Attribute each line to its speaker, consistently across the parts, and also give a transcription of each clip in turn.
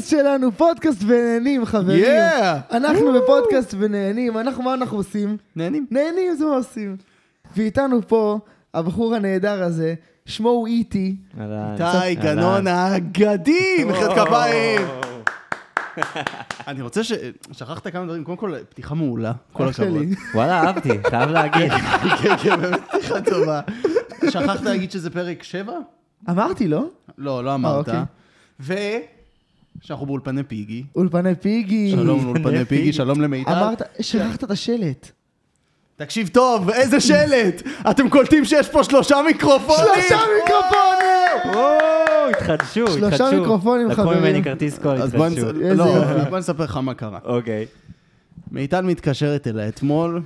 Speaker 1: שלנו, פודקאסט ונהנים, חברים.
Speaker 2: Yeah!
Speaker 1: אנחנו בפודקאסט ונהנים, אנחנו, מה אנחנו עושים?
Speaker 2: נהנים.
Speaker 1: נהנים זה מה עושים. ואיתנו פה הבחור הנהדר הזה, שמו הוא איטי.
Speaker 3: אהלן.
Speaker 2: איתי
Speaker 3: אהלן.
Speaker 2: גנון האגדי, מחיאות כפיים. אני רוצה ש... שכחת כמה דברים, קודם כל, פתיחה מעולה, כל
Speaker 1: אח שלי.
Speaker 2: הכבוד.
Speaker 3: וואלה, אהבתי, חייב להגיד.
Speaker 2: כן, כן, באמת פתיחה טובה. שכחת להגיד שזה פרק 7?
Speaker 1: אמרתי, לא?
Speaker 2: לא, לא
Speaker 1: אה,
Speaker 2: אמרת.
Speaker 1: אוקיי.
Speaker 2: ו... שאנחנו באולפני פיגי.
Speaker 1: אולפני פיגי.
Speaker 2: שלום לאולפני פיגי,
Speaker 3: פיגי.
Speaker 2: שלום למידע.
Speaker 1: אמרת, שכחת את השלט.
Speaker 2: תקשיב טוב, איזה שלט! אתם קולטים שיש פה שלושה מיקרופונים!
Speaker 1: שלושה מיקרופונים!
Speaker 3: וואו, התחדשו, התחדשו.
Speaker 1: שלושה מיקרופונים,
Speaker 3: לקחו
Speaker 1: חברים.
Speaker 3: ממני כרטיס קול,
Speaker 2: אז בוא
Speaker 3: התחדשו.
Speaker 2: נס-
Speaker 1: איזה
Speaker 2: לא,
Speaker 1: יופי.
Speaker 2: בוא נספר לך מה קרה.
Speaker 3: אוקיי.
Speaker 2: מיטל מתקשרת אליי אתמול,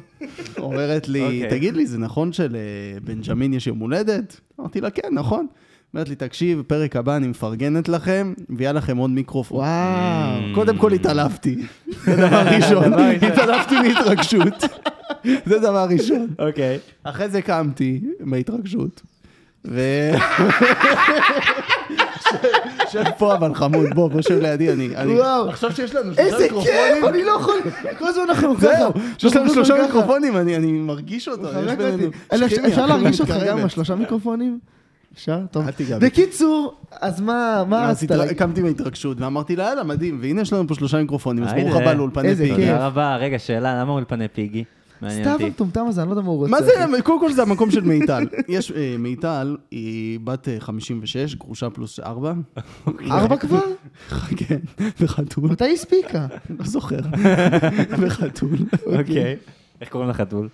Speaker 2: אומרת לי,
Speaker 3: אוקיי.
Speaker 2: תגיד לי, זה נכון שלבנג'מין יש יום הולדת? אמרתי לה, כן, נכון. אומרת לי, תקשיב, פרק הבא אני מפרגנת לכם, מביאה לכם עוד מיקרופון. Mm.
Speaker 1: וואו.
Speaker 2: קודם כל התעלפתי, זה דבר ראשון,
Speaker 3: דבר ראשון.
Speaker 2: התעלפתי מהתרגשות, זה דבר ראשון.
Speaker 3: אוקיי.
Speaker 2: אחרי זה קמתי מההתרגשות, ו... ש- שב פה אבל חמוד, בוא, בוא שב לידי, אני... אני-
Speaker 1: וואו.
Speaker 2: עכשיו שיש לנו
Speaker 1: איזה כיף, אני לא יכול, כל הזמן אנחנו ככה.
Speaker 2: זהו, שיש לנו
Speaker 1: אנחנו
Speaker 2: שלושה
Speaker 1: ככה.
Speaker 2: מיקרופונים, אני אני מרגיש אותו, יש
Speaker 1: חזק
Speaker 2: בינינו.
Speaker 1: אותי. אלא
Speaker 2: כימיה,
Speaker 1: אפשר להרגיש אותך
Speaker 2: כימיה
Speaker 1: גם עם
Speaker 2: מתקרבת.
Speaker 1: השלושה מיקרופונים? אפשר? טוב.
Speaker 2: אל תיגע בי.
Speaker 1: בקיצור, אז מה מה
Speaker 2: אז
Speaker 1: רצית
Speaker 2: התר-
Speaker 1: להגיד?
Speaker 2: קמתי מההתרגשות ואמרתי לה, יאללה, מדהים, והנה יש לנו פה שלושה מיקרופונים, אז
Speaker 3: הנה.
Speaker 2: ברוך הבא לאולפני
Speaker 1: איזה
Speaker 2: פיגי.
Speaker 1: כיף.
Speaker 3: תודה רבה. רגע, שאלה, למה אולפני פיגי? מעניין
Speaker 1: סתיו
Speaker 3: אותי.
Speaker 1: המטומטם הזה, אני לא יודע מה הוא רוצה.
Speaker 2: מה זה, קודם כל זה המקום של מיטל. יש, אה, מיטל היא בת אה, 56, גרושה פלוס 4.
Speaker 1: אוקיי. ארבע כבר?
Speaker 2: כן, וחתול,
Speaker 1: מתי היא הספיקה?
Speaker 2: לא זוכר. וחתול.
Speaker 3: אוקיי. איך קוראים לחתול?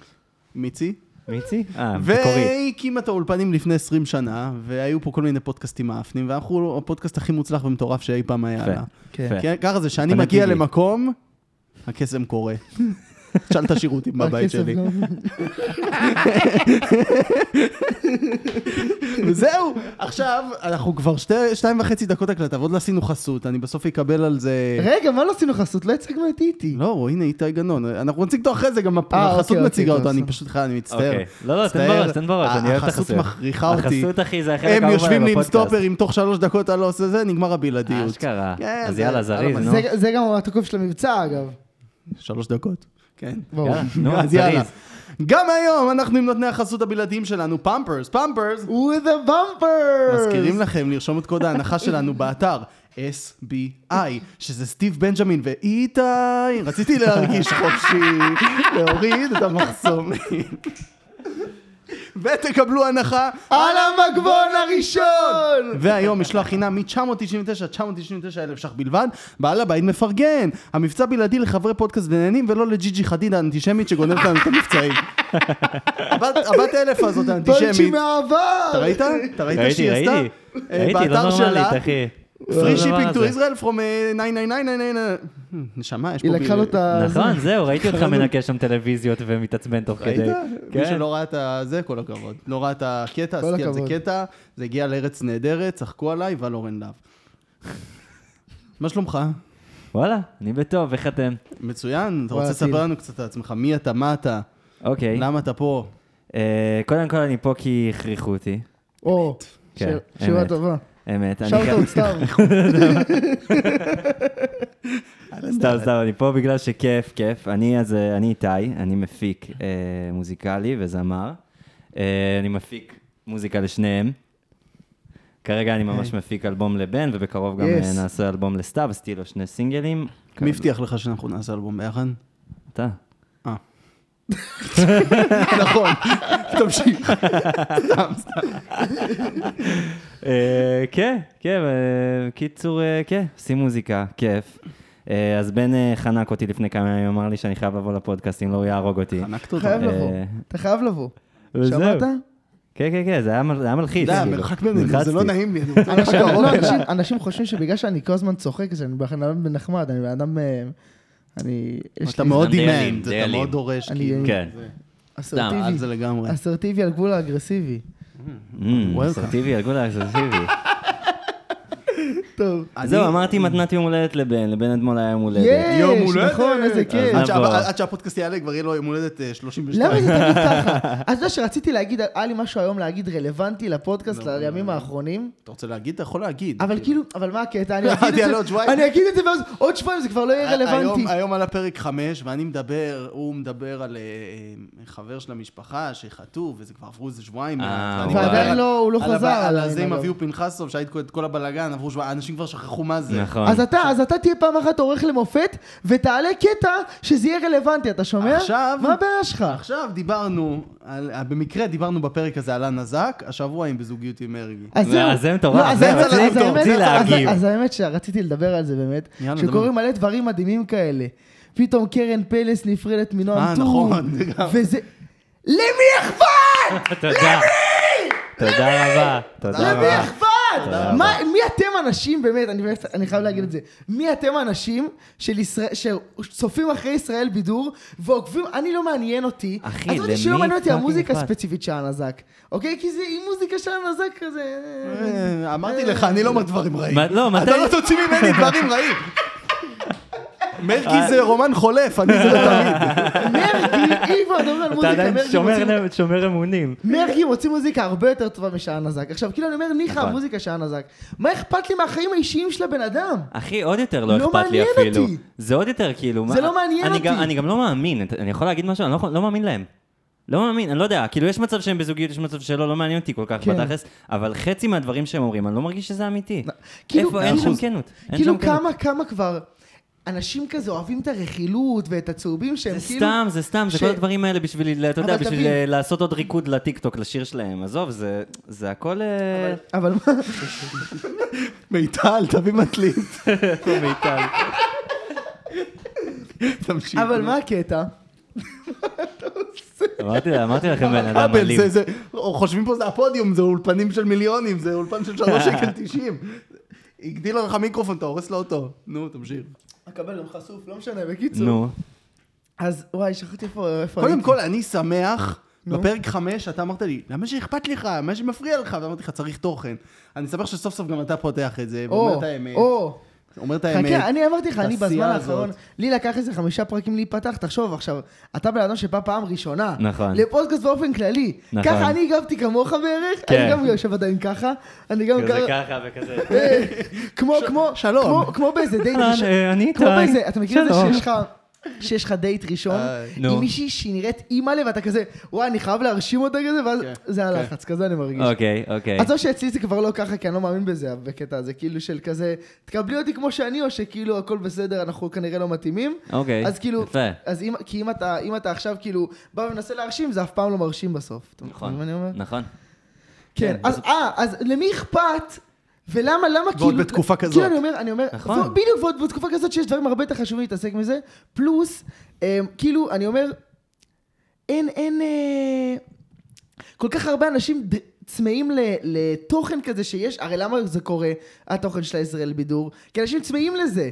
Speaker 2: מיצי.
Speaker 3: מיצי? אה, מקורי.
Speaker 2: והיא הקימה את האולפנים לפני 20 שנה, והיו פה כל מיני פודקאסטים מאפנים, ואנחנו הפודקאסט הכי מוצלח ומטורף שאי פעם היה
Speaker 3: יפה.
Speaker 2: לה.
Speaker 1: כן.
Speaker 2: כן, ככה זה, שאני
Speaker 3: פנה
Speaker 2: מגיע
Speaker 3: פיגי.
Speaker 2: למקום, הקסם קורה. תשאל תשאירו אותי בבית
Speaker 1: הכסף
Speaker 2: שלי.
Speaker 1: גם.
Speaker 2: וזהו, עכשיו, אנחנו כבר שתי- שתיים וחצי דקות הקלטה, ועוד לא עשינו חסות, אני בסוף אקבל על
Speaker 3: כן.
Speaker 2: זה...
Speaker 1: רגע, מה לא עשינו חסות? לא הצגנו את איטי.
Speaker 2: לא, הנה איתי גנון, אנחנו נציג אותו אחרי זה, גם הפ-
Speaker 1: אה,
Speaker 2: החסות
Speaker 1: אוקיי,
Speaker 2: מציגה
Speaker 1: אוקיי,
Speaker 2: אותו,
Speaker 1: טוב,
Speaker 2: אני
Speaker 1: סבבה.
Speaker 2: פשוט חי, אני מצטער.
Speaker 3: אוקיי. לא, לא, תן
Speaker 2: מצטער.
Speaker 3: בראש, תן בראש, אני אוהב את החסות.
Speaker 2: החסות מכריחה אותי.
Speaker 3: החסות, אחי, זה החלק
Speaker 2: הם
Speaker 3: האהוב
Speaker 2: יושבים לי
Speaker 3: עליי
Speaker 2: עם
Speaker 3: בפודקאסט.
Speaker 2: סטופרים, תוך שלוש דקות אתה לא עושה זה, נגמר הבלעדיות.
Speaker 3: אשכרה.
Speaker 2: כן,
Speaker 3: אז
Speaker 2: זה-
Speaker 3: יאללה, זריז,
Speaker 2: אבל
Speaker 3: נו.
Speaker 1: זה- זה גם התוקף של המבצע, אגב.
Speaker 2: שלוש דקות. כן.
Speaker 1: ברור.
Speaker 3: יאללה, נו,
Speaker 2: אז יאללה.
Speaker 3: זריז.
Speaker 2: גם היום אנחנו עם נותני החסות הבלעדיים שלנו, פמפרס, פמפרס.
Speaker 1: With a bumper!
Speaker 2: מזכירים לכם לרשום את קוד ההנחה שלנו באתר SBI, שזה סטיב בנג'מין ואיתי. רציתי להרגיש חופשי, להוריד את המחסומים. ותקבלו הנחה
Speaker 1: על המגבון הראשון!
Speaker 2: והיום משלוח חינם מ-999, 999 אלף ש"ח בלבד, בעל הבית מפרגן. המבצע בלעדי לחברי פודקאסט ונהנים ולא לג'יג'י חדיד האנטישמית שגונבת לנו את המבצעים. הבת הבת אלף הזאת
Speaker 1: פונצ'י
Speaker 2: האנטישמית,
Speaker 1: מהעבר!
Speaker 2: אתה ראית? אתה ראית
Speaker 3: ראיתי,
Speaker 2: שהיא
Speaker 3: ראיתי.
Speaker 2: עשתה? אה,
Speaker 3: ראיתי, לא
Speaker 2: באתר שלה,
Speaker 3: נורמלית, אחי.
Speaker 2: free
Speaker 3: לא
Speaker 2: shipping
Speaker 3: הדבר
Speaker 2: to
Speaker 3: הזה.
Speaker 2: Israel from אה, 999. נשמה, יש פה...
Speaker 1: היא לקחה לו את ה...
Speaker 3: נכון, זהו, ראיתי אותך מנקה שם טלוויזיות ומתעצבן תוך
Speaker 2: ראית?
Speaker 3: כדי.
Speaker 2: מי
Speaker 3: כן.
Speaker 2: שלא ראה את זה, כל הכבוד. לא ראה את הקטע,
Speaker 1: כל
Speaker 2: עשיתי על זה
Speaker 1: הכבוד.
Speaker 2: קטע, זה הגיע לארץ נהדרת, צחקו עליי, ולורן להב. מה שלומך?
Speaker 3: וואלה, אני בטוב, איך אתם?
Speaker 2: מצוין, אתה
Speaker 1: וואלה,
Speaker 2: רוצה
Speaker 1: טיל.
Speaker 2: לספר לנו קצת על עצמך, מי אתה, מה אתה,
Speaker 3: אוקיי.
Speaker 2: למה אתה פה?
Speaker 3: אה, קודם כל אני פה כי הכריחו אותי,
Speaker 1: או,
Speaker 3: כן,
Speaker 1: ש- שירה
Speaker 3: אמת.
Speaker 1: טובה.
Speaker 3: אמת. אני חייב-
Speaker 1: שאוט סתם.
Speaker 3: סתם, סתם, אני פה בגלל שכיף, כיף. אני אז, אה, אני איתי, אני מפיק אה, מוזיקלי וזמר. אה, אני מפיק מוזיקה לשניהם. כרגע אני
Speaker 2: אוקיי.
Speaker 3: ממש מפיק אלבום לבן, ובקרוב גם
Speaker 1: Yes.
Speaker 3: אה, נעשה אלבום לסתיו, סטילו שני סינגלים.
Speaker 2: מי הבטיח לך שאנחנו נעשה אלבום ביחד?
Speaker 3: אתה.
Speaker 2: אה. נכון, תמשיך. סתם, סתם.
Speaker 3: אה, כן, כן, אה, קיצור, אה, כן, עושים מוזיקה, כיף. אה, אז בן אה, חנק אותי לפני כמה ימים, אמר לי שאני חייב לבוא לפודקאסט, אם לא הוא יהרוג אותי.
Speaker 2: חנקת אותו.
Speaker 1: חייב
Speaker 3: אה,
Speaker 1: לבוא. אתה חייב לבוא.
Speaker 3: וזהו.
Speaker 1: שמעת?
Speaker 3: כן, כן, כן, זה היה מל- זה היה מלחיץ.
Speaker 2: די,
Speaker 3: כאילו.
Speaker 2: המרחק בינינו, זה לא
Speaker 3: נלחצתי.
Speaker 2: נעים לי. אני רוצה
Speaker 1: אנשים-
Speaker 2: משהו קרוב
Speaker 1: לא,
Speaker 2: אליי.
Speaker 1: אנשים- אנשים חושבים שבגלל שאני כל הזמן צוחק, אז אני בן אדם נחמד, אני בן אדם... אה, אני... יש
Speaker 2: אתה
Speaker 1: לי-
Speaker 2: מאוד
Speaker 3: די אלים,
Speaker 2: demand,
Speaker 3: די
Speaker 2: אתה
Speaker 3: אלים.
Speaker 2: מאוד דורש,
Speaker 1: אני-
Speaker 2: כאילו.
Speaker 3: כן.
Speaker 2: סתם, על זה
Speaker 1: אסרטיבי.
Speaker 2: לגמרי.
Speaker 1: אסרטיבי על גבול האגרסיבי.
Speaker 3: אמ,
Speaker 2: Welcome.
Speaker 3: אסרטיבי, על גבול האסרטיבי.
Speaker 1: טוב.
Speaker 3: זהו, אמרתי מתנת יום הולדת לבן, לבן אתמול היה יום הולדת.
Speaker 2: יום
Speaker 1: יש,
Speaker 2: הולדת.
Speaker 1: נכון, איזה כיף.
Speaker 2: עד
Speaker 3: נבוא.
Speaker 2: שה- עד שהפודקאסט יעלה כבר יהיה לו יום הולדת אה, 32.
Speaker 1: למה זה תמיד ככה? אתה יודע שרציתי להגיד, היה לי משהו היום להגיד רלוונטי לפודקאסט
Speaker 2: לא,
Speaker 1: לימים האחרונים,
Speaker 2: אתה רוצה להגיד? אתה יכול להגיד.
Speaker 1: אבל כאילו, אבל מה הקטע? אני אגיד
Speaker 2: לא, אמרתי, על
Speaker 1: את
Speaker 2: עוד
Speaker 1: זה,
Speaker 2: שבועיים. אה,
Speaker 1: אני אגיד את זה ואז עוד שבועיים זה כבר לא יהיה רלוונטי.
Speaker 2: היום- היום על הפרק חמש, ואני מדבר, הוא מדבר על אה, אה, חבר של המשפחה שחטוף, וזה כבר עברו איזה שבועיים.
Speaker 3: אה,
Speaker 2: ואני
Speaker 3: וואי.
Speaker 2: מדבר
Speaker 3: ועדיין
Speaker 2: על-
Speaker 1: לא- הוא לא
Speaker 2: על
Speaker 1: חזר
Speaker 2: הבע- על
Speaker 1: עליהם,
Speaker 2: הזה עם
Speaker 1: אגב.
Speaker 2: אביהו פנחסוב, שהיה איתו את כל הבלאגן, עברו שבועיים, אנשים כבר שכחו מה זה.
Speaker 3: נכון.
Speaker 1: אז אתה, אז אתה תהיה פעם אחת עורך למופת, ותעלה קטע שזה יהיה רלוונטי, אתה שומע?
Speaker 2: עכשיו-
Speaker 1: מה הבעיה שלך?
Speaker 2: עכשיו דיברנו, על- במקרה דיברנו בפרק הזה על הנזק, השבוע עם בזוגיות עם מרגי.
Speaker 1: אז
Speaker 3: זה-
Speaker 1: זהו.
Speaker 3: אז זה מטורף,
Speaker 1: לא, אז
Speaker 3: זה
Speaker 1: האמת-
Speaker 3: רציתי-
Speaker 1: אז האמת-
Speaker 3: רציתי
Speaker 1: אז-
Speaker 3: להגיב.
Speaker 1: אז האמת שרציתי לדבר על זה באמת,
Speaker 2: יאללה,
Speaker 1: שקורים מלא דברים מדהימים כאלה. פתאום קרן פלס נפרדת
Speaker 2: אה,
Speaker 1: מנועם טור.
Speaker 2: נכון, זה גם-
Speaker 1: וזה... למי אכפת?
Speaker 3: תודה. תודה רבה. תודה
Speaker 1: למי
Speaker 3: רבה.
Speaker 1: אכפת?
Speaker 3: תודה
Speaker 1: מה- מי אתם אנשים, באמת, אני באמת- אני חייב להגיד את זה. מי אתם האנשים של ישראל- שצופים אחרי ישראל בידור ועוקבים, אני לא מעניין אותי.
Speaker 3: אחי,
Speaker 1: עזוב אותי
Speaker 3: למי
Speaker 1: שלא מעניין אותי
Speaker 3: fucking
Speaker 1: המוזיקה
Speaker 3: אכפת?
Speaker 1: הספציפית של הנזק, אוקיי? כי זה היא מוזיקה של הנזק כזה...
Speaker 2: אה, אמרתי לך, אני לא אומר דברים רעים.
Speaker 3: מה- לא, מתי-
Speaker 2: אתה לא תוציא ממני דברים רעים. מרגי זה רומן חולף, אני זה לא תמיד.
Speaker 1: מרגי, אם כבר מדברים על
Speaker 3: אתה
Speaker 1: מוזיקה,
Speaker 3: עדיין
Speaker 1: מרגי
Speaker 3: שומר
Speaker 1: מוציא-
Speaker 3: לב- שומר אמונים.
Speaker 1: מרגי מוציא מוזיקה הרבה יותר טובה משען הזק. עכשיו, כאילו אני אומר, ניחא,
Speaker 3: נכון.
Speaker 1: המוזיקה שען הזק. מה אכפת לי מהחיים האישיים של הבן אדם?
Speaker 3: אחי, עוד יותר לא
Speaker 1: לא
Speaker 3: אכפת לי
Speaker 1: מעניין
Speaker 3: אפילו.
Speaker 1: אותי.
Speaker 3: זה עוד יותר כאילו...
Speaker 1: זה
Speaker 3: מה-
Speaker 1: לא מעניין
Speaker 3: אני
Speaker 1: אותי.
Speaker 3: גם- אני גם לא מאמין, אתה- אני יכול להגיד משהו? אני לא יכול- לא מאמין להם. לא מאמין, אני לא יודע, כאילו יש מצב שהם בזוגיות, יש מצב שלא, לא מעניין אותי כל כך
Speaker 1: כן.
Speaker 3: בתכלס, אבל חצי מהדברים שהם אומרים, אני לא מרגיש שזה אמיתי.
Speaker 1: כאילו-
Speaker 3: איפה, אין
Speaker 1: כאילו-
Speaker 3: שם כנות. אין
Speaker 1: כאילו
Speaker 3: שם כנות.
Speaker 1: כמה, כמה כבר אנשים כזה אוהבים את הרכילות ואת הצהובים שהם
Speaker 3: זה
Speaker 1: כאילו...
Speaker 3: סתם, זה סתם, זה
Speaker 1: ש-
Speaker 3: כל הדברים האלה בשביל, אתה יודע,
Speaker 1: אבל
Speaker 3: בשביל
Speaker 1: תבין.
Speaker 3: אה, לעשות עוד ריקוד לטיקטוק, לשיר שלהם. עזוב, זה- זה הכל... אה,
Speaker 1: אבל מה,
Speaker 2: מיטל, תביא מטלית. מיטל. תמשיך.
Speaker 1: אבל
Speaker 3: לא.
Speaker 1: מה הקטע?
Speaker 3: אמרתי לה- אמרתי לכם, בן אדם
Speaker 2: אבל
Speaker 3: אלים.
Speaker 2: זה, זה, חושבים פה זה הפודיום, זה אולפנים של מיליונים, זה אולפן של 3 שקל 90. הגדילה לך מיקרופון, אתה הורס לו אותו. נו, תמשיך.
Speaker 1: הקבל גם חשוף, לא משנה, בקיצור.
Speaker 3: נו,
Speaker 1: אז וואי, שכחתי איפה... איפה
Speaker 2: קודם
Speaker 1: הייתי.
Speaker 2: כל, אני שמח, בפרק חמש, אתה אמרת לי, למה שאכפת לך, מה שמפריע לך, ואמרתי לך, צריך תוכן. אני שמח שסוף סוף גם אתה פותח את זה, ואומר
Speaker 1: או,
Speaker 2: את האמת.
Speaker 1: או,
Speaker 2: אומר את האמת.
Speaker 1: חכה, אני אמרתי לך, אני
Speaker 2: העשייה
Speaker 1: בזמן
Speaker 2: הזאת.
Speaker 1: האחרון, לי לקח איזה חמישה פרקים להיפתח, תחשוב עכשיו, אתה בן אדם שבא פעם ראשונה,
Speaker 3: נכון.
Speaker 1: לפודקאסט באופן כללי,
Speaker 3: נכון.
Speaker 1: ככה אני הגבתי כמוך בערך,
Speaker 3: כן.
Speaker 1: אני גם יושב עדיין ככה, אני גם
Speaker 3: כזה
Speaker 1: ככה,
Speaker 3: ככה וכזה.
Speaker 1: אה, כמו, כמו,
Speaker 2: שלום.
Speaker 1: כמו- כמו באיזה דייט
Speaker 3: אהלן,
Speaker 1: ראשון,
Speaker 3: אה, אני
Speaker 1: כמו
Speaker 3: איתי.
Speaker 1: באיזה, אתה מכיר את זה
Speaker 3: שלום.
Speaker 1: שיש לך... שיש לך דייט ראשון,
Speaker 2: אה,
Speaker 3: נו.
Speaker 1: עם מישהי שהיא נראית אימא'לה, ואתה כזה, וואי, אני חייב להרשים אותה כזה, ואז
Speaker 2: כן,
Speaker 1: זה הלחץ, כזה אני מרגיש.
Speaker 3: אוקיי, אוקיי.
Speaker 1: אז או שאצלי זה כבר לא ככה, כי אני לא מאמין בזה, בקטע הזה, כאילו של כזה, תקבלי אותי כמו שאני, או שכאילו הכל בסדר, אנחנו כנראה לא מתאימים.
Speaker 3: אוקיי,
Speaker 1: אז כאילו,
Speaker 3: יפה.
Speaker 1: אז אם, כי אם אתה, אם אתה עכשיו כאילו בא ומנסה להרשים, זה אף פעם לא מרשים בסוף. אתה מבין
Speaker 3: נכון,
Speaker 1: מה אני אומר?
Speaker 3: נכון.
Speaker 1: כן, אז אה, אז למי אכפת? ולמה, למה כאילו...
Speaker 2: ועוד בתקופה כזאת.
Speaker 1: כאילו אני אומר, אני אומר,
Speaker 3: נכון.
Speaker 1: נכון. בדיוק, ועוד בתקופה כזאת שיש דברים הרבה יותר חשובים להתעסק מזה, פלוס, אה, כאילו, אני אומר, אין, אין, אה, כל כך הרבה אנשים ד... צמאים ל... לתוכן כזה שיש, הרי למה זה קורה, התוכן של הישראל בידור? כי אנשים צמאים לזה.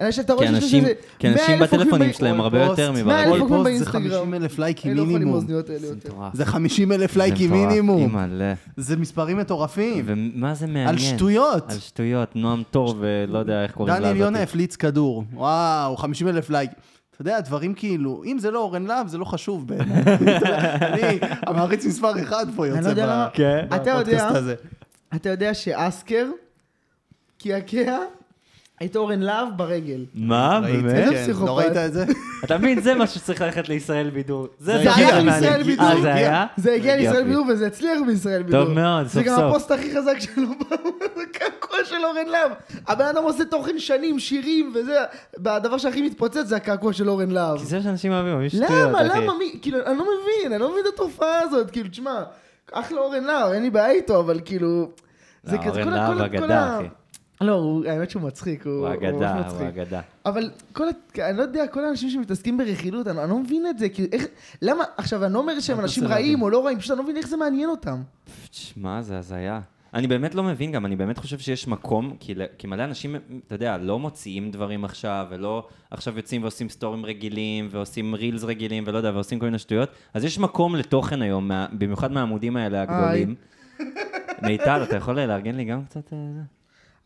Speaker 1: אנשים, אתה
Speaker 3: כי
Speaker 1: רואה שיש
Speaker 3: אנשים,
Speaker 1: לזה
Speaker 3: כי אנשים
Speaker 1: 100,000 עוקבים
Speaker 3: בטלפונים
Speaker 1: ב-
Speaker 3: שלהם הרבה
Speaker 2: פוסט,
Speaker 3: יותר
Speaker 1: מאה אלף
Speaker 3: מברגיל.
Speaker 1: עוקבים
Speaker 2: כל פוסט זה
Speaker 1: באינסטגרם.
Speaker 2: 50 אלף לייקים
Speaker 1: אני לא יכול עם
Speaker 2: מינימום.
Speaker 1: אוזניות האלה יותר.
Speaker 2: זה 50 אלף לייקים מינימום. זה מספרים מטורפים.
Speaker 3: ומה זה מעניין?
Speaker 2: על שטויות.
Speaker 3: על שטויות, נועם טור ולא יודע איך קוראים לה.
Speaker 2: דניאל
Speaker 3: הזאת.
Speaker 2: יונה הפליץ כדור. וואו, 50 אלף לייק. אתה יודע, דברים כאילו, אם זה לא אורן להב, זה לא חשוב בעיניי. אתה יודע, אני, המעריץ מספר אחד פה יוצא
Speaker 1: אני לא יודע
Speaker 2: ב-
Speaker 1: למה-
Speaker 3: כן.
Speaker 1: אתה יודע,
Speaker 2: בפודקאסט הזה.
Speaker 1: אתה יודע שאסקר קעקע את אורן להב ברגל.
Speaker 3: מה,
Speaker 2: ראית?
Speaker 3: באמת?
Speaker 1: אה, איזה
Speaker 2: כן, לא
Speaker 1: פסיכופת.
Speaker 2: ראית את זה?
Speaker 3: אתה מבין, זה מה שצריך ללכת לישראל בידור.
Speaker 2: זה
Speaker 3: הדבר
Speaker 2: היה
Speaker 3: המעניין.
Speaker 1: לישראל בידור.
Speaker 3: אה, זה היה?
Speaker 1: זה הגיע לישראל
Speaker 3: יופי.
Speaker 1: בידור וזה הצליח בישראל בידור.
Speaker 3: טוב מאוד,
Speaker 1: זה
Speaker 3: סוף
Speaker 1: גם
Speaker 3: סוף.
Speaker 1: הפוסט הכי חזק שלו, בקעקוע של אורן להב. הבן אדם עושה תוכן שנים, שירים וזה, והדבר שהכי מתפוצץ זה הקעקוע של אורן להב.
Speaker 3: כי זה שאנשים אוהבים, אוהבים שטויות,
Speaker 1: למה?
Speaker 3: אחי.
Speaker 1: למה? מי? כאילו, אני לא מבין, אני לא מבין את התופעה הזאת, כאילו, תשמע, אחלה אורן להב, אין לי בעיה איתו, אבל כאילו...
Speaker 3: לא, אורן
Speaker 1: כל ה-
Speaker 3: להב
Speaker 1: כל ה- כל
Speaker 3: אגדה,
Speaker 1: ה-
Speaker 3: אחי.
Speaker 1: לא, הוא- האמת שהוא מצחיק, הוא
Speaker 3: הוא
Speaker 1: הוא
Speaker 3: אגדה,
Speaker 1: ממש
Speaker 3: הוא
Speaker 1: מצחיק.
Speaker 3: אגדה.
Speaker 1: אבל כל, הת- אני לא יודע, כל האנשים שמתעסקים ברכילות, אני, אני לא מבין את זה, כאילו, איך, למה, עכשיו, אני לא אומר שהם
Speaker 3: אתה
Speaker 1: אנשים
Speaker 3: רוצה להבין?
Speaker 1: רעים או לא רעים, פשוט אני לא מבין איך זה מעניין אותם.
Speaker 3: שמע, זה הזיה. אני באמת לא מבין גם, אני באמת חושב שיש מקום, כי, ל- כי מלא אנשים, אתה יודע, לא מוציאים דברים עכשיו, ולא עכשיו יוצאים ועושים סטורים רגילים, ועושים רילס רגילים, ולא יודע, ועושים כל מיני שטויות. אז יש מקום לתוכן היום, מה, במיוחד מהעמודים האלה הגדולים. מיטל, אתה יכול לארגן לי גם קצת... אה, זה?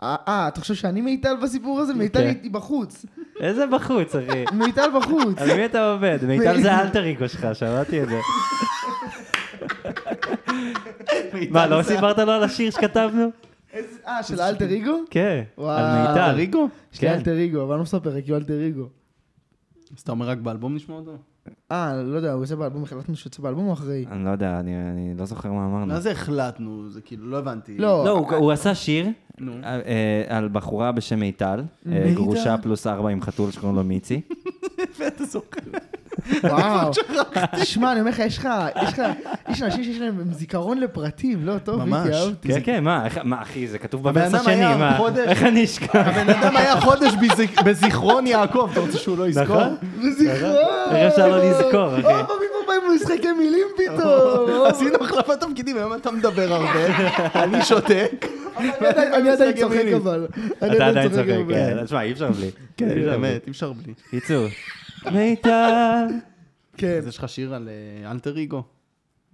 Speaker 1: אה, אה, אתה חושב שאני מיטל בסיפור הזה? מיטל
Speaker 3: כן.
Speaker 1: היא בחוץ.
Speaker 3: איזה בחוץ, אחי.
Speaker 1: מיטל בחוץ.
Speaker 3: על מי אתה עובד? מיטל זה האלטריגו שלך, שמעתי את זה. מה, לא סיפרת לו על השיר שכתבנו?
Speaker 1: איזה- אה, של אלטר איגו?
Speaker 3: כן,
Speaker 1: וואו.
Speaker 3: על מיטל.
Speaker 2: ריגו?
Speaker 1: יש לי
Speaker 3: כן.
Speaker 1: אלטר איגו, אבל אני לא מספר, כי הוא אלטר איגו.
Speaker 2: אז אתה אומר רק באלבום נשמע אותו?
Speaker 1: אה, לא יודע, הוא יוצא באלבום, החלטנו שהוא יוצא באלבום או אחרי?
Speaker 3: אני לא יודע, אני- אני לא זוכר מה אמרנו.
Speaker 2: מה זה החלטנו? זה כאילו, לא הבנתי.
Speaker 1: לא.
Speaker 3: לא, הוא- הוא עשה שיר
Speaker 2: נו.
Speaker 3: אה, אה, על בחורה בשם מיטל, אה,
Speaker 2: מיטל?
Speaker 3: גרושה פלוס ארבע עם חתול שקוראים לו מיצי.
Speaker 2: ואתה זוכר.
Speaker 3: אה.
Speaker 1: וואו. תשמע, אני אומר לך, יש לך, יש לך, יש אנשים שיש להם זיכרון לפרטים, לא טוב,
Speaker 2: ממש.
Speaker 1: מיקי, אהבתי.
Speaker 3: כן, כן, מה, איך- מה, אחי, זה כתוב
Speaker 2: הבן
Speaker 3: בברס
Speaker 2: אדם
Speaker 3: השני,
Speaker 2: היה
Speaker 3: מה,
Speaker 2: חודש-
Speaker 3: איך אני אשכח?
Speaker 2: הבן אדם היה חודש בזיכ- בזיכרון יעקב, אתה רוצה שהוא לא יזכור?
Speaker 3: נכון?
Speaker 1: וזיכרון!
Speaker 3: איך אפשר לא לזכור, אחי?
Speaker 1: עוד פעמים הבאים הוא משחקי מילים פתאום.
Speaker 2: עשינו החלפת תפקידים, היום אתה מדבר הרבה, אני שותק.
Speaker 1: אני עדיין- אני עדיין
Speaker 2: משחקי
Speaker 1: צוחק
Speaker 2: מילים.
Speaker 1: אבל. אני
Speaker 3: אתה עדיין צוחק,
Speaker 1: אבל.
Speaker 3: כן. תשמע, אי אפשר בלי.
Speaker 2: לא כן,
Speaker 3: אי אפשר בלי.
Speaker 2: באמת, אי אפשר בלי.
Speaker 3: קיצור. מיטל.
Speaker 1: כן.
Speaker 2: אז יש לך שיר על אה, אלטר איגו?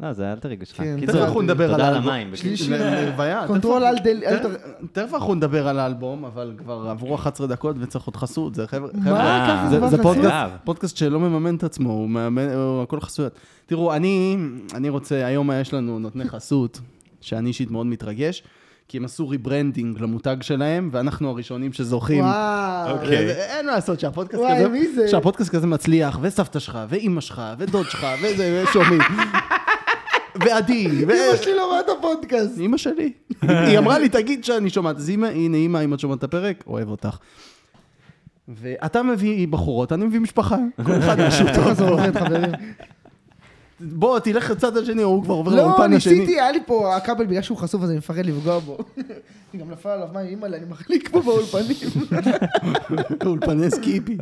Speaker 3: לא, זה אל תריגו שלך.
Speaker 1: כן,
Speaker 3: קיצור,
Speaker 2: תכף אנחנו נדבר על
Speaker 3: תודה על
Speaker 2: האלבום.
Speaker 3: המים.
Speaker 1: שליש-
Speaker 2: ל- ללוויה, תכף
Speaker 1: קונטרול
Speaker 2: אנחנו-
Speaker 1: על דל-
Speaker 2: תכף-
Speaker 1: אלטר-
Speaker 2: תכף אנחנו נדבר על האלבום, אבל כבר עברו 11 דקות וצריך עוד חסות, זה חבר'ה...
Speaker 1: מה?
Speaker 2: חבר'ה,
Speaker 1: אה, ככה
Speaker 2: זה-
Speaker 1: כבר
Speaker 2: זה
Speaker 1: חסות?
Speaker 2: פודקאסט- פודקאסט שלא מממן את עצמו, הוא מאמן- הוא הכל חסויות. תראו, אני אני רוצה, היום יש לנו נותני חסות, שאני אישית מאוד מתרגש, כי הם עשו ריברנדינג למותג שלהם, ואנחנו הראשונים שזוכים.
Speaker 1: וואו.
Speaker 3: אוקיי.
Speaker 2: אין מה לעשות, שהפודקאסט
Speaker 1: וואי,
Speaker 2: כזה,
Speaker 1: מי זה?
Speaker 2: שהפודקאסט כזה מצליח, וסבתא שלך, ואימא שלך, ודוד שלך, וזה, ושומעים. ועדי, ו...
Speaker 1: אמא שלי לא רואה את הפודקאסט.
Speaker 2: אימא שלי. היא אמרה לי, תגיד שאני שומעת. אז אימא, הנה אימא, אם את שומעת את הפרק, אוהב אותך. ואתה מביא בחורות, אני מביא משפחה. כל אחד
Speaker 1: טוב, זה
Speaker 2: משותו.
Speaker 1: עובד, חברים.
Speaker 2: בוא, תלך לצד השני, הוא כבר עובר
Speaker 1: לא,
Speaker 2: לאולפן השני.
Speaker 1: ניסיתי, היה לי פה הכבל בגלל שהוא חשוף אז אני מפחד לפגוע בו. גם נפל עליו מים, אימא'לה, אני מחליק פה באולפנים.
Speaker 2: אולפני סקיפי.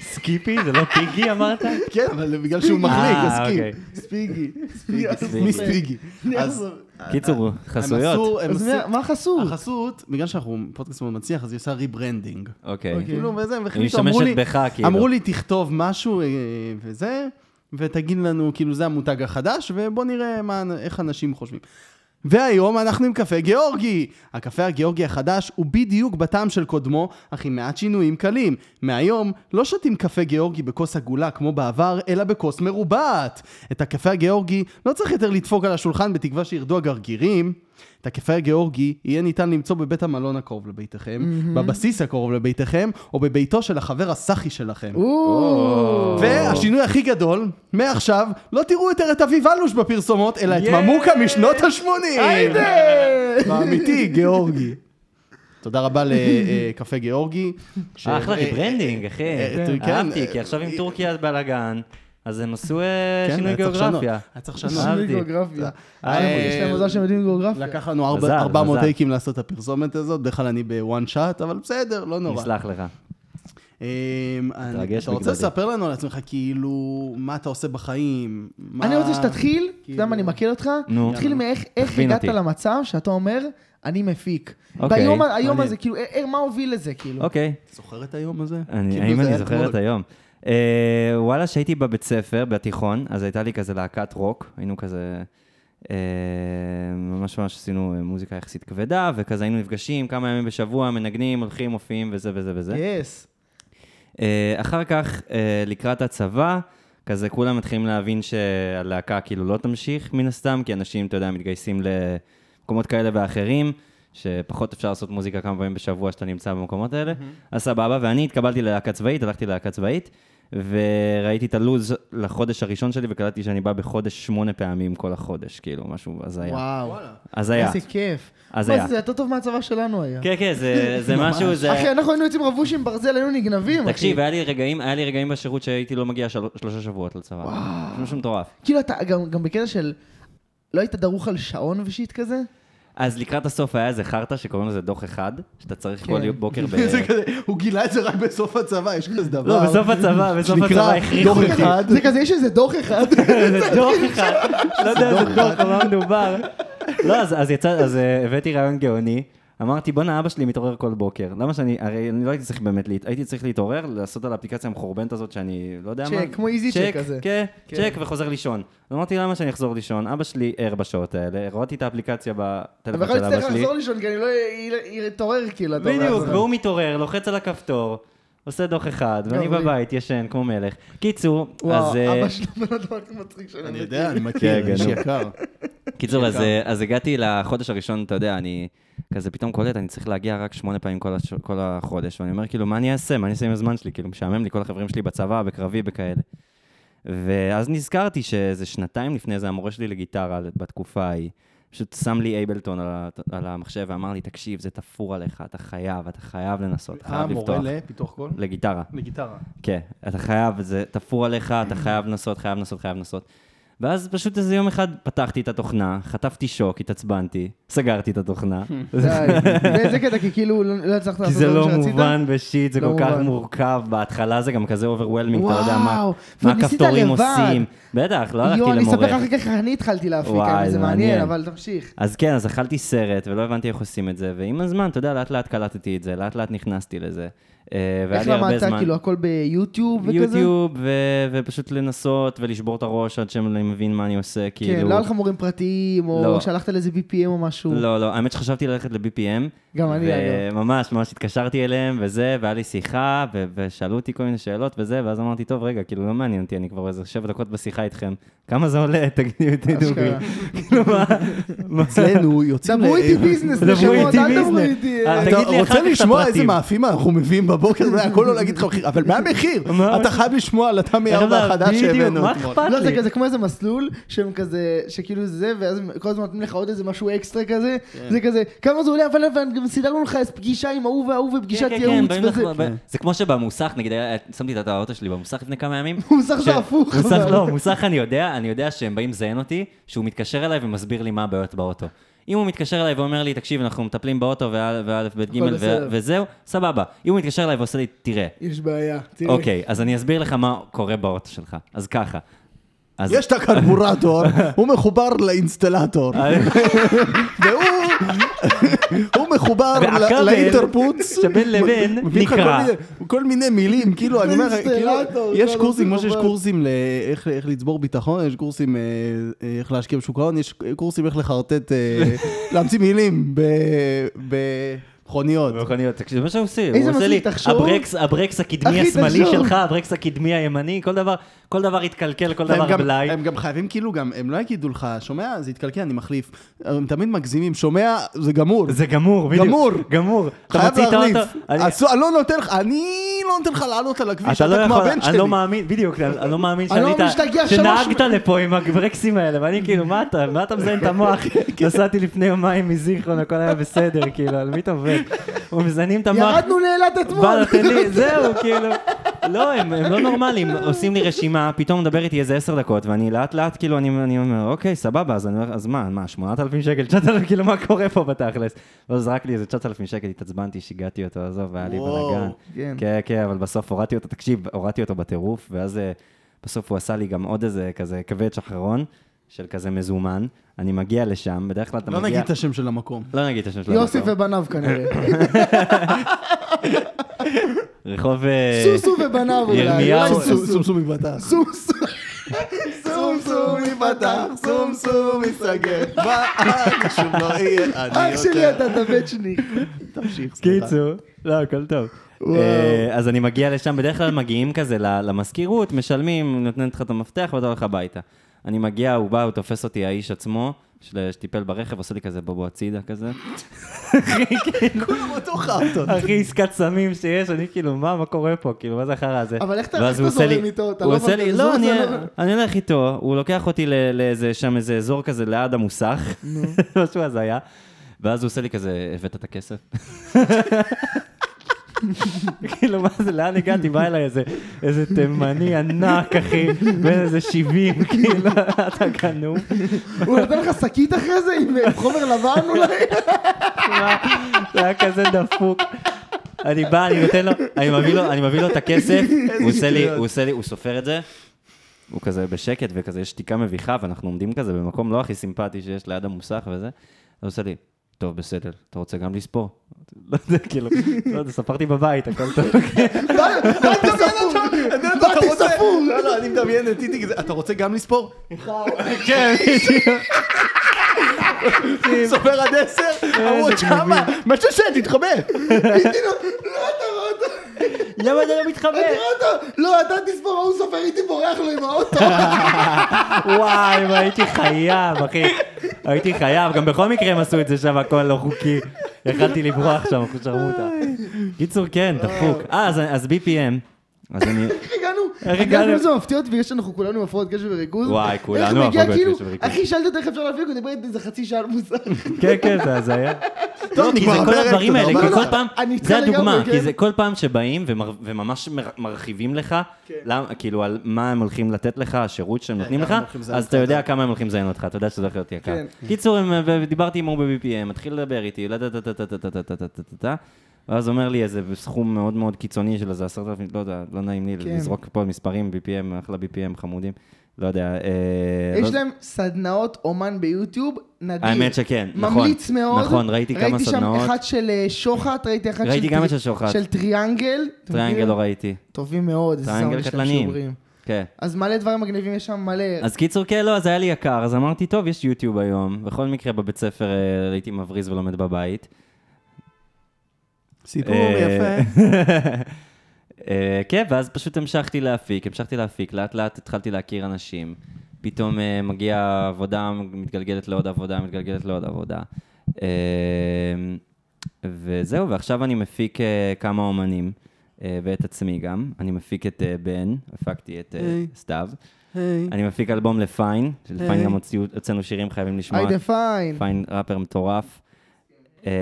Speaker 3: סקיפי? זה לא פיגי אמרת?
Speaker 2: כן, אבל בגלל שהוא מחליק, אז
Speaker 3: אה, אוקיי.
Speaker 2: סקיפ.
Speaker 1: ספיגי.
Speaker 3: ספיגי.
Speaker 2: מי ספיגי? אז
Speaker 3: קיצור,
Speaker 2: הם
Speaker 3: חסויות.
Speaker 2: עשו- הם
Speaker 1: אז
Speaker 2: עשו-
Speaker 1: מה- מה חשוף?
Speaker 2: החסות, בגלל שאנחנו פודקאסט מאוד מצליח, אז היא עושה ריברנדינג.
Speaker 3: אוקיי.
Speaker 1: אוקיי.
Speaker 2: כאילו, וזה,
Speaker 3: היא
Speaker 2: והחליטו, אמרו לי,
Speaker 3: משתמשת בך, כאילו.
Speaker 2: אמרו לי, תכתוב משהו אה, וזה, ותגיד לנו, כאילו, זה המותג החדש, ובוא נראה מה, איך אנשים חושבים. והיום אנחנו עם קפה גיאורגי. הקפה הגיאורגי החדש הוא בדיוק בטעם של קודמו, אך עם מעט שינויים קלים. מהיום לא שותים קפה גיאורגי בכוס עגולה כמו בעבר, אלא בכוס מרובעת. את הקפה הגיאורגי לא צריך יותר לדפוק על השולחן בתקווה שירדו הגרגירים. את הקפה הגיאורגי יהיה ניתן למצוא בבית המלון הקרוב לביתכם, בבסיס הקרוב לביתכם, או בביתו של החבר הסאחי שלכם.
Speaker 1: או.
Speaker 2: והשינוי הכי גדול, מעכשיו, לא תראו יותר את אביב אלוש בפרסומות, אלא את
Speaker 3: יאי!
Speaker 2: ממוקה משנות ה-80. באמיתי, גיאורגי. תודה רבה לקפה גיאורגי. ש-
Speaker 3: אחלה
Speaker 2: אה,
Speaker 3: ריברנדינג, אחי.
Speaker 2: אה, אה, כן.
Speaker 3: אהבתי, כי עכשיו עם טורקיה בלאגן, אז הם עשו אה,
Speaker 2: כן,
Speaker 3: שינוי
Speaker 2: היה צריך
Speaker 3: גיאוגרפיה.
Speaker 2: לשנות, היה צריך
Speaker 3: אה,
Speaker 2: לשנות.
Speaker 1: שינוי
Speaker 3: אהבתי.
Speaker 1: גיאוגרפיה.
Speaker 2: אה,
Speaker 1: יש להם מזל שהם יודעים גיאוגרפיה.
Speaker 2: לקח לנו
Speaker 3: מזל,
Speaker 2: 400
Speaker 3: מזל.
Speaker 2: טייקים לעשות את הפרסומת הזאת, בדרך כלל אני בוואן שאט, אבל בסדר, לא נורא.
Speaker 3: נסלח לך.
Speaker 2: אמ, אני-
Speaker 3: מתרגש
Speaker 2: אתה רוצה
Speaker 3: בגללי.
Speaker 2: לספר לנו על עצמך, כאילו, מה אתה עושה בחיים? מה-
Speaker 1: אני רוצה שתתחיל, אתה יודע
Speaker 2: כאילו-
Speaker 1: מה, אני מכיר אותך,
Speaker 3: נו.
Speaker 1: תתחיל מאיך איך
Speaker 3: תכווין
Speaker 1: הגעת
Speaker 3: אותי.
Speaker 1: למצב שאתה אומר, אני מפיק.
Speaker 3: אוקיי,
Speaker 1: ביום ה- היום
Speaker 3: מעניין.
Speaker 1: הזה, כאילו, אה, אה, מה הוביל לזה, כאילו?
Speaker 3: אוקיי.
Speaker 2: זוכר את היום הזה?
Speaker 3: אני,
Speaker 2: כאילו,
Speaker 3: האם
Speaker 2: זה
Speaker 3: אני
Speaker 2: היה
Speaker 3: זוכר את
Speaker 2: אתמול.
Speaker 3: היום? אה, וואלה, שהייתי בבית ספר, בתיכון, אז הייתה לי כזה להקת רוק, היינו כזה, אה, ממש ממש עשינו אה, מוזיקה יחסית כבדה, וכזה היינו נפגשים כמה ימים בשבוע, מנגנים, הולכים, מופיעים וזה וזה וזה.
Speaker 1: יס.
Speaker 3: אה, אחר כך, אה, לקראת הצבא, כזה כולם מתחילים להבין שהלהקה כאילו לא תמשיך מן הסתם, כי אנשים, אתה יודע, מתגייסים למקומות כאלה ואחרים, שפחות אפשר לעשות מוזיקה כמה פעמים בשבוע שאתה נמצא במקומות האלה. אז סבבה, ואני התקבלתי ללהקה צבאית, הלכתי ללהקה צבאית, וראיתי את הלו"ז לחודש הראשון שלי, וקלטתי שאני בא בחודש שמונה פעמים כל החודש, כאילו, משהו הזיה.
Speaker 1: וואו.
Speaker 2: וואלה.
Speaker 3: הזיה.
Speaker 1: איזה כיף.
Speaker 3: אז
Speaker 1: מה
Speaker 3: היה.
Speaker 1: זה, זה יותר טוב מהצבא שלנו היה.
Speaker 3: כן, כן, זה- זה משהו, זה...
Speaker 1: אחי, אנחנו היינו יוצאים רבוש עם ברזל, היינו נגנבים, אחי.
Speaker 3: תקשיב, אה. היה לי רגעים, היה לי רגעים בשירות שהייתי לא מגיע של... שלושה שבועות לצבא. וואו. משהו מטורף.
Speaker 1: כאילו, אתה גם- גם בקטע של... לא היית דרוך על שעון ושיט כזה?
Speaker 3: אז לקראת הסוף היה איזה חרטא שקוראים לזה דוח אחד, שאתה
Speaker 1: כן.
Speaker 3: צריך כל בוקר ב...
Speaker 2: זה כזה, הוא גילה את זה רק בסוף הצבא, יש כזה דבר.
Speaker 3: לא, בסוף הצבא, בסוף
Speaker 2: שנקרא
Speaker 3: הצבא הכריחו
Speaker 2: דוח
Speaker 3: אותי.
Speaker 2: אחד.
Speaker 1: זה כזה, יש איזה דוח אחד.
Speaker 3: זה דוח אחד, לא יודע איזה דוח, על מה מדובר. לא, אז אז יצא, אז אה, הבאתי רעיון גאוני, אמרתי, בואנה, אבא שלי מתעורר כל בוקר. למה שאני, הרי אני לא הייתי צריך באמת, להת- הייתי צריך להתעורר, לעשות על האפליקציה המחורבנת הזאת שאני לא יודע מה.
Speaker 1: צ'ק, כמו איזי צ'ק כזה.
Speaker 3: כן,
Speaker 1: כן.
Speaker 3: צ'ק וחוזר לישון. אז אמרתי, למה שאני אחזור לישון? אבא שלי ער בשעות האלה, הורדתי את האפליקציה
Speaker 1: אבל
Speaker 3: בטלפון
Speaker 1: יכול
Speaker 3: של
Speaker 1: להיות
Speaker 3: אבא
Speaker 1: שצריך
Speaker 3: שלי.
Speaker 1: לחזור לישון, כי אני לא אתעורר כאילו. אתה אומר,
Speaker 3: בדיוק,
Speaker 1: אז-
Speaker 3: והוא מתעורר, לוחץ על הכפתור, עושה דוח אחד, ואני
Speaker 1: גברי.
Speaker 3: בבית ישן כמו מלך. קיצור, אז...
Speaker 1: לא, וואו,
Speaker 3: אה,
Speaker 1: אבא שלו בן אדם הכי מצחיק שאני
Speaker 2: אני
Speaker 1: מכיר.
Speaker 2: יודע, אני
Speaker 3: כן,
Speaker 2: מכיר, איש
Speaker 3: גנוב.
Speaker 2: יקר.
Speaker 3: קיצור, אז, אה, אז הגעתי לחודש הראשון, אתה יודע, אני כזה פתאום קולט, אני צריך להגיע רק שמונה פעמים כל, הש... כל החודש, ואני אומר, כאילו, מה אני אעשה? מה אני אעשה עם הזמן שלי? כאילו, משעמם לי כל החברים שלי בצבא, בקרבי, בכאלה. ואז נזכרתי שאיזה שנתיים לפני זה, המורה שלי לגיטרה בתקופה ההיא, פשוט שם לי אייבלטון על, ה- על המחשב ואמר לי, תקשיב, זה תפור עליך, אתה חייב, אתה חייב לנסות, אתה
Speaker 1: אה,
Speaker 3: חייב לפתוח.
Speaker 2: המורה לפיתוח קול?
Speaker 3: לגיטרה.
Speaker 2: לגיטרה.
Speaker 3: כן, אתה חייב, זה תפור עליך, אתה חייב לנסות, חייב לנסות, חייב לנסות. ואז פשוט איזה יום אחד פתחתי את התוכנה, חטפתי שוק, התעצבנתי, סגרתי את התוכנה.
Speaker 1: די. באיזה קטע, כי כאילו לא לא הצלחת
Speaker 3: כי
Speaker 1: לעשות
Speaker 3: זה
Speaker 1: את
Speaker 3: לא
Speaker 1: מה שרצית?
Speaker 3: מובן ושיט, זה
Speaker 1: לא
Speaker 3: כל כך
Speaker 1: מובן.
Speaker 3: מורכב, בהתחלה זה גם כזה אוברוולמינג, אתה לא יודע מה
Speaker 1: וואו,
Speaker 3: מה
Speaker 1: וניסית
Speaker 3: הכפתורים
Speaker 1: לבד.
Speaker 3: עושים. בטח, לא הלכתי
Speaker 1: יואו, אני אספר לך
Speaker 3: למורה.
Speaker 1: אחר כך איך אני התחלתי להפיק,
Speaker 3: וואי,
Speaker 1: אבל זה
Speaker 3: זה
Speaker 1: מעניין,
Speaker 3: מעניין.
Speaker 1: אבל תמשיך.
Speaker 3: אז כן, אז אכלתי סרט, ולא הבנתי איך עושים את זה, ועם הזמן, אתה יודע, לאט לאט קלטתי את זה, לאט לאט נכנסתי לזה. אה, והיה
Speaker 1: איך
Speaker 3: לי הרבה
Speaker 1: למדת,
Speaker 3: זמן.
Speaker 1: כאילו, הכל ביוטיוב וכזה?
Speaker 3: יוטיוב, ו- ופשוט לנסות ולשבור את הראש עד שאני מבין מה אני עושה, כאילו...
Speaker 1: כן, לא היה לך מורים פרטיים, או
Speaker 3: לא.
Speaker 1: שהלכת לאיזה BPM או משהו.
Speaker 3: לא, לא, האמת שחשבתי ללכת ל-BPM.
Speaker 1: גם אני, אגב.
Speaker 3: וממש, ממש התקשרתי אליהם, וזה, והיה לי שיחה, ו- ושאלו אותי כל מיני שאלות וזה, ואז אמרתי, טוב, רגע, כאילו, לא מעניין אותי, אני כבר איזה שבע דקות בשיחה איתכם. כמה זה עולה? תגידו, תגידו לי.
Speaker 1: אשכרה.
Speaker 3: כאילו, מה? מה?
Speaker 2: אצלנו יוצאים...
Speaker 1: דברו
Speaker 2: ל-
Speaker 1: איתי ביזנס,
Speaker 3: דברו
Speaker 1: נשמות,
Speaker 3: איתי
Speaker 1: אל דברו
Speaker 3: ביזנס.
Speaker 1: איתי.
Speaker 3: אה,
Speaker 1: אה,
Speaker 3: תגיד לי
Speaker 2: אתה
Speaker 3: אחר כך
Speaker 2: רוצה
Speaker 3: את
Speaker 2: לשמוע איזה
Speaker 3: הפרטים.
Speaker 2: מאפים אנחנו מביאים בבוקר, זה הכל לא להגיד לך מחיר, אבל מה המחיר?
Speaker 3: מה?
Speaker 2: אתה חייב לשמוע על התמי
Speaker 3: איך
Speaker 2: ארבע
Speaker 3: אתה-
Speaker 2: החדש
Speaker 3: בדיוק,
Speaker 2: שהבאנו
Speaker 3: מה
Speaker 2: אתמול.
Speaker 3: אכפת
Speaker 1: לא, זה
Speaker 3: לי?
Speaker 1: כזה כמו איזה מסלול, שהם כזה, שכאילו זה, ואז הם כל הזמן נותנים לך עוד איזה משהו אקסטרה כזה,
Speaker 3: כן.
Speaker 1: זה כזה, כמה זה עולה, אבל לא, אבל גם סידרנו לך איזה פגישה עם ההוא וההוא ופגישת
Speaker 3: כן, כן, כן,
Speaker 1: ייעוץ
Speaker 3: באים
Speaker 1: וזה.
Speaker 3: לך- זה כמו שבמוסך, נגיד, היה- שמתי את האוטו שלי במוסך לפני כמה ימים.
Speaker 1: מוסך זה
Speaker 3: ש-
Speaker 1: הפוך,
Speaker 3: מוסך
Speaker 1: אבל.
Speaker 3: לא, מוסך אני יודע, אני יודע שהם באים לזיין אותי, שהוא מתקשר אליי ומסביר לי מה הבעיות באוטו. אם הוא מתקשר אליי ואומר לי, תקשיב, אנחנו מטפלים באוטו וא', וא', ב', ג', ו-
Speaker 1: בסדר.
Speaker 3: וזהו, סבבה. אם הוא מתקשר אליי ועושה לי, תראה,
Speaker 1: יש בעיה, תראה.
Speaker 3: אוקיי, אז אני אסביר לך מה קורה באוטו שלך. אז ככה. אז-
Speaker 2: יש את הקרבורטור, הוא מחובר לאינסטלטור,
Speaker 3: אה,
Speaker 2: והוא הוא מחובר ל-
Speaker 3: והכבל
Speaker 2: לאינטרפוץ.
Speaker 3: שבין לבין
Speaker 2: מביא לך כל
Speaker 3: נקרע.
Speaker 2: מיני- כל מיני מילים, כאילו, אני אומר, כאילו,
Speaker 1: לאינסטלטור,
Speaker 2: יש
Speaker 1: זה
Speaker 2: קורסים, כמו
Speaker 1: לא
Speaker 2: שיש
Speaker 1: מכובד.
Speaker 2: קורסים לאיך איך לצבור ביטחון, יש קורסים אה, אה, איך להשקיע בשוק ההון, יש קורסים איך לחרטט, אה, להמציא מילים ב- במכוניות.
Speaker 3: מכוניות, תקשיב, זה מה שהוא עושה,
Speaker 1: איזה
Speaker 3: הוא עושה
Speaker 1: מצחיק,
Speaker 3: לי,
Speaker 1: תחשוב.
Speaker 3: הברקס- הברקס הקדמי
Speaker 1: אחי,
Speaker 3: השמאלי
Speaker 1: תחשוב.
Speaker 3: שלך, הברקס הקדמי הימני, כל דבר, כל דבר התקלקל, כל
Speaker 2: והם
Speaker 3: דבר
Speaker 2: גם-
Speaker 3: בלאי.
Speaker 2: הם גם חייבים כאילו גם, הם לא יגידו לך, שומע? זה התקלקל, אני מחליף. הם תמיד מגזימים, שומע? זה גמור.
Speaker 3: זה גמור, בדיוק.
Speaker 2: גמור.
Speaker 3: גמור. אתה
Speaker 2: חייב
Speaker 3: מוציא את
Speaker 2: להחליף.
Speaker 3: האוטו- אני-
Speaker 2: אסור- אני לא נותן לך, אני לא נותן לך לעלות על הכביש,
Speaker 3: אתה לא
Speaker 2: אתה כמו
Speaker 3: יכול,
Speaker 2: הבן
Speaker 3: אני
Speaker 2: שלי.
Speaker 3: לא מאמין, בדיוק, אני אני לא מאמין
Speaker 1: אני לא
Speaker 3: שעלית,
Speaker 1: מאמין שתגיע שלוש-
Speaker 3: שנהגת לפה עם הברקסים האלה, ואני כאילו, מה אתה, מה אתה מזיין את המוח? נסעתי לפני יומיים מזיכרון, הכל היה בסדר, כאילו, על מי אתה עובד? הוא מזיינים את המוח.
Speaker 1: ירדנו לאילת אתמול.
Speaker 3: בא, תן לי, זהו, כאילו. לא, הם, הם לא נורמלים, עושים לי רשימה, פתאום מדבר איתי איזה עשר דקות, ואני לאט לאט, כאילו, אני, אני אומר, אוקיי, סבבה, אז, אני, אומר, אז מה, מה, 8,000 שקל, 9,000, כאילו, מה קורה פה בתכלס? ואז זרק לי איזה 9,000 שקל, התעצבנתי, שיגעתי אותו, עזוב, והיה לי
Speaker 2: וואו,
Speaker 3: בלאגן.
Speaker 1: כן.
Speaker 3: כן, כן, אבל בסוף הורדתי אותו, תקשיב, הורדתי אותו בטירוף, ואז אה, בסוף הוא עשה לי גם עוד איזה כזה קווץ' אחרון, של כזה מזומן. אני מגיע לשם, בדרך כלל אתה
Speaker 2: לא
Speaker 3: מגיע...
Speaker 2: נגיד את השם של המקום.
Speaker 3: לא נגיד את השם שלו.
Speaker 1: יוסי ובניו כנראה.
Speaker 3: רחוב... אה,
Speaker 1: סוסו ובניו אולי.
Speaker 3: ירמיהו.
Speaker 1: אולי סוסו.
Speaker 2: סום סום יפתח.
Speaker 1: סוסו.
Speaker 2: סום סום יפתח, סום סום יסגר. ואני שוב לא אהיה, אני יותר.
Speaker 1: אח שלי אתה, אתה בצ'ניק.
Speaker 2: תמשיך, סליחה.
Speaker 3: קיצור, לא, הכל טוב.
Speaker 1: וואו.
Speaker 3: אה, אז אני מגיע לשם, בדרך כלל מגיעים כזה ל- למזכירות, משלמים, נותנת לך את המפתח ואתה הולך הביתה. אני מגיע, הוא בא, הוא תופס אותי, האיש עצמו, של- שטיפל ברכב, עושה לי כזה בובו הצידה כזה.
Speaker 2: כולם אותו חרטון.
Speaker 3: הכי עסקת סמים שיש, אני כאילו, מה, מה קורה פה? כאילו, מה זה החרא הזה?
Speaker 1: אבל איך אתה-
Speaker 3: ואז
Speaker 1: איך אתה
Speaker 3: הוא עושה
Speaker 1: זורם
Speaker 3: לי-
Speaker 1: איתו? אתה
Speaker 3: הוא
Speaker 1: לא
Speaker 3: עושה לי,
Speaker 1: מרגיש-
Speaker 3: לא,
Speaker 1: זה
Speaker 3: אני-
Speaker 1: לא-
Speaker 3: אני הולך איתו, הוא לוקח אותי ל- לאיזה, שם איזה אזור כזה ליד המוסך, משהו הזיה, ואז הוא עושה לי כזה, הבאת את הכסף? כאילו, מה זה, לאן הגעתי? בא אליי איזה- איזה תימני ענק, אחי, בן איזה 70, כאילו, אתה גנוב.
Speaker 1: הוא נותן לך שקית אחרי זה עם אה, חומר לבן אולי?
Speaker 3: מה? זה היה כזה דפוק. אני בא, אני נותן לו, אני מביא לו, אני מביא לו את הכסף, הוא עושה לי, הוא עושה לי, הוא סופר את זה. הוא כזה בשקט וכזה, יש שתיקה מביכה, ואנחנו עומדים כזה במקום לא הכי סימפטי שיש ליד המוסך וזה. הוא עושה לי, טוב, בסדר, אתה רוצה גם לספור? לא יודע, כאילו, לא יודע, ספרתי בבית, הכל טוב.
Speaker 2: באתי ספור. לא, לא, אני מדמיין את איציק, אתה רוצה גם לספור?
Speaker 3: כן,
Speaker 2: סופר עד עשר,
Speaker 3: אה,
Speaker 2: אמרו, שמה, מה שאתה תתחבא.
Speaker 3: למה אתה לא מתחבא?
Speaker 1: לא, אתה תספור, ההוא סופר איתי בורח לו עם האוטו.
Speaker 3: וואי, מה, הייתי חייב, אחי. הייתי חייב, גם בכל מקרה הם עשו את זה שם, הכל לא חוקי. יכלתי לברוח שם, אחוז שרמוטה. קיצור, כן, דפוק. אה, אז- אז BPM. אז אני...
Speaker 1: איך הגענו?
Speaker 3: איך
Speaker 1: איך
Speaker 3: הגענו?
Speaker 1: הגענו? איזה מפתיע אותי, ויש לנו כולנו הפרעות קשב וריכוז.
Speaker 3: וואי, כולנו
Speaker 1: איך הוא הגיע,
Speaker 3: הפרעות
Speaker 1: כאילו,
Speaker 3: קשב וריכוז.
Speaker 1: אחי, שאלת אותי איך אפשר להפיק, הוא דיבר איתי איזה חצי שעה על מוזר.
Speaker 3: כן, כן, זה הזיה. לא,
Speaker 2: טוב,
Speaker 3: כי זה
Speaker 2: נגמר
Speaker 3: כל
Speaker 2: הפרק,
Speaker 3: הדברים
Speaker 2: תודה
Speaker 3: האלה,
Speaker 2: רבה.
Speaker 3: כי
Speaker 1: לא,
Speaker 3: כל
Speaker 1: לא,
Speaker 3: פעם,
Speaker 1: אני איתך
Speaker 3: זה הדוגמה,
Speaker 1: לגמרי,
Speaker 3: כי
Speaker 1: כן.
Speaker 3: זה כל פעם שבאים ומר- וממש מר- מרחיבים לך,
Speaker 1: כן.
Speaker 3: למ- כאילו על מה הם הולכים לתת לך, השירות שהם נותנים
Speaker 2: כמה
Speaker 3: לך,
Speaker 2: הם הולכים לזיין
Speaker 3: אז אתה יודע כמה הם הולכים לזיין אותך, אתה יודע שזה הולך להיות יקר.
Speaker 1: כן.
Speaker 3: קיצור, הם- ו- ודיברתי עם הוא ב-BPM, התחיל לדבר איתי, לא, טה, טה, טה, טה, טה, טה, טה, טה, טה, טה, טה, ואז אומר לי איזה סכום מאוד מאוד קיצוני של איזה עשרת אלפים, לא יודע, לא נעים לי
Speaker 1: כן.
Speaker 3: לזרוק פה מספרים, BPM, אחלה BPM חמודים, לא יודע. אה, לא-
Speaker 1: יש להם סדנאות אומן ביוטיוב, נדיר.
Speaker 3: האמת שכן, נכון.
Speaker 1: ממליץ מאוד.
Speaker 3: נכון, ראיתי כמה סדנאות.
Speaker 1: ראיתי שם אחת של אה, שוחט, ראיתי אחת של...
Speaker 3: ראיתי גם
Speaker 1: טרי-
Speaker 3: את של שוחט.
Speaker 1: של טריאנגל. אתם
Speaker 3: טריאנגל
Speaker 1: מכירים?
Speaker 3: לא ראיתי.
Speaker 1: טובים מאוד, איזה
Speaker 3: טריאנגל
Speaker 1: סאונד יש להם
Speaker 3: קטלניים.
Speaker 1: שאומרים.
Speaker 3: כן.
Speaker 1: אז מלא דברים מגניבים יש שם, מלא.
Speaker 3: אז קיצור, כן, לא, אז היה לי יקר, אז אמרתי, טוב, יש יוטיוב היום. בכל מקרה, בבית ספר אה, הייתי מבריז ולומד בבית.
Speaker 2: סיפור
Speaker 3: אה,
Speaker 2: יפה.
Speaker 3: אה, כן, ואז פשוט המשכתי להפיק, המשכתי להפיק, לאט לאט התחלתי להכיר אנשים. פתאום אה, מגיעה עבודה, מתגלגלת לעוד עבודה, מתגלגלת לעוד עבודה. אה, וזהו, ועכשיו אני מפיק אה, כמה אומנים, אה, ואת עצמי גם. אני מפיק את אה, בן, הפקתי את אה,
Speaker 2: היי.
Speaker 3: סתיו.
Speaker 2: היי.
Speaker 3: אני מפיק אלבום לפיין, שלפיין
Speaker 1: אוקיי.
Speaker 2: היי.
Speaker 3: גם הוציאו- הוצאנו שירים, חייבים לשמוע.
Speaker 1: היי דה פיין.
Speaker 3: פיין ראפר מטורף. אה,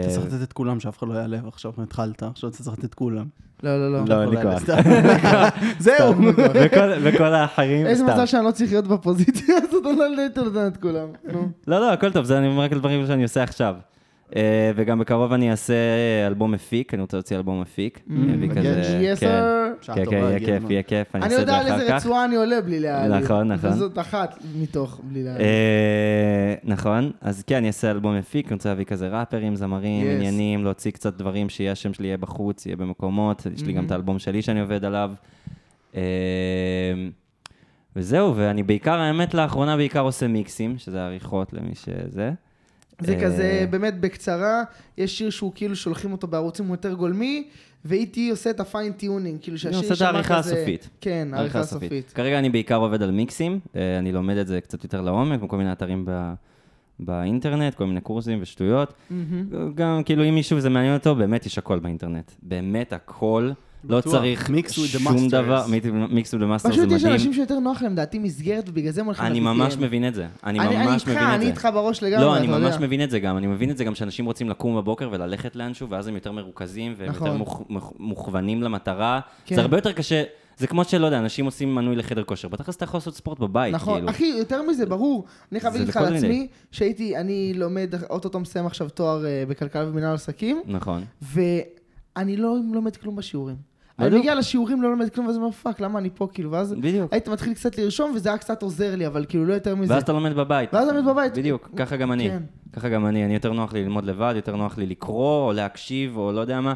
Speaker 2: אתה צריך לתת את כולם, שאף אחד לא יעלב עכשיו, התחלת, עכשיו אתה צריך לתת את כולם.
Speaker 1: לא, לא, לא.
Speaker 3: לא, אין לי כוח.
Speaker 2: סתם. זהו.
Speaker 3: וכל- וכל האחרים,
Speaker 1: איזה
Speaker 3: סתם.
Speaker 1: מזל שאני לא צריך להיות בפוזיציה הזאת, אני לא הייתי נותן את כולם. נו.
Speaker 3: לא, לא, הכל טוב, זה אני אומר רק על דברים שאני עושה עכשיו. אה, וגם בקרוב אני אעשה אלבום מפיק, אני רוצה להוציא אלבום מפיק.
Speaker 1: Mm,
Speaker 3: אני אביא כזה-
Speaker 1: Yes,
Speaker 3: כן.
Speaker 1: sir.
Speaker 2: שעה
Speaker 3: כן,
Speaker 2: טובה,
Speaker 3: כן, יהיה
Speaker 2: הגיע
Speaker 3: כיף,
Speaker 2: הזמן.
Speaker 3: יהיה כיף, אני
Speaker 1: אני
Speaker 3: אעשה את
Speaker 1: יודע
Speaker 3: זה
Speaker 1: על איזה
Speaker 3: אחר כך.
Speaker 1: רצועה אני עולה בלי להעליב.
Speaker 3: נכון, נכון.
Speaker 1: וזאת אחת מתוך בלי להעליב.
Speaker 3: אה, נכון, אז כן, אני אעשה אלבום מפיק, אני רוצה להביא כזה ראפרים, זמרים,
Speaker 1: Yes.
Speaker 3: עניינים, להוציא קצת דברים שיהיה השם שלי יהיה בחוץ, יהיה במקומות, יש לי גם את האלבום שלי שאני עובד עליו. אה, וזהו, ואני בעיקר, האמת, לאחרונה בעיקר עושה מיקסים, שזה עריכות למי שזה.
Speaker 1: זה
Speaker 3: אה,
Speaker 1: כזה, באמת בקצרה, יש שיר שהוא כאילו שולחים אותו בערוצים הוא יותר גולמי, ואיתי עושה את הפיין טיונינג, כאילו שהשיר
Speaker 3: עושה את
Speaker 1: יישמע
Speaker 3: העריכה
Speaker 1: כזה-
Speaker 3: הסופית.
Speaker 1: כן, העריכה הסופית.
Speaker 3: כרגע אני בעיקר עובד על מיקסים, אה, אני לומד את זה קצת יותר לעומק, בכל מיני אתרים ב- באינטרנט, כל מיני קורסים ושטויות.
Speaker 1: מהמם.
Speaker 3: גם כאילו אם מישהו זה מעניין אותו, באמת יש הכל באינטרנט. באמת הכל. לא
Speaker 2: בטוח.
Speaker 3: צריך
Speaker 2: Mix with the
Speaker 3: שום
Speaker 2: masters.
Speaker 3: דבר. מיקס ודה מאסטר זה
Speaker 1: פשוט יש
Speaker 3: מדהים.
Speaker 1: אנשים שיותר נוח להם דעתי מסגרת, ובגלל זה הם הולכים
Speaker 3: אני
Speaker 1: ל-BPM.
Speaker 3: ממש מבין את זה. אני ממש מבין את זה.
Speaker 1: אני איתך, אני איתך בראש לגמרי,
Speaker 3: לא,
Speaker 1: אתה
Speaker 3: אני
Speaker 1: יודע.
Speaker 3: ממש מבין את זה גם. אני מבין את זה גם שאנשים רוצים לקום בבוקר וללכת לאנשהו, ואז הם יותר מרוכזים, והם יותר
Speaker 1: נכון.
Speaker 3: מוכ- מוכ- מוכוונים למטרה.
Speaker 1: כן.
Speaker 3: זה הרבה יותר קשה. זה כמו שלא יודע, אנשים עושים מנוי לחדר כושר. בתכלס אתה יכול לעשות ספורט בבית,
Speaker 1: נכון,
Speaker 3: כאילו.
Speaker 1: אחי, יותר מזה, ברור. אני חייב
Speaker 3: זה
Speaker 1: להגיד לך
Speaker 3: לכל
Speaker 1: על
Speaker 3: מיני.
Speaker 1: עצמי, שהייתי, אני לומד, אוטוטו מסיים עכשיו תואר אה, בכלכלה ומנהל עסקים,
Speaker 3: נכון.
Speaker 1: ואני לא לומד כלום בשיעורים. אני
Speaker 3: בדיוק.
Speaker 1: מגיע לשיעורים, לא לומד כלום, ואז אני אומר, פאק, למה אני פה, כאילו, ואז...
Speaker 3: בדיוק.
Speaker 1: הייתי מתחיל קצת לרשום, וזה היה קצת עוזר לי, אבל כאילו, לא יותר מזה.
Speaker 3: ואז אתה לומד בבית.
Speaker 1: ואז אתה לומד בבית.
Speaker 3: בדיוק, ככה גם אני.
Speaker 1: כן.
Speaker 3: ככה גם אני. אני יותר נוח לי ללמוד לבד, יותר נוח לי לקרוא, או להקשיב, או לא יודע מה.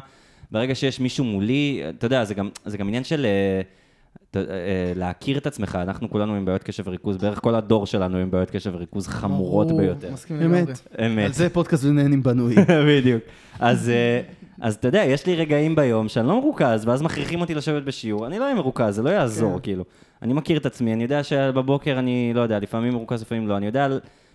Speaker 3: ברגע שיש מישהו מולי, אתה יודע, זה גם, זה גם עניין של... אה, ת- אה, להכיר את עצמך, אנחנו כולנו עם בעיות קשב וריכוז, בערך כל הדור שלנו עם בעיות קשב וריכוז חמורות
Speaker 1: ברור,
Speaker 3: ביותר.
Speaker 1: מסכים
Speaker 2: אמת.
Speaker 1: לגמרי.
Speaker 3: אמת.
Speaker 2: על זה פודקאסט ונהנים בנוי.
Speaker 3: בדיוק. אז, אה, אז אתה יודע, יש לי רגעים ביום שאני לא מרוכז, ואז מכריחים אותי לשבת בשיעור. אני לא אהיה מרוכז, זה לא
Speaker 1: כן.
Speaker 3: יעזור, כאילו. אני מכיר את עצמי, אני יודע שבבוקר אני, לא יודע, לפעמים מרוכז, לפעמים לא. אני יודע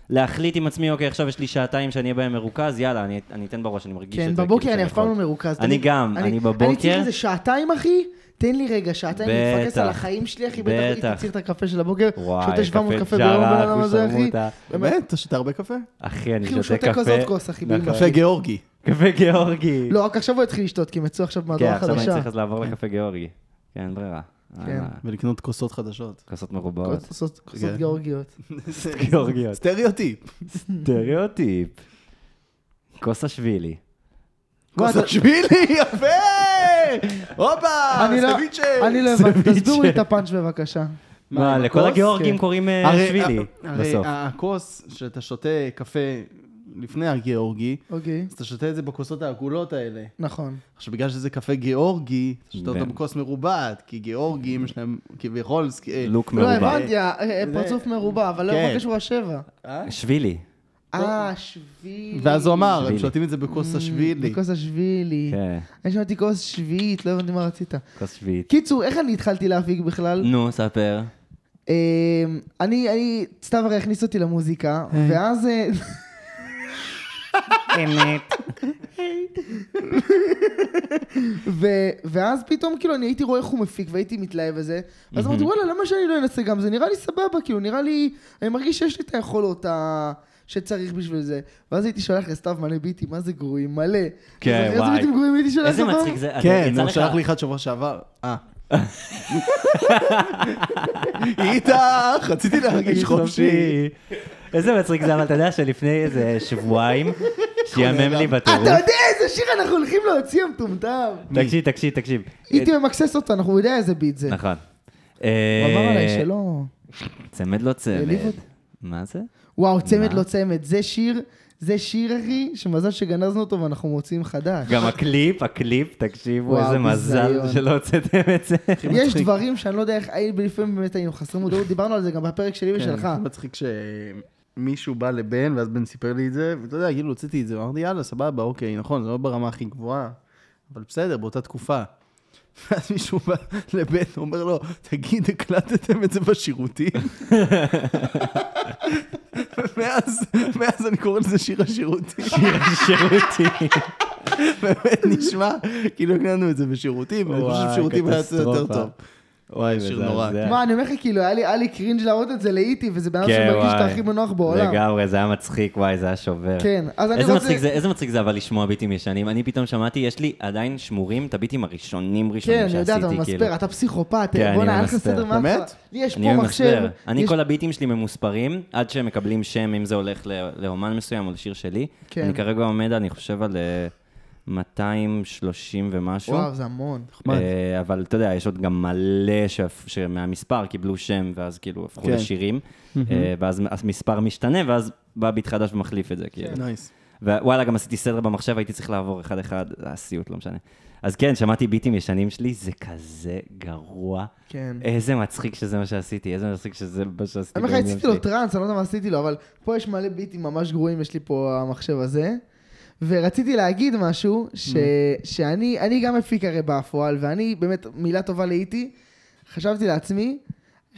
Speaker 3: להחליט עם עצמי, אוקיי, עכשיו יש לי שעתיים שאני אהיה בהן מרוכז, יאללה, אני, אני אתן בראש, אני מרגיש את
Speaker 1: כן,
Speaker 3: זה.
Speaker 1: בבוקר
Speaker 3: כאילו,
Speaker 1: אני
Speaker 3: שאני
Speaker 1: אף פעם לא
Speaker 3: יכול.
Speaker 1: מרוכז.
Speaker 3: אני
Speaker 1: תמיד-
Speaker 3: גם, אני
Speaker 1: אני צריך
Speaker 3: בבוקר-
Speaker 1: איזה שעתיים, אחי? תן לי רגע, שעתיים להתפקס
Speaker 3: בטח.
Speaker 1: על החיים שלי, אחי, בטח
Speaker 3: בטח.
Speaker 1: הייתי צריך את הקפה של הבוקר,
Speaker 3: וואי,
Speaker 1: שותה 700
Speaker 3: קפה
Speaker 1: קפה ביום,
Speaker 3: ג'רה,
Speaker 1: בן אדם הזה, אחי.
Speaker 3: אחושרמוטה.
Speaker 2: באמת? אתה שותה הרבה קפה?
Speaker 3: אחי, אני
Speaker 1: אחי, הוא
Speaker 3: שותה
Speaker 1: שותה
Speaker 3: קפה.
Speaker 1: כזאת כוס, אחי, באמא.
Speaker 3: נכון.
Speaker 2: קפה גיאורגי.
Speaker 3: קפה גיאורגי.
Speaker 1: לא, רק עכשיו הוא התחיל לשתות, כי הם יצאו עכשיו
Speaker 3: כן,
Speaker 1: מהדורה
Speaker 3: עכשיו אני
Speaker 1: חדשה.
Speaker 3: צריך אז לעבור לקפה גיאורגי. כן, אין ברירה.
Speaker 1: כן.
Speaker 3: אה,
Speaker 2: ולקנות כוסות חדשות.
Speaker 3: כוסות מרובעות.
Speaker 1: כוסות כוסות
Speaker 2: כן.
Speaker 1: גיאורגיות.
Speaker 3: גיאורגיות.
Speaker 2: סטריאוטיפ.
Speaker 1: Mm-hmm.
Speaker 3: סטריאוטיפ. קוסאשווילי.
Speaker 2: קוסאשווילי, יפה! הופה!
Speaker 1: אני לא-
Speaker 2: סביצ'ה!
Speaker 1: אני לא הבנתי, תסבירו לי את הפאנץ' בבקשה.
Speaker 3: מה,
Speaker 2: עם
Speaker 3: לכל
Speaker 2: הכוס?
Speaker 3: הגיאורגים אה,
Speaker 1: כן.
Speaker 3: קוראים אה,
Speaker 2: הרי-
Speaker 3: שבילי
Speaker 2: הרי
Speaker 3: בסוף.
Speaker 2: הכוס שאתה שותה קפה לפני הגיאורגי,
Speaker 1: אוקיי.
Speaker 2: אז אתה שותה את זה בכוסות העגולות האלה.
Speaker 1: נכון.
Speaker 2: עכשיו, בגלל שזה קפה גיאורגי, אתה שותה אותו
Speaker 3: כן.
Speaker 2: בכוס מרובעת, כי גיאורגים יש להם כביכול... סק- אה,
Speaker 3: לוק
Speaker 1: לא,
Speaker 3: מרובע.
Speaker 1: הבנתי, אה, אה,
Speaker 2: זה-
Speaker 1: פרצוף מרובע, אבל לא
Speaker 2: כן.
Speaker 1: מה קשור השבע.
Speaker 2: אה?
Speaker 3: שבילי.
Speaker 1: אה, שבילי.
Speaker 2: ואז הוא אמר, הם
Speaker 3: שבילי.
Speaker 2: שותים את זה בכוס השבילי.
Speaker 1: כוס השבילי.
Speaker 3: כן,
Speaker 1: אני שמעתי כוס שביעית, לא הבנתי מה רצית.
Speaker 3: כוס שביעית.
Speaker 1: קיצור, איך אני התחלתי להפיק בכלל?
Speaker 3: נו, ספר.
Speaker 1: אמ, אני, אני, סתיו הרי הכניס אותי למוזיקה, ואז... אה, ו- ואז פתאום, כאילו, אני הייתי רואה איך הוא מפיק והייתי מתלהב וזה, ואז אמרתי, וואלה, למה שאני לא אנסה גם זה? נראה לי סבבה, כאילו, נראה לי... אני מרגיש שיש לי את היכולות ה... שצריך בשביל זה. ואז הייתי שולח לסתיו מלא ביטים, מה זה גרועים? מלא.
Speaker 3: כן,
Speaker 1: אתה זוכר
Speaker 3: וואי.
Speaker 1: איזה ביטים גרועים הייתי שולח
Speaker 3: איזה
Speaker 1: לך?
Speaker 3: מצחיק זה. אתה-
Speaker 2: כן,
Speaker 3: יצא
Speaker 2: הוא
Speaker 3: לך-
Speaker 2: שלח לי אחד שבוע שעבר. אה. איתך, רציתי להרגיש חופשי.
Speaker 3: איזה מצחיק זה, אבל אתה יודע שלפני איזה שבועיים, שיאמם לי
Speaker 1: אתה
Speaker 3: בטירוף.
Speaker 1: יודע איזה שיר אנחנו הולכים להוציא, המטומטם?
Speaker 3: תקשיב, תקשיב, תקשיב. אה,
Speaker 1: הייתי ממקסס אותו, אנחנו יודע איזה ביט זה.
Speaker 3: נכון.
Speaker 1: הוא אמר
Speaker 3: אה,
Speaker 1: עליי שלא...
Speaker 3: צמד לא צמד.
Speaker 1: העליב אותי.
Speaker 3: מה זה?
Speaker 1: וואו, צמד
Speaker 3: מה?
Speaker 1: לא צמד, זה שיר, זה שיר, אחי, שמזל שגנזנו אותו ואנחנו מוצאים חדש.
Speaker 3: גם הקליפ, הקליפ, תקשיבו,
Speaker 1: וואו,
Speaker 3: איזה
Speaker 1: ביזיון.
Speaker 3: מזל שלא הוצאתם את זה.
Speaker 1: יש
Speaker 2: מצחיק.
Speaker 1: דברים שאני לא יודע איך, היינו- לפעמים באמת היינו חסרי מודעות, דיברנו על זה גם בפרק שלי ושלך.
Speaker 3: לא
Speaker 2: כן, זה מצחיק שמישהו בא לבן, ואז בן סיפר לי את זה, ואתה יודע, כאילו, הוצאתי את זה, אמרתי, יאללה, סבבה, אוקיי, נכון, זה לא ברמה הכי גבוהה, אבל בסדר, באותה תקופה. ואז מישהו בא לבן, אומר לו, תגיד, הקלטתם את זה בשירותים? ומאז, מאז אני קורא לזה שיר השירותים.
Speaker 3: שיר שירותי.
Speaker 2: באמת נשמע, כאילו הקלטנו את זה בשירותים, אני חושב ששירותים היה יוצא יותר טוב.
Speaker 3: וואי,
Speaker 2: שיר נורא.
Speaker 3: מזעזע.
Speaker 1: מה, אני אומר לך, כאילו, היה לי- היה לי קרינג' להראות את זה לאיטי, וזה בן אדם
Speaker 3: כן,
Speaker 1: שמרגיש שאתה
Speaker 3: וואי.
Speaker 1: הכי בנוח בעולם.
Speaker 3: לגמרי, זה היה מצחיק, וואי, זה היה שובר.
Speaker 1: כן, אז אני
Speaker 3: איזה
Speaker 1: רוצה-
Speaker 3: מצחיק זה, איזה מצחיק זה אבל לשמוע ביטים ישנים. אני פתאום שמעתי, יש לי עדיין שמורים את הביטים הראשונים ראשונים
Speaker 1: כן,
Speaker 3: שעשיתי,
Speaker 1: אני יודע, אתה
Speaker 3: כאילו.
Speaker 1: ממספר, אתה פסיכופת,
Speaker 3: כן, אני
Speaker 1: בואנה, היה לך
Speaker 3: ממספר.
Speaker 1: סדר מה
Speaker 2: אתה
Speaker 1: לך?
Speaker 2: מת?
Speaker 1: לי יש
Speaker 3: אני
Speaker 1: פה מחשב.
Speaker 3: ממספר. אני
Speaker 1: יש-
Speaker 3: כל הביטים שלי ממוספרים, עד שהם מקבלים שם, אם זה הולך ל- לאומן מסוים או לשיר שלי.
Speaker 1: כן.
Speaker 3: אני כרגע עומד, אני חושב, על אה, 230 ומשהו.
Speaker 1: וואו, זה המון.
Speaker 2: נחמד.
Speaker 3: אה, אבל אתה יודע, יש עוד גם מלא שהפ- שמהמספר קיבלו שם, ואז כאילו הפכו
Speaker 2: כן.
Speaker 3: לשירים, אה, ואז המספר משתנה, ואז בא ביט חדש ומחליף את זה, כאילו.
Speaker 1: כן.
Speaker 2: נייס.
Speaker 3: ווואלה, גם עשיתי סדר במחשב, הייתי צריך לעבור אחד-אחד, זה היה סיוט, לא משנה. אז כן, שמעתי ביטים ישנים שלי, זה כזה גרוע.
Speaker 1: כן.
Speaker 3: איזה מצחיק שזה מה שעשיתי, איזה מצחיק שזה מה שעשיתי.
Speaker 1: אני אומר לך,
Speaker 3: ביום
Speaker 1: עשיתי
Speaker 3: יום
Speaker 1: לו טראנס, אני לא יודע מה עשיתי לו, אבל פה יש מלא ביטים ממש גרועים, יש לי פה המחשב הזה. ורציתי להגיד משהו, ש... שאני אני גם מפיק הרי בפועל, ואני באמת, מילה טובה לאיטי, חשבתי לעצמי,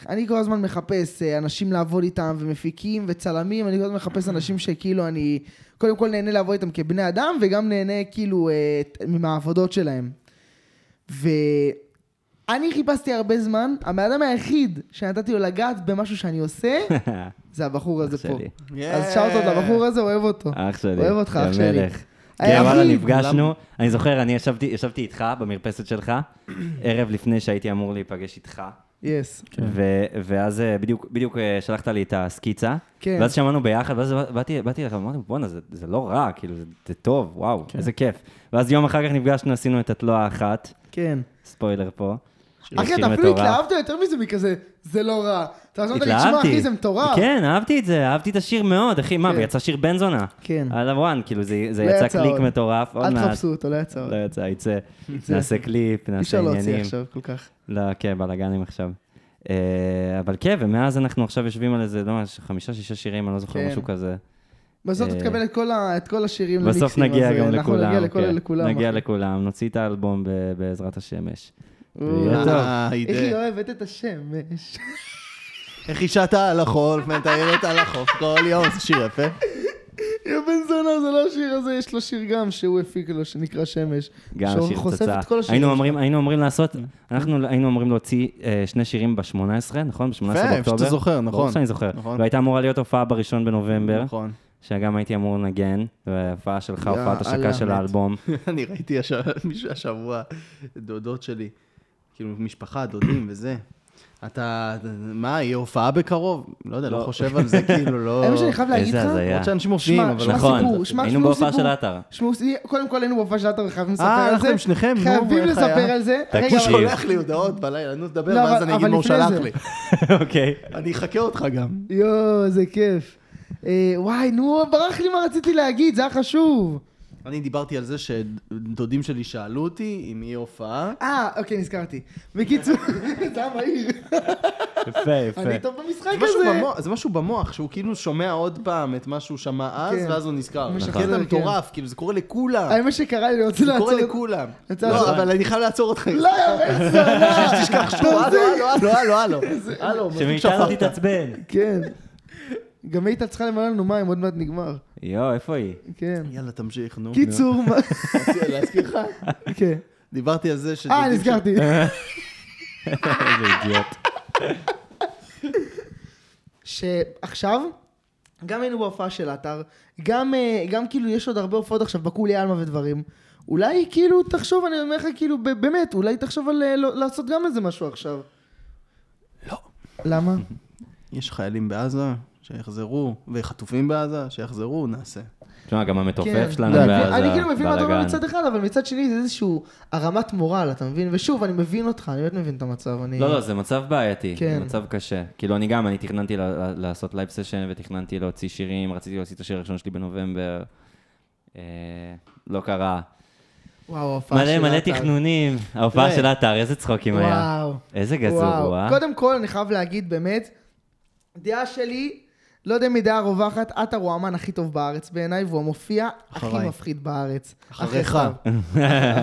Speaker 1: אני כל הזמן מחפש אה, אנשים לעבוד איתם, ומפיקים וצלמים, אני כל הזמן מחפש אנשים שכאילו אני, קודם כל נהנה לעבוד איתם כבני אדם, וגם נהנה כאילו אה, ת- מהעבודות שלהם. ואני חיפשתי הרבה זמן, הבן אדם היחיד שנתתי לו לגעת במשהו שאני עושה,
Speaker 3: שלי.
Speaker 1: זה הבחור הזה פה.
Speaker 3: שלי.
Speaker 1: אז שאוט עוד לבחור הזה, אוהב אותו.
Speaker 3: אח שלי.
Speaker 1: אוהב אותך, אח
Speaker 3: יא
Speaker 1: שלי. אה,
Speaker 3: מלך.
Speaker 1: היי,
Speaker 3: כן, וואלה,
Speaker 1: אחי,
Speaker 3: נפגשנו. אני זוכר, אני ישבתי ישבתי איתך במרפסת שלך, ערב לפני שהייתי אמור להיפגש איתך.
Speaker 1: יס.
Speaker 3: ו- ואז אה, בדיוק, בדיוק אה, שלחת לי את הסקיצה,
Speaker 1: כן.
Speaker 3: ואז שמענו ביחד, ואז באתי, באתי לך, אמרתי, בואנה, זה, זה לא רע, כאילו, זה, זה טוב, וואו, איזה כיף. ואז יום אחר כך נפגשנו, עשינו את התלועה האחת,
Speaker 1: כן.
Speaker 3: ספוילר פה.
Speaker 1: אחי,
Speaker 3: שיר
Speaker 1: אתה אפילו
Speaker 3: מטורף.
Speaker 1: התלהבת יותר מזה מכזה, זה לא רע. אתה אמרת לי, תשמע,
Speaker 3: התלהבתי.
Speaker 1: אחי, זה מטורף.
Speaker 3: כן, אהבתי את זה, אהבתי את השיר מאוד, אחי, מה,
Speaker 1: כן.
Speaker 3: ויצא שיר בן זונה.
Speaker 1: כן.
Speaker 3: על הוואן, כאילו, זה, זה
Speaker 1: לא
Speaker 3: יצא
Speaker 1: יצא
Speaker 3: קליק
Speaker 1: עוד.
Speaker 3: מטורף, עוד
Speaker 1: אל
Speaker 3: מעט.
Speaker 1: תחפשו אותו, לא יצא עוד.
Speaker 3: לא יצא, יצא. נעשה קליפ,
Speaker 1: אי
Speaker 3: נעשה
Speaker 1: אפשר
Speaker 3: עניינים.
Speaker 1: להוציא עכשיו כל כך.
Speaker 3: לא, כן, בלאגנים עכשיו. אה, אבל כן, ומאז אנחנו עכשיו יושבים על איזה, לא יודע, חמישה, שישה שירים, אני לא זוכר,
Speaker 1: כן.
Speaker 3: משהו כזה.
Speaker 1: בסוף
Speaker 3: אה,
Speaker 1: תקבל את כל ה- את כל השירים למיקסים.
Speaker 3: בסוף נגיע
Speaker 1: אז,
Speaker 3: גם
Speaker 1: אה,
Speaker 3: לכולם.
Speaker 1: אנחנו נגיע לכל-
Speaker 3: כן.
Speaker 1: לכולם.
Speaker 3: נגיע
Speaker 1: אחי.
Speaker 3: לכולם, נוציא את האלבום ב- בעזרת השמש.
Speaker 1: אוי,
Speaker 2: אה.
Speaker 3: יהיה טוב.
Speaker 2: היי,
Speaker 1: איך היא
Speaker 3: אה.
Speaker 1: לא-
Speaker 2: דה.
Speaker 1: אוהבת את השמש.
Speaker 2: איך היא שטה על החול, מטיילת על החוף כל יום, זה שיר יפה.
Speaker 1: יא בן זונה, זה לא השיר הזה, יש לו שיר גם שהוא הפיק לו, שנקרא שמש.
Speaker 3: גם
Speaker 1: שהוא
Speaker 3: שיר
Speaker 1: חושף
Speaker 3: פצצה.
Speaker 1: את כל השירים
Speaker 3: היינו
Speaker 1: שלו.
Speaker 3: אומרים, היינו אמורים לעשות,
Speaker 2: כן.
Speaker 3: אנחנו היינו אמורים להוציא אה, שני שירים ב-18, נכון? ב-18
Speaker 2: יפה,
Speaker 3: באוקטובר.
Speaker 2: שאתה זוכר, נכון.
Speaker 3: ברור שאני זוכר.
Speaker 2: נכון.
Speaker 3: והייתה אמורה להיות הופעה בראשון בנובמבר,
Speaker 2: נכון.
Speaker 3: שגם הייתי אמור לנגן, וההופעה שלך, הופעת
Speaker 1: יאללה,
Speaker 3: השקה של
Speaker 1: מת.
Speaker 3: האלבום.
Speaker 2: אני ראיתי הש- מישהו השבוע, דודות שלי, כאילו משפחה, דודים וזה. אתה, מה, יהיה הופעה בקרוב? לא יודע, לא
Speaker 3: לא.
Speaker 2: חושב על זה, כאילו, לא...
Speaker 1: האמת שאני חייב להגיד
Speaker 3: איזה
Speaker 1: לך,
Speaker 3: הזיה.
Speaker 2: למרות שאנשים מופיעים,
Speaker 1: שמע,
Speaker 2: אבל...
Speaker 1: שמע,
Speaker 3: נכון,
Speaker 1: סיפור, שמע,
Speaker 3: היינו
Speaker 1: תשמעו
Speaker 3: בהופעה
Speaker 1: סיפור.
Speaker 3: של עטר.
Speaker 1: שמעו, קודם כל היינו בהופעה של עטר וחייבים לספר על זה.
Speaker 2: אה, הלכתם שניכם, נו,
Speaker 1: חייבים
Speaker 2: איך היה?
Speaker 1: לספר על זה. רגע,
Speaker 2: הוא
Speaker 3: תקשיב.
Speaker 1: אבל-
Speaker 2: שולח לי הודעות בלילה, נו, תדבר,
Speaker 1: לא,
Speaker 2: ואז
Speaker 1: אבל-
Speaker 2: אני אגיד
Speaker 1: אבל
Speaker 2: מה הוא
Speaker 1: לפני
Speaker 2: שלח
Speaker 1: זה.
Speaker 2: לי.
Speaker 3: אוקיי.
Speaker 2: אני אחכה אותך גם.
Speaker 1: יואו, איזה כיף. אה, וואי, נו, ברח לי מה רציתי להגיד, זה היה חשוב.
Speaker 2: אני דיברתי על זה שדודים שלי שאלו אותי אם יהיה הופעה.
Speaker 1: אה, אוקיי, נזכרתי. בקיצור, זה היה מהיר.
Speaker 3: יפה,
Speaker 1: אני
Speaker 3: יפה.
Speaker 1: טוב במשחק
Speaker 2: זה משהו
Speaker 1: הזה.
Speaker 2: במוח- זה משהו במוח, שהוא כאילו שומע עוד פעם את מה שהוא שמע אז,
Speaker 1: כן.
Speaker 2: ואז הוא נזכר.
Speaker 1: משחרר,
Speaker 2: נכון. זה
Speaker 1: כן.
Speaker 2: מטורף, כאילו זה קורה לכולם.
Speaker 1: האמת שקרה לי, אני רוצה
Speaker 2: זה קורה
Speaker 1: לעצור.
Speaker 2: לכולם.
Speaker 1: עצור,
Speaker 2: לא,
Speaker 1: עצור.
Speaker 2: אבל לא, אני חייב לעצור אותך.
Speaker 1: לא, יא זונה.
Speaker 2: תשכח שהוא, הלו, הלו, הלו, הלו, הלו. לא, הלו, מספיק
Speaker 3: שמאיתנו
Speaker 2: שפכת.
Speaker 3: תתעצבן.
Speaker 1: כן. גם היא הייתה צריכה למלא לנו מים, עוד מעט נגמר.
Speaker 3: יואו, איפה היא?
Speaker 1: כן.
Speaker 2: יאללה, תמשיך, נו.
Speaker 1: קיצור, מה...
Speaker 2: רציתי להזכיר לך?
Speaker 1: כן.
Speaker 2: דיברתי על זה ש...
Speaker 1: אה, נזכרתי.
Speaker 3: איזה אידיוט.
Speaker 1: שעכשיו, גם היינו בהופעה של עטר, גם, אה, גם כאילו יש עוד הרבה הופעות עכשיו בקולי עלמא ודברים. אולי כאילו תחשוב, אני אומר לך כאילו, ב- באמת, אולי תחשוב על אה, לא- לעשות גם איזה משהו עכשיו.
Speaker 2: לא.
Speaker 1: למה?
Speaker 2: יש חיילים בעזה שיחזרו, וחטופים בעזה שיחזרו, נעשה.
Speaker 3: תשמע, גם המתופף
Speaker 1: כן.
Speaker 3: שלנו
Speaker 2: לא,
Speaker 3: בעזה,
Speaker 1: אני כאילו מבין מה אתה אומר
Speaker 3: בלאגן.
Speaker 1: מצד אחד, אבל מצד שני זה איזשהו הרמת מורל, אתה מבין? ושוב, אני מבין אותך, אני באמת מבין את המצב. אני...
Speaker 3: לא, לא, זה מצב בעייתי,
Speaker 1: כן.
Speaker 3: זה מצב קשה. כאילו, אני גם, אני תכננתי ל- ל- לעשות לייב סשן ותכננתי להוציא שירים, רציתי להוציא את השיר הראשון שלי בנובמבר. אה, לא קרה.
Speaker 1: וואו, ההופעה
Speaker 3: מלא
Speaker 1: של
Speaker 3: מלא
Speaker 1: עטר.
Speaker 3: תכנונים. ההופעה
Speaker 2: תראה.
Speaker 3: של עטר, איזה צחוקים היה.
Speaker 1: וואו.
Speaker 3: איזה גזור
Speaker 1: וואו.
Speaker 3: הוא, אה?
Speaker 1: קודם כל, אני חייב להגיד, באמת, דעה שלי, לא יודע אם היא דעה רווחת, עטר הוא האמן הכי טוב בארץ בעיניי, והוא המופיע הכי
Speaker 2: אחריי.
Speaker 1: מפחיד בארץ. אחרי
Speaker 2: אחריך.
Speaker 1: סתיו.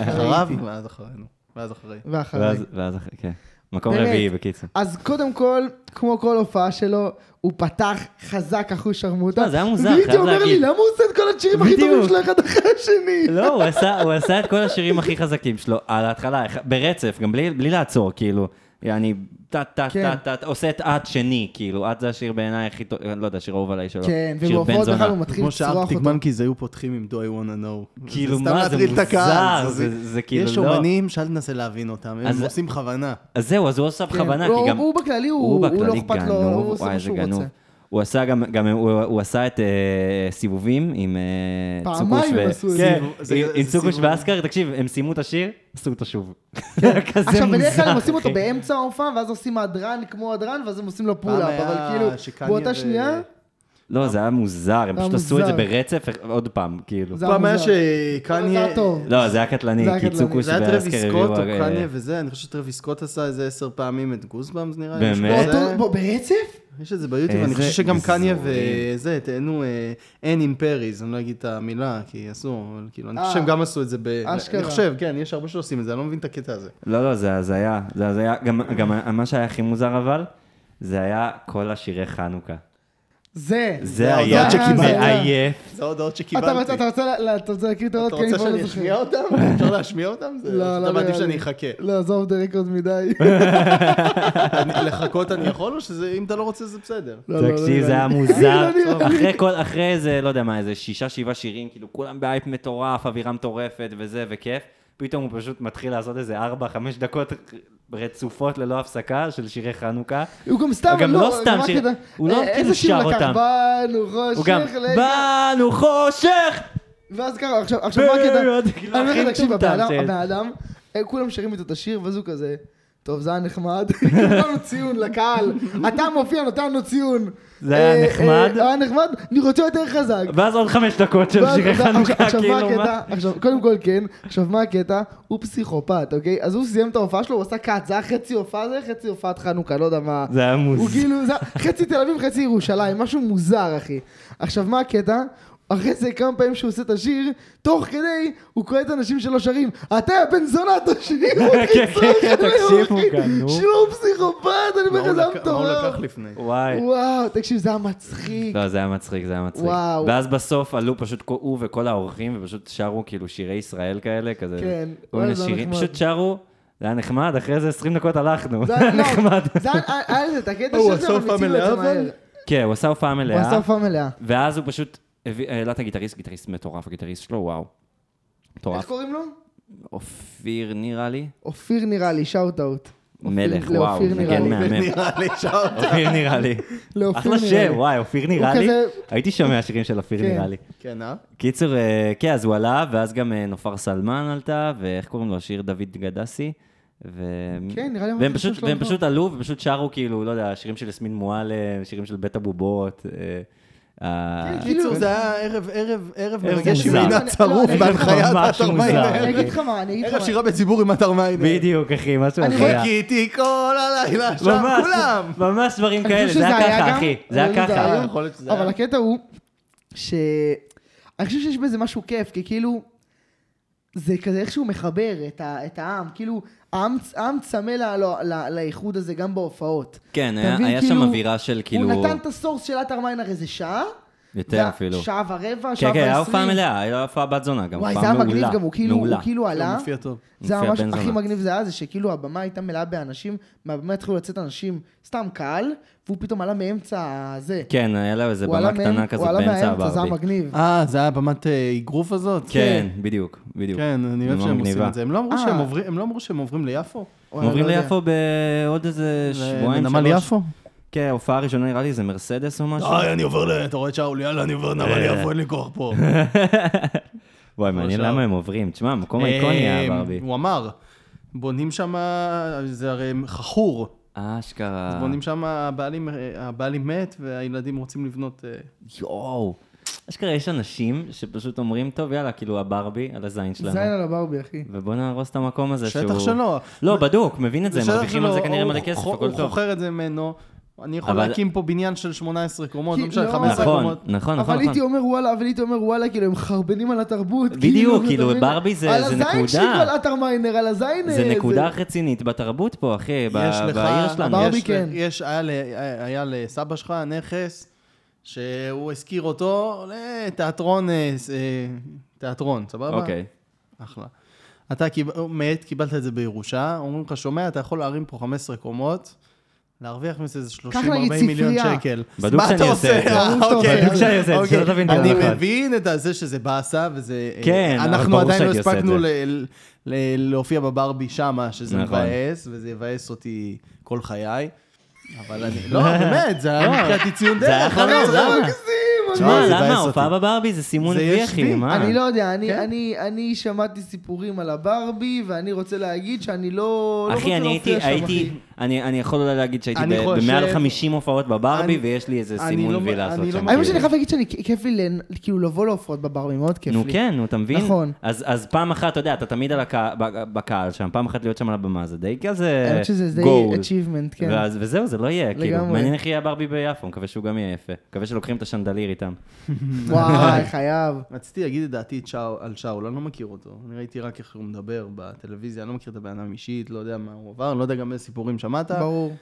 Speaker 2: אחריו, ואז אחרינו. ואז אחרי.
Speaker 1: ואחריי.
Speaker 3: ואז- ואז אחרי, כן. מקום
Speaker 1: באמת.
Speaker 3: רביעי, בקיצור.
Speaker 1: אז קודם כל, כמו כל הופעה שלו, הוא פתח חזק אחוז שרמוטה.
Speaker 3: לא, זה היה מוזר,
Speaker 1: והייתי
Speaker 3: חייב
Speaker 1: אומר לי,
Speaker 3: להגיד.
Speaker 1: למה הוא עושה את כל השירים הכי טובים
Speaker 3: בדיוק.
Speaker 1: שלו אחד אחרי השני?
Speaker 3: לא, הוא עשה- הוא עשה את כל השירים הכי חזקים שלו, על ההתחלה, אח- ברצף, גם בלי בלי לעצור, כאילו. אני טה טה
Speaker 1: כן.
Speaker 3: טה טה, טה, עושה את את שני, כאילו, את זה השיר בעיניי הכי טוב, לא יודע, שיר אהוב עליי שלו.
Speaker 1: כן,
Speaker 3: שיר בן
Speaker 1: ובהופעות
Speaker 3: זונה.
Speaker 1: בכלל הוא מתחיל
Speaker 2: כמו
Speaker 1: לצרוח
Speaker 2: שארקטיק
Speaker 1: אותו.
Speaker 2: מנקיז היו פותחים עם Do I want to know.
Speaker 3: כאילו,
Speaker 2: סתם
Speaker 3: מה, זה
Speaker 2: להטריל את
Speaker 3: מוזר,
Speaker 2: הקהל,
Speaker 3: זה- זה- זה כאילו
Speaker 2: יש
Speaker 3: לא.
Speaker 2: אומנים שאל תנסה להבין אותם, הם
Speaker 3: אז-
Speaker 2: עושים בכוונה.
Speaker 3: אז זהו, אז הוא עושה
Speaker 1: כן.
Speaker 3: בכוונה,
Speaker 1: לא,
Speaker 3: כי גם...
Speaker 1: הוא בכללי, הוא- הוא לא אכפת לו, הוא עושה
Speaker 3: וואי,
Speaker 1: מה
Speaker 3: זה
Speaker 1: שהוא
Speaker 3: גנוב.
Speaker 1: רוצה.
Speaker 3: הוא עשה גם, גם הוא, הוא עשה את אה, סיבובים עם אה,
Speaker 1: פעמיים
Speaker 3: צוקוש
Speaker 1: הם
Speaker 3: ו...
Speaker 1: עשו את
Speaker 3: כן,
Speaker 2: זה.
Speaker 3: עם-
Speaker 2: זה- זה
Speaker 3: עם צוקוש
Speaker 2: סיבוב.
Speaker 3: ואסקר, תקשיב, הם סיימו את השיר, עשו אותו שוב. כזה
Speaker 1: כן. עכשיו, בדרך כלל הם עושים
Speaker 3: אחי.
Speaker 1: אותו באמצע ההופעה, ואז עושים הדרן כמו הדרן, ואז הם עושים לו
Speaker 2: פעם
Speaker 1: פולאפ,
Speaker 2: היה
Speaker 1: אבל כאילו,
Speaker 2: שקניה
Speaker 1: באותה
Speaker 2: ו-
Speaker 1: שנייה,
Speaker 3: לא, זה היה מוזר, הם
Speaker 1: היה
Speaker 3: פשוט עשו את זה
Speaker 1: מוזר.
Speaker 3: ברצף, עוד פעם, כאילו.
Speaker 1: זה היה
Speaker 2: פעם היה
Speaker 1: מוזר. זה
Speaker 2: שקניה...
Speaker 1: היה טוב.
Speaker 3: לא, זה היה קטלני,
Speaker 1: זה היה
Speaker 3: כי
Speaker 1: קטלני.
Speaker 3: צוקוש
Speaker 2: זה היה טרוויס
Speaker 3: ואסקר
Speaker 2: סקוט או
Speaker 3: הביאו... אה,
Speaker 2: קניה וזה, אני חושב שטרוויס סקוט עשה איזה עשר פעמים את גוסבאמס נראה לי.
Speaker 3: באמת? אה,
Speaker 2: משהו
Speaker 1: באותו-
Speaker 2: כזה.
Speaker 1: בוא, ברצף?
Speaker 2: יש את זה ביוטיוב,
Speaker 3: איזה
Speaker 2: אני חושב שגם קניה
Speaker 3: גזורים.
Speaker 2: וזה, תהנו אין עם פריז, אני לא אגיד את המילה, כי אסור, אבל כאילו, אני
Speaker 1: אה.
Speaker 2: חושב שהם גם עשו את זה ב...
Speaker 1: אשכרה.
Speaker 2: אני חושב, כן, יש הרבה שעושים את זה, אני לא מבין את הקטע הזה.
Speaker 3: לא, לא, זה הזיה, זה הזיה. גם- גם מה שהיה הכי מוזר אבל, זה היה כל השירי חנוכה.
Speaker 1: זה.
Speaker 3: זה
Speaker 2: ההודעות
Speaker 3: היה
Speaker 1: שקיבלתי.
Speaker 3: מעייף.
Speaker 2: זה ההודעות
Speaker 1: אתה
Speaker 2: שקיבלתי.
Speaker 1: רוצה- אתה רוצה לה- לה- אתה רוצה להקריא את
Speaker 2: אתה
Speaker 1: ההודעות? כי אני
Speaker 2: רוצה
Speaker 1: כבר
Speaker 2: שאני
Speaker 1: לא זוכר.
Speaker 2: אשמיע אותם? אפשר להשמיע אותם? זה-
Speaker 1: לא, לא
Speaker 2: אתה מעדיף
Speaker 1: נראה לי.
Speaker 2: שאני אחכה.
Speaker 1: לא, עזוב דה רקורד מדי. לא,
Speaker 2: אני- לחכות אני יכול, או שזה, אם אתה לא רוצה זה בסדר.
Speaker 1: לא, לא, לא
Speaker 3: תקשיב,
Speaker 1: נראה
Speaker 3: זה
Speaker 1: לי.
Speaker 3: היה מוזר.
Speaker 1: לא נראה לי.
Speaker 3: אחרי כל, אחרי איזה, לא יודע מה, איזה שישה, שבעה שירים, כאילו, כולם באייפ מטורף, אווירה מטורפת וזה, וכיף. פתאום הוא פשוט מתחיל לעשות איזה ארבע, חמש דקות רצופות ללא הפסקה של שירי חנוכה.
Speaker 1: הוא גם סתם,
Speaker 3: גם לא סתם
Speaker 1: רק
Speaker 3: שיר-
Speaker 1: כדי-
Speaker 3: הוא לא
Speaker 1: אה,
Speaker 3: כאילו
Speaker 1: איזה שיר
Speaker 3: שר
Speaker 1: לקח?
Speaker 3: אותם.
Speaker 1: באנו
Speaker 3: הוא גם,
Speaker 1: חושך רגע.
Speaker 3: באנו חושך!
Speaker 1: ואז ככה, עכשיו, עכשיו מה הקטע?
Speaker 3: כאילו,
Speaker 1: אני אומר
Speaker 3: הכי
Speaker 1: לך, תקשיב,
Speaker 3: מטומטם כן.
Speaker 1: הבן אדם-
Speaker 3: שיש.
Speaker 1: הבן אדם, אה, כולם שרים איתו את השיר, ואז הוא כזה, טוב, זה היה נחמד, קיבלנו ציון לקהל, אתה מופיע, נתן לו ציון.
Speaker 3: זה היה
Speaker 1: אה, אה,
Speaker 3: נחמד.
Speaker 1: היה נחמד, אני רוצה יותר חזק.
Speaker 3: ואז עוד חמש דקות של
Speaker 1: ואז-
Speaker 3: שירי
Speaker 1: עכשיו-
Speaker 3: חנוכה,
Speaker 1: עכשיו, מה
Speaker 3: כאילו,
Speaker 1: הקטע?
Speaker 3: מה?
Speaker 1: עכשיו, קודם כל כן, עכשיו מה הקטע? הוא פסיכופת, אוקיי? אז הוא סיים את ההופעה שלו, הוא עשה קאט, זה היה חצי הופעה זה, חצי הופעת חנוכה, לא יודע מה.
Speaker 3: זה היה
Speaker 1: הוא
Speaker 3: מוזר.
Speaker 1: כאילו, זה היה חצי תל אביב, חצי ירושלים, משהו מוזר, אחי. עכשיו, מה הקטע? אחרי זה כמה פעמים שהוא עושה את השיר, תוך כדי הוא קורא את האנשים שלא שרים, אתה יא בן זונה, תשאיר אותי,
Speaker 3: כן, כן, כן, תקשיבו גם, נו.
Speaker 1: שהוא פסיכופת, אני
Speaker 2: מה
Speaker 1: אומר לך,
Speaker 2: הוא
Speaker 1: זה היה
Speaker 2: לק- מה הוא
Speaker 1: מטורף.
Speaker 2: לקח לפני?
Speaker 3: וואי.
Speaker 1: וואו, תקשיב, זה היה מצחיק.
Speaker 3: לא, זה היה מצחיק, זה היה מצחיק.
Speaker 1: וואו.
Speaker 3: ואז בסוף עלו פשוט כל- הוא וכל האורחים, ופשוט שרו כאילו שירי ישראל כאלה, כזה.
Speaker 1: כן,
Speaker 3: כל
Speaker 1: וואלה,
Speaker 3: מיני
Speaker 1: זה היה
Speaker 3: שירים,
Speaker 1: נחמד.
Speaker 3: פשוט שרו, זה היה נחמד, אחרי זה 20 דקות
Speaker 1: זה
Speaker 3: הלכנו. זה היה
Speaker 1: לא,
Speaker 3: נחמד.
Speaker 1: זה היה היה לזה את הקטע
Speaker 2: הוא
Speaker 1: שזה,
Speaker 2: עשה
Speaker 1: אבל
Speaker 2: הופעה
Speaker 1: מיצינו את
Speaker 2: מלאה,
Speaker 1: זה
Speaker 2: אבל?
Speaker 1: מהר.
Speaker 3: כן, הוא עשה הופעה
Speaker 1: הוא עשה
Speaker 3: מלאה,
Speaker 1: הופעה מלאה.
Speaker 3: ואז הוא פשוט הביא- העלה את הגיטריסט, גיטריסט מטורף, הגיטריסט שלו, וואו.
Speaker 1: איך
Speaker 3: מטורף.
Speaker 1: קוראים לו?
Speaker 3: אופיר נראה לי.
Speaker 1: אופיר נראה לי, שאוט אאוט.
Speaker 3: מלך,
Speaker 1: לאופיר
Speaker 3: וואו,
Speaker 1: לא, נראה
Speaker 3: נגן
Speaker 1: לי.
Speaker 3: כן, מהמם.
Speaker 2: נראה לי שעות.
Speaker 3: אופיר נראה לי.
Speaker 1: לאופיר
Speaker 3: אחלה
Speaker 1: לא, נראה לי.
Speaker 3: שם, וואי, אופיר נראה
Speaker 1: הוא
Speaker 3: לי.
Speaker 1: כזה-
Speaker 3: הייתי שומע שירים של אופיר
Speaker 1: כן.
Speaker 3: נראה לי.
Speaker 2: כן, אה?
Speaker 3: קיצר, אה, כן, אז הוא עלה, ואז גם אה, נופר סלמן עלתה, ואיך קוראים לו? השיר דוד גדסי. ו...
Speaker 1: כן, נראה לי אמרתי
Speaker 3: והם
Speaker 1: את השם
Speaker 3: פשוט,
Speaker 1: שלו
Speaker 3: והם
Speaker 1: נכון.
Speaker 3: פשוט עלו ופשוט שרו כאילו, לא יודע, שירים של יסמין מועלם, שירים של בית הבובות, אה, אה,
Speaker 1: כן,
Speaker 2: בקיצור,
Speaker 1: כאילו-
Speaker 2: זה היה ערב, ערב, ערב
Speaker 3: ערב
Speaker 2: מרגש עם
Speaker 3: מוזר.
Speaker 2: עינת צרוף
Speaker 1: לא,
Speaker 2: בהנחיית
Speaker 3: ממש
Speaker 2: עטר
Speaker 3: מוזר.
Speaker 1: אני
Speaker 2: מיינר.
Speaker 1: אגיד לך מה, אני אגיד לך
Speaker 2: ערב
Speaker 1: מה.
Speaker 2: שירה בציבור עם עטר מיינר.
Speaker 3: בדיוק, אחי, משהו
Speaker 1: אני
Speaker 3: הזיה.
Speaker 2: חיכיתי כל הלילה שם,
Speaker 3: ממש,
Speaker 2: כולם.
Speaker 3: ממש דברים
Speaker 1: אני חושב
Speaker 3: כאלה, זה
Speaker 1: שזה
Speaker 3: היה
Speaker 1: היה
Speaker 3: ככה,
Speaker 1: גם-
Speaker 3: אחי. זה היה
Speaker 1: אבל זה
Speaker 3: ככה.
Speaker 1: היה-
Speaker 2: אה, יכול להיות שזה
Speaker 1: אבל
Speaker 2: היה.
Speaker 1: הקטע הוא, ש... אני חושב שיש בזה משהו כיף, כי כאילו, זה כזה איכשהו מחבר את, ה, את העם, כאילו, העם, העם צמא ל, ל, ל, לאיחוד הזה גם בהופעות.
Speaker 3: כן,
Speaker 1: אתה
Speaker 3: היה-
Speaker 1: מבין?
Speaker 3: היה שם
Speaker 1: כאילו,
Speaker 3: אווירה של כאילו,
Speaker 1: הוא נתן את הסורס של עטר מיינר איזה שעה.
Speaker 3: יותר
Speaker 1: וה-
Speaker 3: אפילו.
Speaker 1: שעה ורבע, שעה
Speaker 3: כן,
Speaker 1: ועשרים.
Speaker 3: כן, היה הופעה מלאה, היה הופעה בת זונה גם,
Speaker 1: וואי,
Speaker 3: הופעה
Speaker 1: זה היה
Speaker 3: מעולה.
Speaker 1: מגניב גם, הוא כאילו, הוא
Speaker 3: מעולה.
Speaker 1: כאילו עלה.
Speaker 2: מופיע טוב.
Speaker 1: זה היה
Speaker 3: מופיע
Speaker 1: ממש
Speaker 3: בן
Speaker 1: הכי
Speaker 3: זונה.
Speaker 1: מגניב זה היה, זה שכאילו הבמה הייתה מלאה באנשים, מהבמה התחילו לצאת אנשים, סתם קהל, והוא פתאום עלה מאמצע הזה.
Speaker 3: כן, היה לה איזה
Speaker 1: הוא
Speaker 3: במה
Speaker 1: עלה
Speaker 3: קטנה
Speaker 1: מאמצ-
Speaker 3: כזאת באמצע
Speaker 1: זה היה
Speaker 3: הברבי.
Speaker 1: מגניב.
Speaker 2: אה, זה היה במת אה, אגרוף הזאת?
Speaker 3: כן, בדיוק, בדיוק.
Speaker 2: כן, אני אוהב
Speaker 3: במה
Speaker 2: שהם
Speaker 3: מגניבה.
Speaker 2: עושים את זה. הם לא אמרו
Speaker 1: אה.
Speaker 2: שהם עוברים- הם לא אמרו שהם עוברים ליפו?
Speaker 3: הם
Speaker 1: וואי,
Speaker 3: עוברים
Speaker 1: לא יודע.
Speaker 3: ליפו בעוד איזה שבועיים, שלוש.
Speaker 2: לנמל יפו? אה,
Speaker 3: כן, ההופעה הראשונה נראה לי זה מרסדס או משהו.
Speaker 2: די, אני עובר ל... אתה רואה את שאול, יאללה, אני עובר לנמל יפו, אין לי כוח פה.
Speaker 3: וואי, מעניין
Speaker 2: עכשיו.
Speaker 3: למה הם עוברים. תשמע, מקום איקוני
Speaker 2: אה,
Speaker 3: הברבי.
Speaker 2: הוא אמר, בונים שם, זה הרי חכור.
Speaker 3: אשכרה.
Speaker 2: בונים שם, הבעלים- אה, הבעלים מת והילדים רוצים לבנות... אה,
Speaker 3: יואו. אשכרה יש אנשים שפשוט אומרים, טוב, יאללה, כאילו הברבי על הזין
Speaker 1: זין
Speaker 3: שלנו.
Speaker 1: על הברבי, אחי.
Speaker 3: ובוא נהרוס את המקום הזה שהוא...
Speaker 2: שטח שלו.
Speaker 3: לא, בדוק, מבין את זה,
Speaker 2: שטח
Speaker 3: מרוויחים על זה
Speaker 2: שלו,
Speaker 3: כנראה
Speaker 2: לא, הוא
Speaker 3: מלא כסף,
Speaker 2: חו-
Speaker 3: הכל
Speaker 2: הוא
Speaker 3: טוב.
Speaker 2: חוכר את זה ממנו. אני יכול
Speaker 3: אבל-
Speaker 2: להקים פה בניין של 18 קומות, לא
Speaker 1: כי-
Speaker 2: משנה,
Speaker 1: לא.
Speaker 2: 15
Speaker 3: נכון,
Speaker 2: קומות.
Speaker 3: נכון, נכון,
Speaker 1: אבל הייתי
Speaker 3: נכון.
Speaker 1: אומר וואלה, אבל הייתי אומר וואלה, כאילו הם חרבנים על התרבות.
Speaker 3: בדיוק,
Speaker 1: אתה
Speaker 3: כאילו,
Speaker 1: מבין?
Speaker 3: ברבי זה- זה
Speaker 1: על הזין
Speaker 3: נקודה.
Speaker 1: שלי על עטר מיינר, על הזין.
Speaker 3: זה
Speaker 1: אה,
Speaker 3: נקודה רצינית בתרבות פה, אחי, ב-
Speaker 2: יש לך...
Speaker 3: בעיר שלנו.
Speaker 1: הברבי
Speaker 2: יש-
Speaker 1: כן.
Speaker 2: יש, היה ל- היה לסבא שלך נכס שהוא השכיר אותו לתיאטרון, אה, ס- אה, תיאטרון, סבבה?
Speaker 3: אוקיי.
Speaker 2: אחלה. אתה קיב- מת, קיבלת את זה בירושה, אומרים לך, שומע, אתה יכול להרים פה 15 קומות, להרוויח מזה איזה
Speaker 1: קח נגיד
Speaker 2: 30-40 מיליון
Speaker 1: ספרייה.
Speaker 2: שקל.
Speaker 3: בדוק
Speaker 2: מה אתה
Speaker 3: שאני עושה את זה.
Speaker 2: אה,
Speaker 1: ברור שאתה
Speaker 2: אוקיי.
Speaker 1: עושה. בדוק
Speaker 3: שאני עושה את זה,
Speaker 2: אוקיי.
Speaker 3: שלא תבין את זה
Speaker 2: אני
Speaker 3: נכון.
Speaker 2: מבין את זה שזה באסה, וזה... אה,
Speaker 3: כן, אבל
Speaker 2: אנחנו
Speaker 3: ברור
Speaker 2: עדיין לא
Speaker 3: שהייתי עושה את
Speaker 2: הספקנו
Speaker 3: זה.
Speaker 2: ל- ל- להופיע בברבי שמה, שזה
Speaker 3: נכון.
Speaker 2: מבאס, וזה יבאס אותי כל חיי. אבל אני... לא, באמת, זה היה מבחינתי ציון דרך.
Speaker 3: זה היה
Speaker 2: אבל
Speaker 3: חלום,
Speaker 2: זה היה
Speaker 3: למה?
Speaker 1: מגזים.
Speaker 2: לא,
Speaker 3: תשמע,
Speaker 2: זה
Speaker 3: למה
Speaker 2: מבאס
Speaker 3: ההופעה
Speaker 2: אותי.
Speaker 3: בברבי זה סימון
Speaker 2: זה
Speaker 3: וי,
Speaker 2: יש
Speaker 3: אחי?
Speaker 2: וי.
Speaker 3: מה?
Speaker 1: אני לא יודע, אני-
Speaker 2: כן?
Speaker 1: אני- אני שמעתי סיפורים על הברבי, ואני רוצה להגיד שאני לא... לא
Speaker 3: אחי,
Speaker 1: רוצה
Speaker 3: אני הייתי,
Speaker 1: להופיע שם,
Speaker 3: הייתי,
Speaker 1: אחי.
Speaker 3: אני אני יכול אולי להגיד שהייתי
Speaker 2: אני
Speaker 3: ב-
Speaker 2: חושב-
Speaker 3: במעל 50 הופעות בברבי,
Speaker 2: אני-
Speaker 3: ויש לי איזה
Speaker 2: אני
Speaker 3: סימון
Speaker 2: לא-
Speaker 3: וי
Speaker 2: אני
Speaker 3: לעשות
Speaker 2: לא
Speaker 3: שם.
Speaker 1: האמת
Speaker 2: מכיר.
Speaker 1: שאני חייב להגיד שאני, כיף לי לנ- כאילו לבוא להופעות בברבי, מאוד כיף לי.
Speaker 3: נו כן, נו, אתה מבין?
Speaker 1: נכון.
Speaker 3: אז, אז פעם אחת, אתה יודע, אתה תמיד על הקה, ב- בקהל שם, פעם אחת להיות שם על הבמה, זה די כזה...
Speaker 1: האמת שזה די
Speaker 3: goal.
Speaker 1: achievement, כן.
Speaker 3: ואז, וזהו, זה לא יהיה, כאילו.
Speaker 1: לגמרי.
Speaker 3: מעניין איך יהיה הברבי ביפו, מקווה שהוא גם יהיה יפה. מקווה שלוקחים את השנדליר איתם.
Speaker 1: וואי, חייב.
Speaker 2: רציתי להגיד את דעתי את שאול- על שאול, אני לא מכיר אותו. אני ראיתי רק איך הוא מדבר בטלוויזיה, אני לא מכיר את הבן אדם אישית, לא יודע מה הוא עבר, אני לא יודע גם איזה סיפורים שמעת.
Speaker 1: ברור.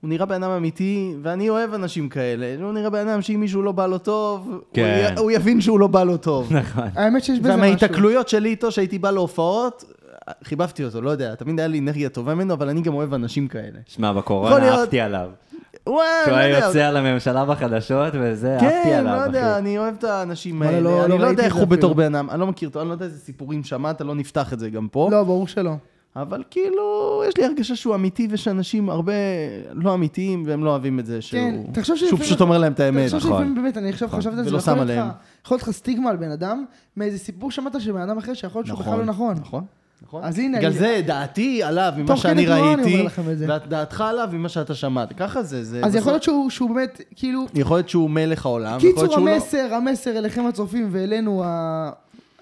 Speaker 2: הוא נראה בן אדם אמיתי, ואני אוהב אנשים כאלה. הוא נראה בן אדם שאם מישהו לא בא לו טוב,
Speaker 3: כן.
Speaker 2: הוא, י... הוא יבין שהוא לא בא לו טוב.
Speaker 3: נכון.
Speaker 1: האמת שיש בזה משהו.
Speaker 2: ומההיתקלויות שלי איתו, שהייתי בא להופעות, חיבבתי אותו, לא יודע, תמיד היה לי אנרגיה טובה ממנו, אבל אני גם אוהב אנשים כאלה.
Speaker 3: שמע,
Speaker 2: יכול
Speaker 3: בקורונה
Speaker 2: להיות.
Speaker 3: עפתי עליו.
Speaker 2: וואי,
Speaker 3: שהוא
Speaker 2: לא
Speaker 3: היה
Speaker 2: יודע.
Speaker 3: יוצא על הממשלה בחדשות וזה, עפתי
Speaker 2: כן,
Speaker 3: עליו,
Speaker 2: לא
Speaker 3: אחי.
Speaker 2: יודע, אני אוהב את האנשים
Speaker 1: וואלה,
Speaker 2: האלה.
Speaker 1: לא- לא
Speaker 2: אני
Speaker 1: ראיתי
Speaker 2: לא יודע
Speaker 1: את
Speaker 2: איך
Speaker 1: זה
Speaker 2: הוא בתור
Speaker 1: אפילו.
Speaker 2: בן אדם, אני לא מכיר אותו, אני לא יודע איזה סיפורים שמעת, לא נפתח את זה גם פה.
Speaker 1: לא, ברור שלא.
Speaker 2: אבל כאילו, יש לי הרגשה שהוא אמיתי ושאנשים הרבה לא אמיתיים והם לא אוהבים את זה שהוא...
Speaker 1: כן, תחשוב
Speaker 2: שהוא
Speaker 1: שלפעמים-
Speaker 2: פשוט אומר להם את האמת.
Speaker 1: אני חושב
Speaker 3: נכון.
Speaker 1: שלפעמים באמת, אני עכשיו חשבתי על זה,
Speaker 2: ולא
Speaker 1: יכול
Speaker 2: שם
Speaker 1: להיות
Speaker 2: עליהם.
Speaker 1: לך- יכול להיות לך סטיגמה על בן אדם, מאיזה סיפור שמעת של בן אדם אחר שיכול להיות שהוא בכלל לא נכון.
Speaker 2: נכון. נכון.
Speaker 1: אז הנה,
Speaker 2: בגלל
Speaker 1: אני-
Speaker 2: זה דעתי עליו ממה
Speaker 1: תוך
Speaker 2: שאני
Speaker 1: כדי תנועה אני אומר
Speaker 2: ראיתי,
Speaker 1: לכם את זה.
Speaker 2: ודעתך עליו ממה שאתה שמעת. ככה זה, זה...
Speaker 1: אז
Speaker 2: בסוף-
Speaker 1: יכול להיות שהוא שהוא באמת, כאילו,
Speaker 2: יכול להיות שהוא מלך העולם, יכול להיות
Speaker 1: קיצור
Speaker 2: שהוא לא.
Speaker 1: המסר, המסר אליכם הצופים ואלינו ה-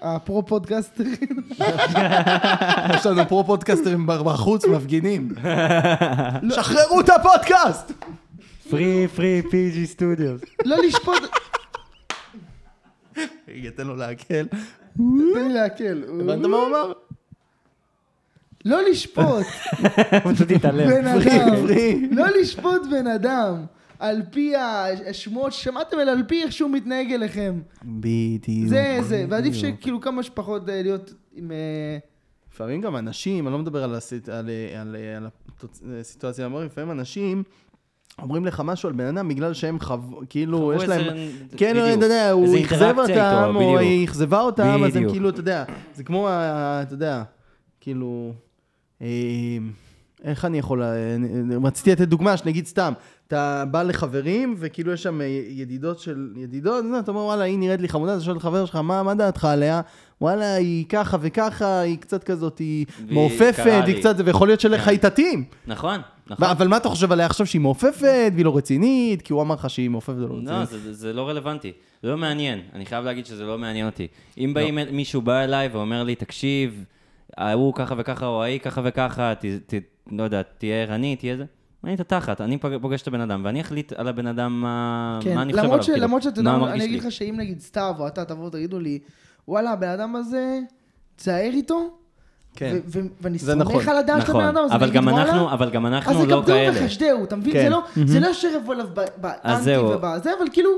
Speaker 1: הפרו פודקאסטרים.
Speaker 2: יש לנו פרו פודקאסטרים ב- בחוץ מפגינים.
Speaker 1: לא-
Speaker 2: שחררו את הפודקאסט!
Speaker 3: פרי, פרי, פיג'י סטודיוס.
Speaker 1: לא לשפוט,
Speaker 2: רגע, תן לו להקל.
Speaker 1: תן לי להקל.
Speaker 2: הבנת מה הוא אמר?
Speaker 1: לא לשפוט
Speaker 3: הוא פשוט התעלם.
Speaker 1: בן
Speaker 2: פרי,
Speaker 1: אדם.
Speaker 2: פרי.
Speaker 1: לא לשפוט בן אדם. על פי השמועות ששמעתם, אלא על פי איך שהוא מתנהג אליכם.
Speaker 2: בדיוק.
Speaker 1: זה, זה, ועדיף שכאילו כמה שפחות אה, להיות עם... אה,
Speaker 2: לפעמים גם אנשים, אני לא מדבר על, הסיט, על, אה, על, אה, על התוצ- אה, הסיטואציה, אבל לפעמים אנשים אומרים לך משהו על בן אדם בגלל שהם חבו, כאילו,
Speaker 3: חוו
Speaker 2: יש להם...
Speaker 3: איזה-
Speaker 2: כן,
Speaker 3: בדיוק.
Speaker 2: אתה יודע,
Speaker 3: איזה
Speaker 2: הוא אכזב
Speaker 3: אינטראקציה
Speaker 2: אותם,
Speaker 3: איתו,
Speaker 2: או
Speaker 3: בדיוק.
Speaker 2: היא אכזבה אותם, אז הם
Speaker 3: בדיוק.
Speaker 2: כאילו, אתה יודע, זה כמו, ה- אתה יודע, כאילו, אה, איך אני יכול... לה- רציתי לתת דוגמה, שנגיד סתם, אתה בא לחברים, וכאילו יש שם אה, ידידות של ידידות, אתה אומר, וואלה, היא נראית לי חמודה, אתה שואל חבר שלך, מה, מה דעתך עליה? וואלה, היא ככה וככה, היא קצת כזאת, היא
Speaker 3: והיא
Speaker 2: מעופפת,
Speaker 3: קרה לי.
Speaker 2: היא קצת... ויכול להיות שלך היא תתאים.
Speaker 3: נכון,
Speaker 2: ו-
Speaker 3: נכון.
Speaker 2: אבל מה אתה חושב עליה עכשיו שהיא מעופפת והיא לא רצינית? כי הוא אמר לך שהיא מעופפת ולא
Speaker 3: לא,
Speaker 2: רצינית.
Speaker 3: זה, זה- זה לא רלוונטי. זה לא מעניין. אני חייב להגיד שזה לא מעניין אותי. אם באים, מישהו בא אליי ואומר לי, תקשיב, ההוא ככה וככה, או ההיא ככה וככה, ת, ת, לא יודע, תהיה ערני, תהיה זה. מעניין את התחת, אני פג- פוגש את הבן אדם, ואני אחליט על הבן אדם מה,
Speaker 1: כן,
Speaker 3: מה אני חושב
Speaker 1: למרות
Speaker 3: עליו, כאילו.
Speaker 1: ש- למרות שאתה יודע,
Speaker 3: מה
Speaker 1: מה,
Speaker 3: מרגיש
Speaker 1: אני
Speaker 3: לי.
Speaker 1: אגיד לך שאם נגיד סתיו או אתה תבואו ותגידו לי, וואלה, הבן אדם הזה, תצער איתו,
Speaker 2: כן.
Speaker 1: ו- ו- ואני
Speaker 2: זה נכון,
Speaker 1: סומך על הדעה של הבן
Speaker 3: נכון.
Speaker 1: אדם, אז אני
Speaker 3: אבל
Speaker 1: אגיד,
Speaker 3: גם
Speaker 1: "וואלה,
Speaker 3: אנחנו- אבל גם אנחנו
Speaker 1: אז
Speaker 3: לא כאלה."
Speaker 1: אז יקבלו וחשדהו, אתה מבין?
Speaker 2: כן.
Speaker 1: זה לא- זה לא אשר יבוא אליו ב- באנטי
Speaker 3: זהו.
Speaker 1: ובזה, אבל כאילו,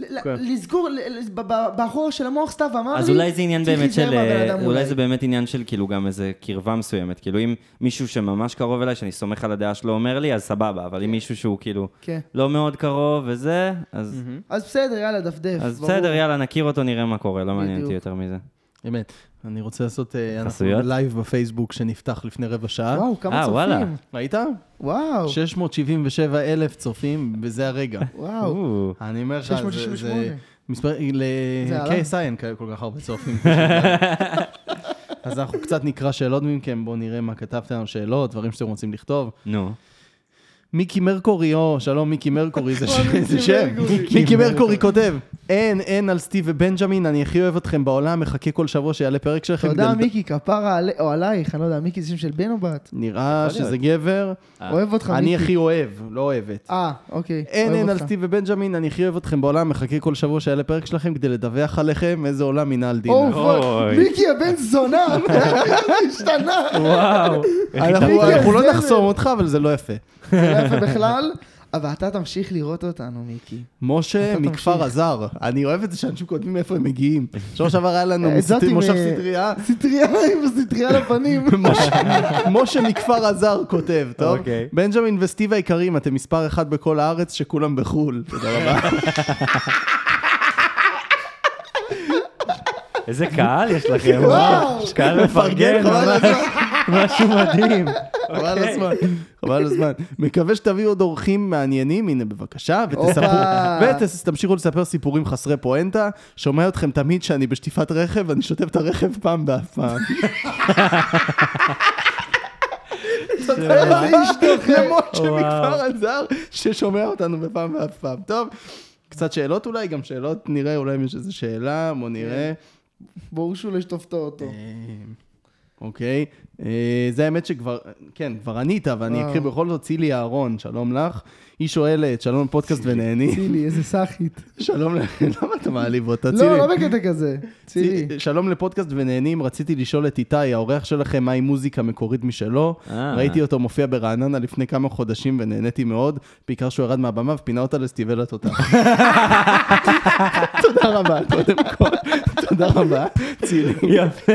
Speaker 1: ל-
Speaker 2: כן.
Speaker 1: לזכור, ל- ל- ב- ב- באחור של המוח סתיו אמר לי,
Speaker 3: אז אולי זה עניין
Speaker 1: "צריך
Speaker 3: באמת
Speaker 1: להיזהר
Speaker 3: של... אה,
Speaker 1: מהבן אדם
Speaker 3: אולי זה באמת עניין של כאילו גם איזה קרבה מסוימת. כאילו אם מישהו שממש קרוב אליי, שאני סומך על הדעה שלו אומר לי, אז סבבה, אבל אם מישהו שהוא כאילו
Speaker 1: כן.
Speaker 3: לא מאוד קרוב וזה, אז...
Speaker 1: אז בסדר, יאללה, דפדף.
Speaker 3: אז
Speaker 1: ברור.
Speaker 3: בסדר, יאללה, נכיר אותו, נראה מה קורה, לא מעניין אותי
Speaker 1: בדיוק.
Speaker 3: יותר מזה.
Speaker 2: אמת. אני רוצה לעשות... אה, אנחנו
Speaker 3: חסויות?
Speaker 2: לייב בפייסבוק שנפתח לפני רבע שעה.
Speaker 1: וואו, כמה
Speaker 3: אה, וואלה.
Speaker 1: צופים.
Speaker 2: ראית?
Speaker 1: וואו,
Speaker 2: 677 אלף צופים בזה הרגע.
Speaker 1: וואו.
Speaker 3: או,
Speaker 2: אני אומר לך, זה-
Speaker 1: 668.
Speaker 2: זה... מספר...
Speaker 1: זה עלה?
Speaker 2: ל-KSI כל כך הרבה צופים. אז אנחנו קצת נקרא שאלות מכם, בואו נראה מה כתבתם לנו שאלות, דברים שאתם רוצים לכתוב.
Speaker 3: נו.
Speaker 2: מיקי מרקורי, או שלום מיקי מרקורי, זה ש-
Speaker 1: מיקי
Speaker 2: זה שם.
Speaker 1: מרקורי.
Speaker 2: מיקי מרקורי כותב, אין, אין על סטיב ובנג'מין, אני הכי אוהב אתכם בעולם, מחכה כל שבוע שיעלה פרק שלכם.
Speaker 1: תודה,
Speaker 2: גדלת-
Speaker 1: מיקי, כפרה עלי- או עלייך, אני לא יודע, מיקי זה שם של בן או בת?
Speaker 2: נראה
Speaker 3: יכול להיות.
Speaker 2: שזה גבר.
Speaker 3: אה.
Speaker 1: אוהב אותך, מיקי.
Speaker 2: אני הכי אוהב, לא אוהבת.
Speaker 1: אה, אוקיי.
Speaker 2: אין,
Speaker 1: אוהב
Speaker 2: אין על
Speaker 1: אותך.
Speaker 2: סטיב ובנג'מין, אני הכי אוהב אתכם בעולם, מחכה כל שבוע שיעלה פרק שלכם כדי לדווח עליכם איזה עולם מנהל דינה.
Speaker 1: אוי,
Speaker 3: אוי.
Speaker 1: מיקי הבן זונה, השתנה.
Speaker 3: וואו.
Speaker 2: אנחנו
Speaker 1: התאפקת?
Speaker 2: אנחנו לא
Speaker 1: זה-
Speaker 2: נחסום אותך, אבל זה לא יפה.
Speaker 1: זה לא יפה בכלל, אבל אתה תמשיך לראות אותנו, מיקי.
Speaker 2: משה
Speaker 1: אתה
Speaker 2: מכפר
Speaker 1: תמשיך.
Speaker 2: עזר, אני אוהב את זה שאנשים כותבים מאיפה הם מגיעים. בשבוע שעבר היה לנו
Speaker 1: אה, זאת עם,
Speaker 2: מושב
Speaker 1: אה,
Speaker 2: סטריה,
Speaker 1: סטריה עם סטריה לפנים.
Speaker 2: משה- משה מכפר עזר כותב, טוב?
Speaker 3: אוקיי.
Speaker 2: בנג'מין וסטיב היקרים, אתם מספר אחת בכל הארץ שכולם בחו"ל. תודה רבה.
Speaker 3: איזה קהל יש לכם,
Speaker 1: וואו.
Speaker 3: וואו. קהל מפרגן,
Speaker 2: חבל על
Speaker 3: ממש.
Speaker 2: הזמן.
Speaker 3: משהו מדהים.
Speaker 2: חבל על
Speaker 1: אוקיי.
Speaker 2: הזמן. חבל על הזמן. מקווה שתביאו עוד אורחים מעניינים, הנה בבקשה,
Speaker 1: הופה.
Speaker 2: ותמשיכו לספר סיפורים חסרי פואנטה. שומע אתכם תמיד שאני בשטיפת רכב, אני שוטף את הרכב פעם באף פעם. תודה רבה למשה
Speaker 3: וואו.
Speaker 2: מכפר עזר, ששומע אותנו בפעם באף פעם. טוב, קצת שאלות אולי, גם שאלות, נראה, אולי אם יש איזו שאלה, בוא נראה.
Speaker 1: ברור שהוא לא ישטוף את האוטו.
Speaker 3: אה,
Speaker 2: אמ, אוקיי, אה, זה האמת שכבר, כן, כבר ענית, ואני
Speaker 1: וואו.
Speaker 2: אקריא בכל זאת, צילי אהרון, שלום לך. היא שואלת, שלום לפודקאסט ונהנים.
Speaker 1: צילי, איזה סאחית.
Speaker 2: שלום, ל- למה אתה מעליב אותה, צילי?
Speaker 1: לא, לא בקטע כזה. צילי.
Speaker 2: צי- שלום לפודקאסט ונהנים, רציתי לשאול את איתי, האורח שלכם, מהי מוזיקה מקורית משלו?
Speaker 3: אה.
Speaker 2: ראיתי אותו מופיע ברעננה לפני כמה חודשים ונהניתי מאוד, בעיקר שהוא ירד מהבמה ופינה אותה לסטיבל התותח. תודה רבה, קודם כל. תודה רבה, צילי.
Speaker 3: יפה.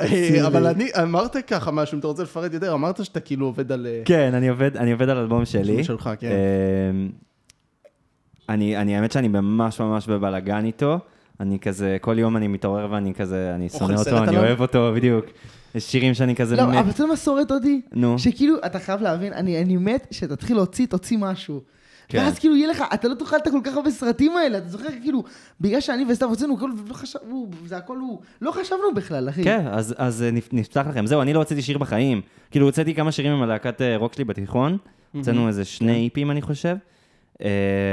Speaker 2: אה, אבל אני, אמרת ככה משהו, אם אתה רוצה לפרט יותר, אמרת שאתה כאילו עובד על... אה,
Speaker 3: כן, אני עובד, אני עובד על אלבום שלי.
Speaker 2: שלך, כן.
Speaker 3: אמ, אני, אני, האמת שאני ממש ממש בבלאגן איתו. אני כזה, כל יום אני מתעורר ואני כזה, אני שונא
Speaker 2: סרט
Speaker 3: אותו, אני
Speaker 2: עליו?
Speaker 3: אוהב אותו, בדיוק. יש שירים שאני כזה
Speaker 1: לא,
Speaker 3: מת.
Speaker 1: אבל אתה יודע מה שורט אותי?
Speaker 3: נו.
Speaker 1: שכאילו, אתה חייב להבין, אני אני מת שתתחיל להוציא, תוציא משהו.
Speaker 3: כן.
Speaker 1: ואז כאילו יהיה לך, אתה לא תאכל את הכל כך הרבה סרטים האלה, אתה זוכר כאילו, בגלל שאני וסתיו הוצאנו, כאילו, לא חשבנו, זה הכל הוא, לא חשבנו בכלל, אחי.
Speaker 3: כן, אז, אז אה, נפ- נפתח לכם. זהו, אני לא הוצאתי שיר בחיים. כאילו, הוצאתי כמה שירים עם הלהקת אה, רוק שלי בתיכון. הוצאנו
Speaker 2: כן.
Speaker 3: איזה שני איפים, אני חושב. אה,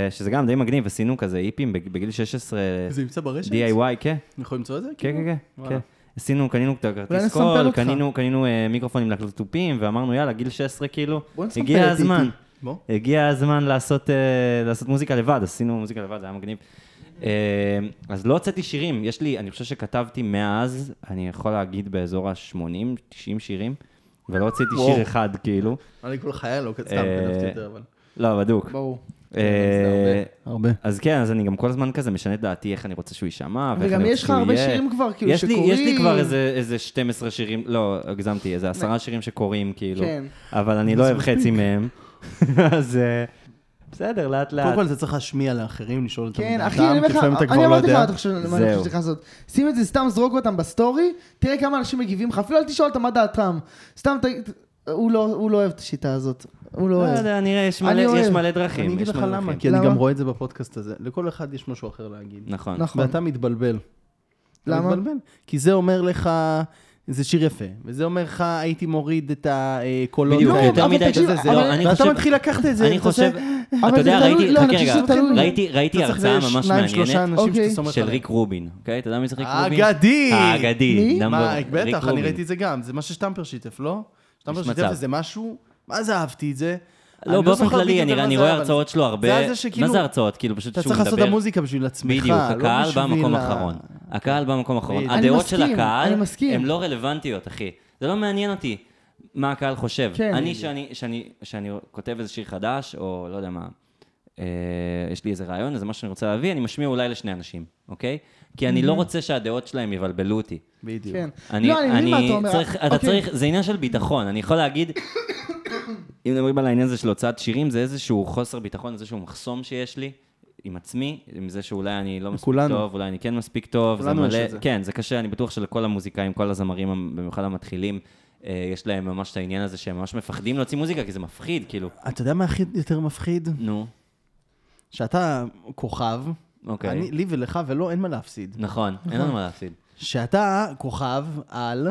Speaker 3: שזה גם די מגניב, עשינו כזה איפים בג- בגיל 16.
Speaker 2: זה נמצא ברשת?
Speaker 3: DIY, כן.
Speaker 2: אני יכול למצוא את זה?
Speaker 3: כן,
Speaker 2: כאילו?
Speaker 3: כן, כן,
Speaker 2: וואלה.
Speaker 3: כן. עשינו, קנינו את
Speaker 1: אולי
Speaker 3: הכרטיס
Speaker 1: נסמפל
Speaker 3: קול,
Speaker 1: אותך.
Speaker 3: קנינו, קנינו אה, מיקרופונים לתופים, ואמרנו, יאללה, גיל 16 כאילו,
Speaker 1: בוא נסמפל
Speaker 3: הגיע
Speaker 1: את
Speaker 3: הזמן.
Speaker 1: איתי.
Speaker 2: בוא.
Speaker 3: הגיע הזמן לעשות, אה, לעשות מוזיקה לבד, עשינו מוזיקה לבד, זה היה מגניב. אה, אז לא הוצאתי שירים, יש לי, אני חושב שכתבתי מאז, אני יכול להגיד באזור ה-80-90 שירים, ולא הוצאתי
Speaker 2: וואו.
Speaker 3: שיר אחד, כאילו.
Speaker 2: אני כל חייל, לא סתם
Speaker 3: אה,
Speaker 2: כתבתי יותר, אבל...
Speaker 3: לא, בדוק.
Speaker 1: ברור.
Speaker 3: אה,
Speaker 2: הרבה.
Speaker 3: אז כן, אז אני גם כל הזמן כזה משנה את דעתי, איך אני רוצה שהוא יישמע, ואיך
Speaker 1: וגם
Speaker 3: אני רוצה
Speaker 1: יש לך
Speaker 3: שהוא יהיה.
Speaker 1: הרבה שירים כבר, כאילו,
Speaker 3: יש לי-
Speaker 1: שקוראים.
Speaker 3: יש לי כבר איזה, איזה 12 שירים, לא, הגזמתי, איזה עשרה שירים שקוראים, כאילו.
Speaker 1: כן.
Speaker 3: אבל אני לא אוהב חצי מהם. אז... אה, בסדר, לאט
Speaker 2: קודם
Speaker 3: לאט.
Speaker 2: כל אתה צריך להשמיע לאחרים, לשאול אותם
Speaker 1: כן,
Speaker 2: דעתם,
Speaker 1: אחי, אני אומר
Speaker 2: כי
Speaker 1: לך,
Speaker 2: לפעמים אתה
Speaker 1: אני
Speaker 2: כבר לא
Speaker 1: אמרתי לך
Speaker 2: יודע.
Speaker 1: עד עכשיו מה אני
Speaker 3: זהו.
Speaker 1: חושב שצריך לעשות. שים את זה, סתם זרוק אותם בסטורי, תראה כמה אנשים מגיבים לך, אפילו אל תשאל אותם מה דעתם. סתם תגיד, הוא לא הוא לא אוהב את השיטה הזאת. הוא לא
Speaker 3: לא
Speaker 1: אוהב.
Speaker 3: יודע, נראה, יש
Speaker 1: אני
Speaker 3: מלא- יש
Speaker 1: אוהב.
Speaker 3: מלא דרכים.
Speaker 2: אני אגיד
Speaker 3: יש
Speaker 2: לך
Speaker 3: מלא
Speaker 2: למה,
Speaker 3: דרכים.
Speaker 2: כי אני
Speaker 1: למה?
Speaker 2: גם רואה את זה בפודקאסט הזה. לכל אחד יש משהו אחר להגיד.
Speaker 3: נכון.
Speaker 1: נכון.
Speaker 2: ואתה מתבלבל. אתה
Speaker 1: למה?
Speaker 2: מתבלבל. כי זה אומר לך, זה שיר יפה, וזה אומר לך, הייתי מוריד את הקולות.
Speaker 3: בדיוק,
Speaker 1: לא,
Speaker 2: האלה.
Speaker 3: יותר
Speaker 1: אבל
Speaker 3: מדי
Speaker 1: תקשיב,
Speaker 3: כזה, זה
Speaker 1: אבל-
Speaker 3: לא, אני
Speaker 2: ואתה
Speaker 3: חושב...
Speaker 2: מתחיל לקחת את זה.
Speaker 3: אני
Speaker 2: אתה עושה-
Speaker 3: חושב...
Speaker 1: אבל
Speaker 3: אתה
Speaker 1: זה
Speaker 3: יודע,
Speaker 1: תלוי-
Speaker 3: ראיתי,
Speaker 1: לא, אני
Speaker 3: חכה
Speaker 1: חושב
Speaker 3: רגע,
Speaker 1: שזה תלוי.
Speaker 3: ראיתי- ראיתי
Speaker 2: אתה צריך
Speaker 3: הרצאה
Speaker 2: איזה
Speaker 3: ממש
Speaker 2: שניים, שלושה
Speaker 3: מעניינת
Speaker 2: אנשים
Speaker 1: אוקיי.
Speaker 2: שאתה סומך
Speaker 3: של
Speaker 2: עליהם.
Speaker 3: ריק רובין, אוקיי? אתה יודע מי זה ריק רובין?
Speaker 2: האגדי!
Speaker 3: האגדי.
Speaker 1: מי?
Speaker 3: נאמבר-
Speaker 2: מה,
Speaker 3: ריק
Speaker 2: בטח, אני
Speaker 3: רובין.
Speaker 2: ראיתי את זה גם. זה מה ששטמפר שיתף, לא? שטמפר שיתף
Speaker 3: מצב.
Speaker 2: איזה משהו, מה זה אהבתי את זה? אני
Speaker 3: לא, באופן
Speaker 2: זוכר
Speaker 3: כללי,
Speaker 2: בדיוק
Speaker 3: אני
Speaker 2: על מה
Speaker 3: אני
Speaker 2: זה
Speaker 3: רואה
Speaker 2: היה, אבל-
Speaker 3: הרצאות שלו
Speaker 2: זה
Speaker 3: הרבה...
Speaker 2: על זה שכאילו-
Speaker 3: מה זה הרצאות? כאילו, פשוט
Speaker 2: אתה
Speaker 3: שהוא
Speaker 2: צריך לעשות את
Speaker 3: מדבר...
Speaker 2: המוזיקה בשביל עצמך,
Speaker 3: בדיוק,
Speaker 2: לא
Speaker 3: הקהל בא
Speaker 2: בשביל
Speaker 3: במקום
Speaker 2: ה-
Speaker 3: האחרון. הקהל בא במקום האחרון.
Speaker 2: בדיוק.
Speaker 3: הדעות
Speaker 1: אני
Speaker 3: של
Speaker 1: מסכים,
Speaker 3: הקהל,
Speaker 1: אני מסכים.
Speaker 3: הן לא רלוונטיות, אחי. זה לא מעניין אותי מה הקהל חושב.
Speaker 1: כן,
Speaker 3: אני,
Speaker 1: בדיוק.
Speaker 3: שאני- שאני- שאני כותב איזה שיר חדש, או לא יודע מה, אה, יש לי איזה רעיון, איזה משהו שאני רוצה להביא, אני משמיע אולי לשני אנשים, אוקיי? כי אני לא רוצה שהדעות שלהם יבלבלו אותי.
Speaker 2: בדיוק.
Speaker 1: כן.
Speaker 3: אני,
Speaker 1: לא, אני מבין מה אתה אומר.
Speaker 3: צריך, אתה
Speaker 1: אוקיי.
Speaker 3: צריך, זה עניין של ביטחון, אני יכול להגיד, אם מדברים על העניין הזה של הוצאת שירים, זה איזשהו חוסר ביטחון, איזשהו מחסום שיש לי עם עצמי, עם זה שאולי אני לא מספיק
Speaker 2: לכולנו.
Speaker 3: טוב, אולי אני כן מספיק טוב, זה
Speaker 2: לכולנו יש
Speaker 3: מלא,
Speaker 2: את זה.
Speaker 3: כן, זה קשה, אני בטוח שלכל המוזיקאים, כל הזמרים, במיוחד המתחילים, אה, יש להם ממש את העניין הזה שהם ממש מפחדים להוציא מוזיקה, כי זה מפחיד, כאילו,
Speaker 2: אתה יודע מה הכי יותר מפחיד?
Speaker 3: נו,
Speaker 2: שאתה כוכב,
Speaker 3: אוקיי.
Speaker 2: אני- לי ולך ולא, אין מה להפסיד.
Speaker 3: נכון, אין לנו מה להפסיד.
Speaker 2: שאתה כוכב על,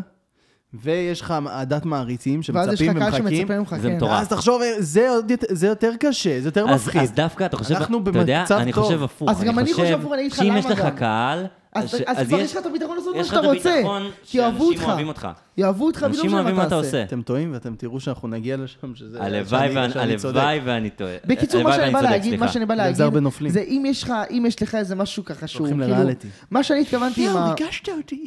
Speaker 2: ויש לך עדת מעריצים
Speaker 1: ואז יש
Speaker 2: שמצפים
Speaker 1: לך קהל
Speaker 2: ומחכים.
Speaker 1: שמצפה ממך,
Speaker 3: זה
Speaker 1: כן.
Speaker 3: מטורף.
Speaker 2: אז תחשוב, זה עוד יותר- זה יותר קשה, זה יותר
Speaker 3: אז,
Speaker 2: מפחיד.
Speaker 3: אז דווקא, אתה חושב,
Speaker 2: אנחנו
Speaker 3: אתה יודע,
Speaker 2: במצב
Speaker 3: אני
Speaker 2: טוב.
Speaker 3: חושב הפוך.
Speaker 1: אז גם אני חושב הפוך, אני אגיד לך
Speaker 3: שאם
Speaker 1: למה
Speaker 3: יש לך
Speaker 1: גם.
Speaker 3: קהל,
Speaker 1: אז-
Speaker 3: ש-
Speaker 1: אז כבר יש לך את הביטחון לעשות מה שאתה
Speaker 3: יש לך את
Speaker 1: רוצה,
Speaker 3: הביטחון
Speaker 1: כי אוהבו
Speaker 3: שאנשים
Speaker 1: אותך.
Speaker 3: אוהבים אותך.
Speaker 2: אה,
Speaker 1: יאהבו אותך ולא
Speaker 3: אנשים
Speaker 1: משנה
Speaker 3: אוהבים מה אתה עושה.
Speaker 2: אתם טועים ואתם תראו שאנחנו נגיע לשם, שזה...
Speaker 3: הלוואי
Speaker 2: שאני-
Speaker 3: ואני-
Speaker 2: שאני צודק.
Speaker 3: הלוואי ואני טועה.
Speaker 1: בקיצור,
Speaker 3: הלוואי
Speaker 1: מה שאני
Speaker 3: ואני
Speaker 1: בא
Speaker 3: צודק,
Speaker 1: להגיד, מה
Speaker 3: סליחה.
Speaker 1: שאני בא
Speaker 2: זה
Speaker 1: להגיד,
Speaker 2: הרבה נופלים.
Speaker 1: זה אם יש לך, אם יש לך איזה משהו ככה שהוא,
Speaker 2: הולכים
Speaker 1: כאילו,
Speaker 2: לריאליטי.
Speaker 1: מה שאני התכוונתי עם ה...
Speaker 2: הרגשת אותי.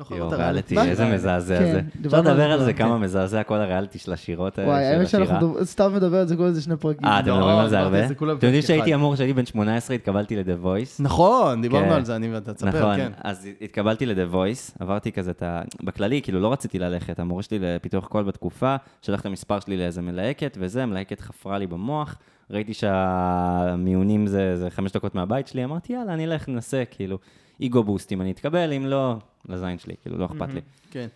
Speaker 2: נכון,
Speaker 3: יואו,
Speaker 2: אתה
Speaker 3: ריאליטי,
Speaker 1: מה?
Speaker 3: איזה מזעזע
Speaker 1: כן,
Speaker 3: זה.
Speaker 1: דיברנו
Speaker 3: אפשר
Speaker 1: על
Speaker 3: לדבר
Speaker 1: זה
Speaker 3: על זה
Speaker 1: כבר,
Speaker 3: כמה מזעזע כל הריאליטי של השירות האלה,
Speaker 1: כן. וואי,
Speaker 3: של
Speaker 1: האמת שאנחנו
Speaker 3: השירה.
Speaker 1: דוב- סתם מדבר על זה כל איזה שני פרקים.
Speaker 3: אה, אתם
Speaker 2: לא,
Speaker 3: מדברים על זה
Speaker 2: אמרתי
Speaker 3: הרבה?
Speaker 2: את זה כולם
Speaker 3: אתם יודעים
Speaker 2: בפרק
Speaker 3: שהייתי
Speaker 2: אחד.
Speaker 3: אמור, כשהייתי בן 18 התקבלתי ל-The Voice.
Speaker 2: נכון,
Speaker 3: כן.
Speaker 2: דיברנו על זה, אני ואתה, תספר,
Speaker 3: נכון,
Speaker 2: כן.
Speaker 3: אז התקבלתי ל-The Voice, עברתי כזה את ה... בכללי, כאילו, לא רציתי ללכת. המורה שלי לפיתוח קול בתקופה, שלח את המספר שלי לאיזה מלהקת, וזה, המלהקת חפרה לי במוח. ראיתי שהמיונים זה, זה חמש דקות מהבית שלי, אמרתי, יאללה, אני אלך, ננסה, כאילו, איגו בוסטים, אני אתקבל, אם לא, לזין שלי, כאילו, לא אכפת לי.
Speaker 2: כן.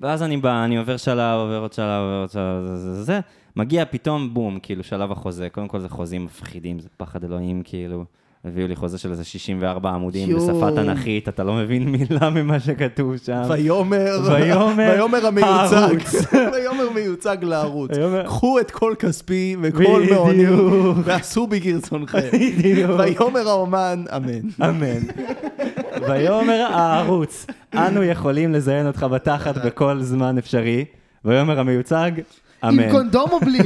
Speaker 3: ואז אני בא, אני עובר שלב, עובר עוד שלב, עובר עוד שלב, זה, זה, זה, זה. מגיע פתאום, בום, כאילו, שלב החוזה. קודם כל זה חוזים מפחידים, זה פחד אלוהים, כאילו. הביאו לי חוזה של איזה 64 עמודים
Speaker 1: יואו.
Speaker 3: בשפה תנכית, אתה לא מבין מילה ממה שכתוב שם.
Speaker 2: ויאמר,
Speaker 3: אה, ויאמר
Speaker 2: ויאמר המיוצג,
Speaker 3: הערוץ.
Speaker 2: ויאמר מיוצג לערוץ.
Speaker 3: ויאמר-
Speaker 2: קחו את כל כספי וכל מעוני, ועשו בי כרצונכם.
Speaker 3: בדיוק.
Speaker 2: ויאמר האומן, אמן.
Speaker 3: אמן. ויאמר הערוץ, אנו יכולים לזיין אותך בתחת בכל זמן אפשרי. ויאמר המיוצג, אמן.
Speaker 1: עם קונדום או בלי?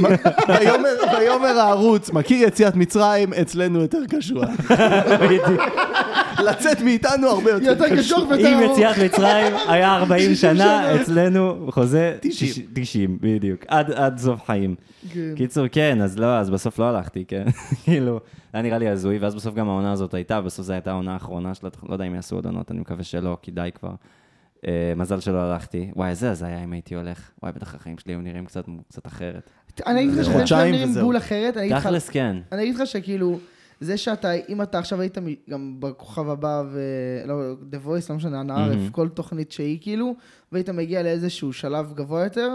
Speaker 2: ויאמר- ויאמר הערוץ, מכיר יציאת מצרים, אצלנו יותר קשוח.
Speaker 3: בדיוק.
Speaker 2: לצאת מאיתנו הרבה יותר
Speaker 1: יותר
Speaker 2: קשוח.
Speaker 1: קשוח ויותר
Speaker 3: עם
Speaker 1: ארוך.
Speaker 3: יציאת מצרים היה 40 שנה,
Speaker 1: שנה.
Speaker 3: אצלנו חוזה
Speaker 2: 90.
Speaker 3: 90, בדיוק, עד- עד סוף חיים.
Speaker 1: כן.
Speaker 3: קיצור, כן, אז לא, אז בסוף לא הלכתי, כן. כאילו, היה נראה לי הזוי, ואז בסוף גם העונה הזאת הייתה, בסוף זו הייתה העונה האחרונה שלה, לא יודע אם יעשו עוד עונות, אני מקווה שלא, כי די כבר. אה, מזל שלא הלכתי. וואי, איזה הזיה אם הייתי הולך. וואי, בטח החיים שלי היו נראים קצת קצת אחרת.
Speaker 1: אני אגיד לך שאתם
Speaker 2: חודשיים
Speaker 1: נראים
Speaker 2: וזהו.
Speaker 1: בול אחרת, אני אגיד לך-
Speaker 3: תכלס, כן.
Speaker 1: אני אגיד לך שכאילו, זה שאתה, אם אתה עכשיו היית מ- גם בכוכב הבא, ו... לא, The Voice, לא משנה, אנא ערף,
Speaker 3: מהמם.
Speaker 1: כל תוכנית שהיא כאילו, והיית מגיע לאיזשהו שלב גבוה יותר,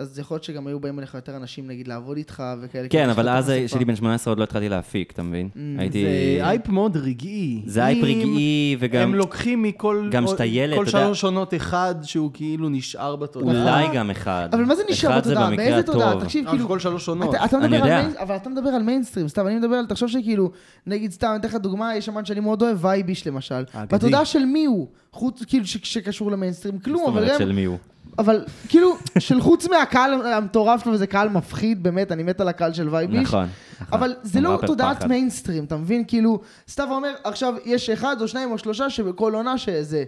Speaker 1: אז יכול להיות שגם היו באים אליך יותר אנשים, נגיד, לעבוד איתך וכאלה.
Speaker 3: כן,
Speaker 1: כאילו,
Speaker 3: אבל
Speaker 1: יש לך
Speaker 3: אז
Speaker 1: את
Speaker 3: שלי
Speaker 1: החשיפה.
Speaker 3: בן 18 עוד לא התחלתי להפיק, אתה מבין? הייתי...
Speaker 2: זה אייפ מאוד רגעי.
Speaker 3: זה אייפ
Speaker 2: אם
Speaker 3: רגעי, וגם...
Speaker 2: הם לוקחים מכל...
Speaker 3: גם שאתה ילד,
Speaker 2: כל
Speaker 3: אתה יודע-
Speaker 2: שלוש עונות אחד שהוא כאילו נשאר בתודעה.
Speaker 3: אולי גם אחד.
Speaker 1: אבל מה זה נשאר
Speaker 3: אחד זה
Speaker 1: בתודעה?
Speaker 3: במקרה
Speaker 1: באיזה תודעה?
Speaker 3: הטוב.
Speaker 1: תקשיב,
Speaker 2: אה,
Speaker 1: כאילו...
Speaker 2: כל שלוש עונות.
Speaker 1: אתה, אתה
Speaker 3: אני
Speaker 1: מדבר על
Speaker 3: יודע.
Speaker 1: מיינ... אבל אתה מדבר על מיינסטרים, סתם, אני מדבר על, תחשוב שכאילו, נגיד סתם, אני אתן לך דוגמה, יש אמן שאני מאוד אוהב, וייביש למשל.
Speaker 3: אה,
Speaker 2: אגדי.
Speaker 1: ואתה יודע של מי הוא, חוץ, כאילו, ש- שקשור למיינסטרים,
Speaker 3: זאת
Speaker 1: כלום, אבל
Speaker 3: אומרת
Speaker 1: גם,
Speaker 3: של מי הוא.
Speaker 1: אבל כאילו, של חוץ מהקהל המטורף שלו, וזה קהל מפחיד, באמת, אני מת על הקהל של וייביש.
Speaker 3: נכון. נכון.
Speaker 1: אבל זה
Speaker 3: הם
Speaker 1: לא
Speaker 3: ראפר
Speaker 1: תודעת
Speaker 3: פחד.
Speaker 1: מיינסטרים, אתה מבין? כאילו, סתיו אומר, עכשיו יש אחד או שניים או שלושה שבכל עונה שזה.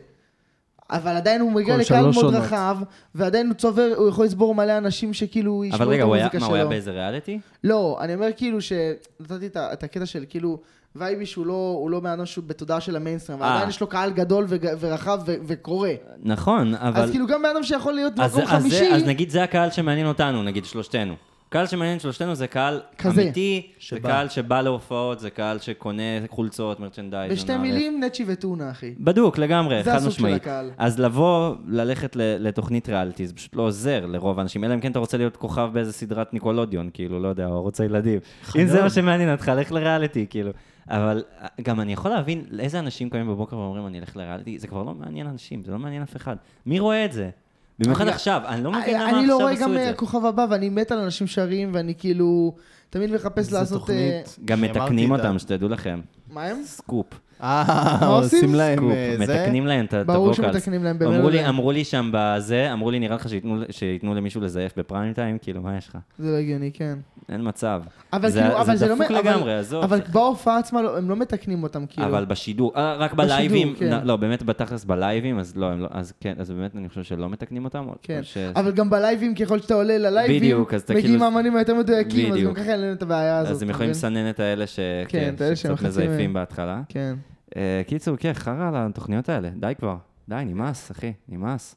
Speaker 1: אבל עדיין הוא מגיע
Speaker 2: כל
Speaker 1: לקהל
Speaker 2: שלוש
Speaker 1: מאוד
Speaker 2: עונות.
Speaker 1: רחב, ועדיין הוא צובר, הוא יכול לצבור מלא אנשים שכאילו ישמעו
Speaker 3: אבל
Speaker 1: את
Speaker 3: רגע, הוא היה-
Speaker 1: המוזיקה
Speaker 3: מה,
Speaker 1: שלו.
Speaker 3: הוא היה באיזה ריאליטי?
Speaker 1: לא, אני אומר כאילו שנתתי את ה- את הקטע של כאילו, וייבי שהוא לא, הוא לא מאמן שהוא בתודעה של המיינסטרים, אבל
Speaker 3: אה.
Speaker 1: עדיין יש לו קהל גדול וג- ורחב ו- וקורא.
Speaker 3: נכון, אבל...
Speaker 1: אז כאילו גם בן אדם שיכול להיות
Speaker 3: אז-
Speaker 1: במקום
Speaker 3: אז זה-
Speaker 1: חמישי,
Speaker 3: אז נגיד זה הקהל שמעניין אותנו, נגיד שלושתנו. קהל שמעניין את שלושתנו זה קהל
Speaker 1: כזה,
Speaker 3: אמיתי, זה
Speaker 2: שבא.
Speaker 3: קהל שבא להופעות, זה קהל שקונה חולצות, מרצ'נדייז. לא
Speaker 1: בשתי
Speaker 3: נערך.
Speaker 1: מילים, נצ'י וטונה, אחי.
Speaker 3: בדוק, לגמרי,
Speaker 1: זה
Speaker 3: חד
Speaker 1: הסוג של
Speaker 3: משמעית.
Speaker 1: הקהל.
Speaker 3: אז לבוא, ללכת ל- לתוכנית ריאליטי, זה פשוט לא עוזר לרוב האנשים, אלא אם כן אתה רוצה להיות כוכב באיזה סדרת ניקולודיון, כאילו, לא יודע, או ערוץ הילדים. אם זה מה שמעניין אותך, לך לריאליטי, כאילו. אבל אה, גם אני יכול להבין איזה אנשים קמים בבוקר ואומרים, אני אלך לריאליטי, זה כבר לא מעניין אנשים, זה לא מעניין אף אחד. מי רואה את זה? במיוחד
Speaker 1: אני-
Speaker 3: עכשיו, אני לא מבין למה
Speaker 1: אני לא
Speaker 3: עכשיו
Speaker 1: רואה
Speaker 3: עשו
Speaker 1: גם
Speaker 3: את זה.
Speaker 1: אה, כוכב הבא, ואני מת על אנשים שרים, ואני כאילו תמיד מחפש
Speaker 2: זו
Speaker 1: לעשות... אה,
Speaker 2: תוכנית
Speaker 3: גם
Speaker 2: שאמרתי
Speaker 3: מתקנים
Speaker 2: את ה-
Speaker 3: אותם, שתדעו לכם.
Speaker 1: מה הם?
Speaker 3: סקופ.
Speaker 2: אה,
Speaker 1: עושים?
Speaker 2: עושים להם
Speaker 3: סקופ,
Speaker 2: אה, זה.
Speaker 3: מתקנים להם את את
Speaker 1: ברור
Speaker 3: הווקלס.
Speaker 1: שמתקנים להם,
Speaker 3: אוקיי, אמרו
Speaker 1: באמת.
Speaker 3: לי- אמ- אמרו לי שם בזה, אמרו לי, נראה לך שייתנו- שייתנו למישהו לזייף בפריים טיים? כאילו, מה יש לך?
Speaker 1: זה לא הגיוני, כן.
Speaker 3: אין מצב.
Speaker 1: אבל כאילו, אבל זה לא...
Speaker 3: זה דפוק
Speaker 1: מ- אבל-
Speaker 3: לגמרי, עזוב.
Speaker 1: אבל
Speaker 3: זה-
Speaker 1: בהופעה עצמה, לא- הם לא מתקנים אותם, כאילו.
Speaker 3: אבל בשידור, אה, רק
Speaker 1: בשידור,
Speaker 3: בלייבים,
Speaker 1: כן.
Speaker 3: נ- לא, באמת בתכלס בלייבים, אז לא, הם לא- אז כן, אז באמת אני חושב שלא מתקנים אותם. או
Speaker 1: כן,
Speaker 3: ש-
Speaker 1: אבל גם בלייבים, ככל שאתה עולה ללייבים,
Speaker 3: בדיוק, אז אתה
Speaker 1: מגיעים
Speaker 3: כאילו-
Speaker 1: האמנים היותר מדויקים, אז גם
Speaker 3: בדיוק.
Speaker 1: ככה אין להם את הבעיה הזאת.
Speaker 3: אז הם
Speaker 1: אתה
Speaker 3: יכולים
Speaker 1: מבין?
Speaker 3: לסנן את האלה ש... כן,
Speaker 1: אוקיי. את האלה שהם
Speaker 3: שקצת
Speaker 1: מחכים להם.
Speaker 3: מזייפים בהתחלה.
Speaker 1: כן.
Speaker 3: אה, קיצור, כן, חרא על התוכניות האלה, די כבר. די, נמאס, אחי, נמאס.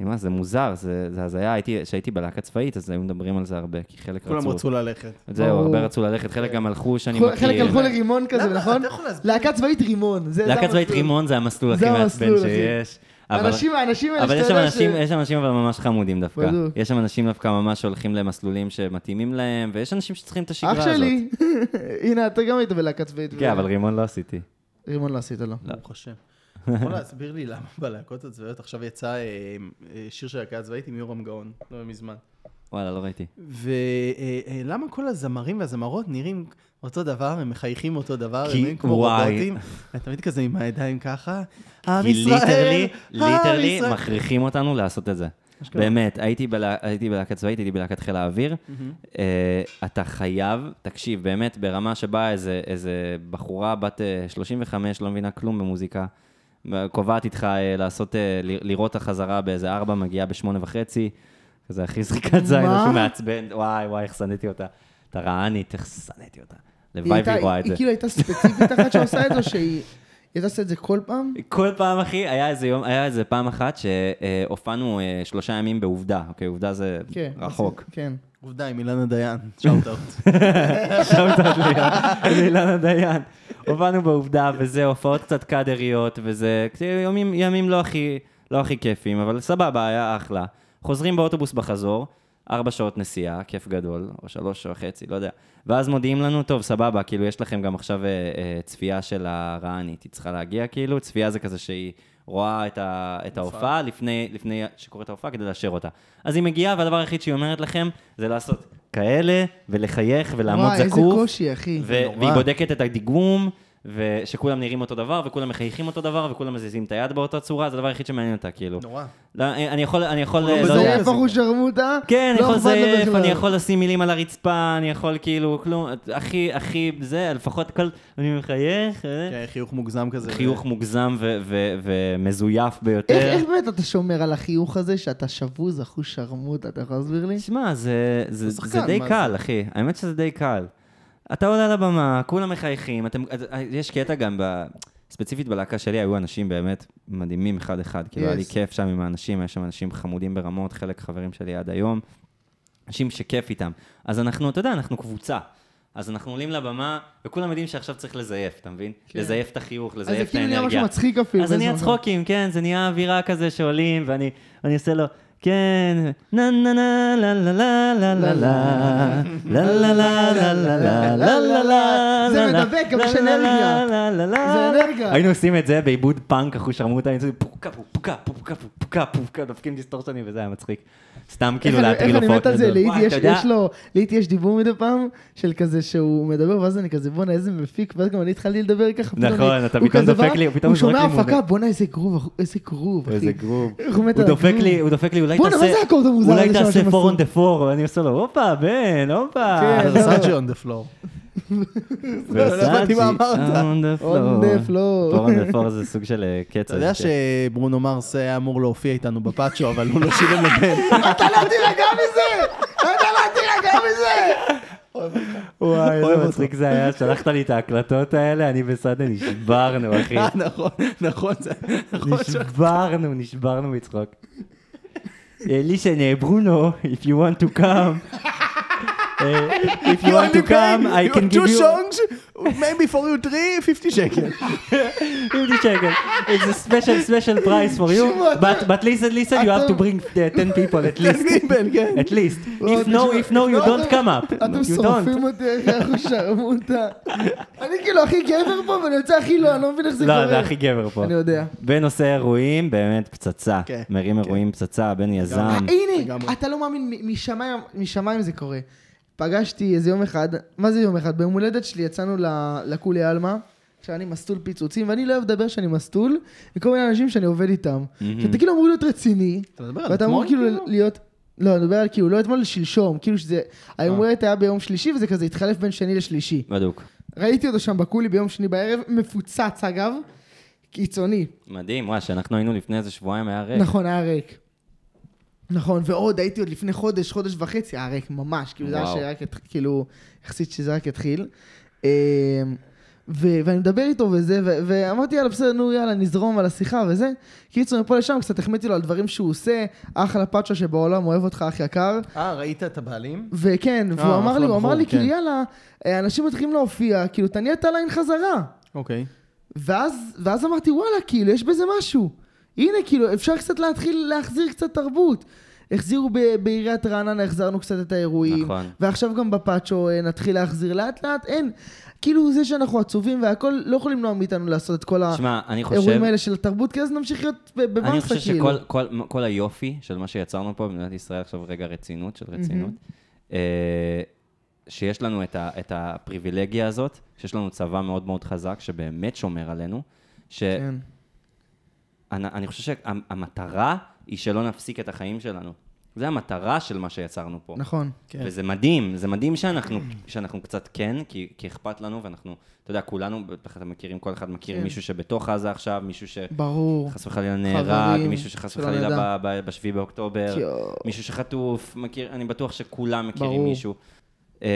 Speaker 3: נמאס, זה מוזר, זה זה הזיה. הייתי- כשהייתי בלהקה צבאית, אז היו מדברים על זה הרבה, כי חלק
Speaker 2: כולם
Speaker 3: רצו...
Speaker 2: רצו ללכת.
Speaker 3: זהו,
Speaker 1: ברור.
Speaker 3: הרבה רצו ללכת, חלק גם הלכו שאני
Speaker 1: חו- חלק
Speaker 3: מכיר.
Speaker 1: הלכו לרימון כזה,
Speaker 2: למה?
Speaker 1: נכון?
Speaker 2: אתה יכול להסביר?
Speaker 1: להקה צבאית רימון. זה- זה
Speaker 3: להקה צבאית
Speaker 1: המסלול.
Speaker 3: רימון זה המסלול הכי
Speaker 1: זה
Speaker 3: מעצבן
Speaker 1: המסלול, אחי.
Speaker 3: שיש. אבל-
Speaker 1: האנשים, האנשים האלה
Speaker 3: אבל יש
Speaker 1: שאתה
Speaker 3: שם
Speaker 1: יודע ש...
Speaker 3: אנשים, יש שם אנשים אבל ממש חמודים דווקא.
Speaker 1: בדיוק.
Speaker 3: יש שם אנשים דווקא ממש שהולכים למסלולים שמתאימים להם, ויש אנשים שצריכים את השגרה
Speaker 1: אח
Speaker 3: הזאת.
Speaker 1: שלי, הנה, אתה גם היית בלהקה צבאית.
Speaker 3: כן,
Speaker 1: ו-
Speaker 3: אבל רימון לא עשיתי.
Speaker 1: רימון לא עשית לו.
Speaker 2: ברוך השם. אתה יכול להסביר לי למה בלהקות הצבאיות עכשיו יצא אה, אה, שיר של להקה הצבאית עם יורם גאון, לא מזמן.
Speaker 3: וואלה, לא ראיתי.
Speaker 2: ולמה כל הזמרים והזמרות נראים אותו דבר, הם מחייכים אותו דבר,
Speaker 3: כי-
Speaker 2: הם נראים כמו
Speaker 3: וואי.
Speaker 2: רובוטים. אתה תמיד כזה עם הידיים ככה. עם
Speaker 3: כי ליטרלי,
Speaker 2: ישראל, עם
Speaker 3: ליטרלי
Speaker 2: ישראל.
Speaker 3: מכריחים אותנו לעשות את זה.
Speaker 2: אשכרה.
Speaker 3: באמת, הייתי בלה- הייתי בלהקה צבאית, הייתי בלהקת חיל האוויר. אה, אתה חייב, תקשיב, באמת, ברמה שבה איזה- איזה בחורה בת אה, 35, לא מבינה כלום במוזיקה, קובעת איתך אה, לעשות, אה, ל- לראות את החזרה באיזה ארבע, מגיעה בשמונה וחצי, כזה הכי זריקת זין,
Speaker 1: מה?
Speaker 3: משהו מעצבן, וואי, וואי, איך שנאתי אותה. אתה רענית, איך שנאתי אותה.
Speaker 1: היא
Speaker 3: הלוואי
Speaker 1: הייתה-
Speaker 3: והיא רואה את זה.
Speaker 1: היא כאילו הייתה ספציפית אחת שעושה את זה, או שהיא... היא הייתה עושה את זה כל פעם?
Speaker 3: כל פעם, אחי, היה איזה יום, היה איזה פעם אחת שהופענו אה, שלושה ימים בעובדה, אוקיי, עובדה זה
Speaker 1: כן.
Speaker 3: רחוק.
Speaker 1: כן.
Speaker 2: עובדה, עם אילנה דיין, שאוט אאוט.
Speaker 3: שאוט אאוט לאילנה דיין. הובלנו בעובדה, וזה הופעות קצת קאדריות, וזה כאילו, ימים, ימים לא, הכי, לא הכי כיפים, אבל סבבה, היה אחלה. חוזרים באוטובוס בחזור, ארבע שעות נסיעה, כיף גדול, או שלוש וחצי, לא יודע. ואז מודיעים לנו, טוב, סבבה, כאילו, יש לכם גם עכשיו אה, אה, צפייה של הרענית, היא צריכה להגיע, כאילו, צפייה זה כזה שהיא... רואה את, ה, את ההופעה לפני, לפני שקורית ההופעה כדי לאשר אותה. אז היא מגיעה, והדבר היחיד שהיא אומרת לכם זה לעשות כאלה, ולחייך, ולעמוד
Speaker 1: וואי, איזה
Speaker 3: זקוף.
Speaker 1: קושי, אחי.
Speaker 3: ו-
Speaker 2: נורא.
Speaker 3: והיא בודקת את הדיגום, ושכולם נראים אותו דבר, וכולם מחייכים אותו דבר, וכולם מזיזים את היד באותה צורה, זה הדבר היחיד שמעניין אותה, כאילו.
Speaker 2: נורא.
Speaker 3: לא, אני יכול, אני יכול,
Speaker 2: לא
Speaker 3: לא יודע.
Speaker 1: זייף אחוז שרמוטה?
Speaker 3: כן, אני
Speaker 1: לא
Speaker 3: יכול
Speaker 1: אכפת לו
Speaker 3: לזייף,
Speaker 1: בכלל.
Speaker 3: אני יכול לשים מילים על הרצפה, אני יכול כאילו, כלום, הכי, הכי, זה, לפחות כל, אני מחייך, אה,
Speaker 2: כן, חיוך מוגזם כזה.
Speaker 3: חיוך מוגזם ו- ו- ומזויף
Speaker 1: איך
Speaker 3: ביותר.
Speaker 1: איך באמת אתה שומר על החיוך הזה שאתה שבוז אחוז שרמוטה, אתה יכול להסביר לי?
Speaker 3: תשמע, זה, זה,
Speaker 2: שחקן,
Speaker 3: זה די
Speaker 2: מה
Speaker 3: קל, אחי. האמת שזה די קל. אתה עולה לבמה, כולם מחייכים, אתם, אז- אה, יש קטע גם, ב, ספציפית בלהקה שלי, היו אנשים באמת מדהימים אחד-אחד. כאילו, היה לי
Speaker 1: Yes.
Speaker 3: כיף שם עם האנשים, היה שם אנשים חמודים ברמות, חלק חברים שלי עד היום. אנשים שכיף איתם. אז אנחנו, אתה יודע, אנחנו קבוצה. אז אנחנו עולים לבמה, וכולם יודעים שעכשיו צריך לזייף, אתה מבין?
Speaker 1: כן.
Speaker 3: לזייף את החיוך,
Speaker 1: אז זה
Speaker 3: לזייף את האנרגיה.
Speaker 1: כאילו נהיה משהו מצחיק אפילו.
Speaker 3: אז זה נהיה
Speaker 1: באיזה
Speaker 3: צחוקים, כן, זה נהיה אווירה כזה שעולים, ואני אני עושה לו, כן, נה נה נה לה לה לה לה לה לה לה לה לה לה לה לה לה לה לה
Speaker 1: זה
Speaker 3: לה לה,
Speaker 1: מדבק, אבל
Speaker 3: לה,
Speaker 1: יש
Speaker 3: לה,
Speaker 1: אנרגיה.
Speaker 3: לה, לה, לה,
Speaker 1: זה
Speaker 3: לה.
Speaker 1: אנרגיה.
Speaker 3: היינו עושים את זה בעיבוד פאנק, אחוז שרמוטה, היינו עושים פוקה פוקה פוקה פוקה פוקה, דופקים דיסטורשנים וזה היה מצחיק. סתם
Speaker 1: איך
Speaker 3: כאילו
Speaker 1: אני- איך
Speaker 3: להטריל
Speaker 1: אני מת
Speaker 3: הופעות
Speaker 1: על זה,
Speaker 3: גדול.
Speaker 1: לאיטי
Speaker 3: וואי,
Speaker 1: יש-
Speaker 3: אתה יודע,
Speaker 1: יש לו, לאיטי יש דיבור מדי פעם, של כזה שהוא מדבר, ואז אני כזה, בואנה, איזה מפיק, ואז גם אני התחלתי לדבר ככה. פתאום
Speaker 3: נכון,
Speaker 1: אני-
Speaker 3: אתה
Speaker 1: הוא
Speaker 3: פתאום
Speaker 1: כזה
Speaker 3: דופק
Speaker 1: בא,
Speaker 3: לי, הוא פתאום
Speaker 1: הוא
Speaker 3: זורק
Speaker 1: שומע
Speaker 3: לי מודה.
Speaker 1: הפקה, בואנה, איזה גרוב, איזה גרוב, אחי.
Speaker 3: איזה גרוב.
Speaker 1: איך הוא מת
Speaker 3: הוא
Speaker 1: על
Speaker 3: דופק
Speaker 1: הגרוב.
Speaker 3: לי, הוא דופק לי, אולי
Speaker 1: בואנה,
Speaker 3: תעשה...
Speaker 1: מה זה האקורד המוזר
Speaker 3: אולי
Speaker 1: הזה שם
Speaker 3: תעשה
Speaker 1: שהם
Speaker 3: פור און
Speaker 1: עשו?
Speaker 3: דה פור, ואני עושה לו, הופה, בן, הופה.
Speaker 1: כן,
Speaker 2: ורסאג'י on the floor. לא הבנתי מה אמרת.
Speaker 3: און דה פלור.
Speaker 1: On the floor.
Speaker 3: פור און דה פלור זה סוג של אה, קצב.
Speaker 2: אתה יודע שברונו מרס היה אמור להופיע איתנו בפאצ'ו, אבל הוא לא שילם
Speaker 3: כן.
Speaker 2: לבן.
Speaker 1: אתה לא תירגע מזה! אתה לא תירגע מזה!
Speaker 2: אוהב
Speaker 3: וואי, איזה
Speaker 2: אותו.
Speaker 3: מצחיק זה היה, שלחת לי את ההקלטות האלה, אני וסעדה נשברנו, אחי.
Speaker 2: אה, נכון, נכון, זה נכון.
Speaker 3: נשברנו, נשברנו מצחוק. אה, listen, אה, ברונו, if you want to come, Uh, if you want to come, I can give
Speaker 2: two
Speaker 3: you
Speaker 2: songs, maybe for you three, 50 שקל.
Speaker 3: 50 שקל. It's a special special price for you,
Speaker 1: שמעון.
Speaker 3: but but listen listen, you have to
Speaker 1: אתם-
Speaker 3: bring uh, 10 people at least.
Speaker 2: פיבל, כן.
Speaker 3: At least.
Speaker 1: לא,
Speaker 3: If no,
Speaker 1: תשמע,
Speaker 3: if no, you
Speaker 1: לא,
Speaker 3: don't
Speaker 1: אתם-
Speaker 3: come up.
Speaker 1: אתם
Speaker 3: You don't.
Speaker 1: שורפים אותי, איך הוא שרמוטה. אני כאילו הכי גבר פה, ואני יוצא הכי לא, אני לא מבין איך זה קורה.
Speaker 3: לא, זה הכי גבר פה.
Speaker 1: אני יודע.
Speaker 3: בנושא אירועים, באמת פצצה.
Speaker 2: כן,
Speaker 3: מרים אירועים פצצה, בן יזם.
Speaker 1: אה, הנה,
Speaker 2: לגמרי.
Speaker 1: אתה לא מאמין, מ- משמיים- משמיים זה קורה. פגשתי איזה יום אחד, מה זה יום אחד? ביום הולדת שלי יצאנו ל- לכולי עלמא, שאני מסטול פיצוצים, ואני לא אוהב לדבר שאני מסטול, וכל מיני אנשים שאני עובד איתם. שאתה כאילו אמור להיות רציני,
Speaker 2: אתה מדבר על
Speaker 1: ואתה אמור
Speaker 2: אתמול,
Speaker 1: כאילו
Speaker 2: כאילו?
Speaker 1: להיות... לא, אני מדבר על כאילו, לא אתמול, שלשום, כאילו שזה... היום הולדת היה ביום שלישי, וזה כזה התחלף בין שני לשלישי.
Speaker 3: בדוק.
Speaker 1: ראיתי אותו שם בקולי ביום שני בערב, מפוצץ אגב, קיצוני.
Speaker 3: מדהים, וואי, שאנחנו היינו לפני איזה שבועיים היה
Speaker 2: כן.
Speaker 3: ריק.
Speaker 1: נכון, היה ריק. נכון, ועוד, הייתי עוד לפני חודש, חודש וחצי, היה ריק ממש, כאילו זה היה
Speaker 3: וואו.
Speaker 1: שרק התחיל, כאילו, יחסית שזה רק התחיל. אמ, ו- ואני מדבר איתו וזה, ו- ואמרתי, יאללה, בסדר, נו, יאללה, נזרום על השיחה וזה. קיצור, מפה לשם, קצת החמאתי לו על דברים שהוא עושה, אחלה פאצ'ה שבעולם, אוהב אותך, אח יקר.
Speaker 2: אה, ראית את הבעלים?
Speaker 1: וכן, והוא
Speaker 2: אה,
Speaker 1: אמר לי,
Speaker 2: אחלה
Speaker 1: הוא אמר
Speaker 2: בחור,
Speaker 1: לי, כאילו,
Speaker 2: כן.
Speaker 1: יאללה, אה, אנשים מתחילים להופיע, כאילו, תניע את הליין חזרה.
Speaker 2: אוקיי.
Speaker 1: ואז, ואז אמרתי, וואלה, כאילו, יש בזה משהו. הנה, כאילו, אפשר קצת להתחיל להחזיר קצת תרבות. החזירו ב- בעיריית רעננה, החזרנו קצת את האירועים.
Speaker 3: נכון.
Speaker 1: ועכשיו גם בפאצ'ו אה, נתחיל להחזיר לאט לאט, אין. כאילו, זה שאנחנו עצובים והכל, לא יכולים למנוע מאיתנו לעשות את כל
Speaker 3: שמע, אני חושב...
Speaker 1: נכון. האירועים האלה של התרבות, כי אז נמשיך להיות ב- בבאסה, כאילו.
Speaker 3: אני חושב שכל כל, כל היופי של מה שיצרנו פה במדינת ישראל, עכשיו רגע רצינות של רצינות, אה, שיש לנו את, ה, את הפריבילגיה הזאת, שיש לנו צבא מאוד מאוד חזק, שבאמת שומר עלינו, שאני
Speaker 1: כן.
Speaker 3: אני חושב שהמטרה היא שלא נפסיק את החיים שלנו. זה המטרה של מה שיצרנו פה.
Speaker 1: נכון.
Speaker 2: כן.
Speaker 3: וזה מדהים, זה מדהים שאנחנו, שאנחנו קצת כן, כי, כי אכפת לנו, ואנחנו, אתה יודע, כולנו, בטח אתם מכירים, כל אחד מכיר
Speaker 1: כן.
Speaker 3: מישהו שבתוך עזה עכשיו, מישהו ש...
Speaker 1: ברור.
Speaker 3: חס וחלילה נהרג,
Speaker 1: חברים,
Speaker 3: מישהו שחס
Speaker 1: שלא
Speaker 3: וחלילה
Speaker 1: נדע.
Speaker 3: ב- ב- בשביעי באוקטובר,
Speaker 1: יואו.
Speaker 3: מישהו שחטוף, מכיר, אני בטוח שכולם מכירים
Speaker 1: ברור.
Speaker 3: מישהו. אמ,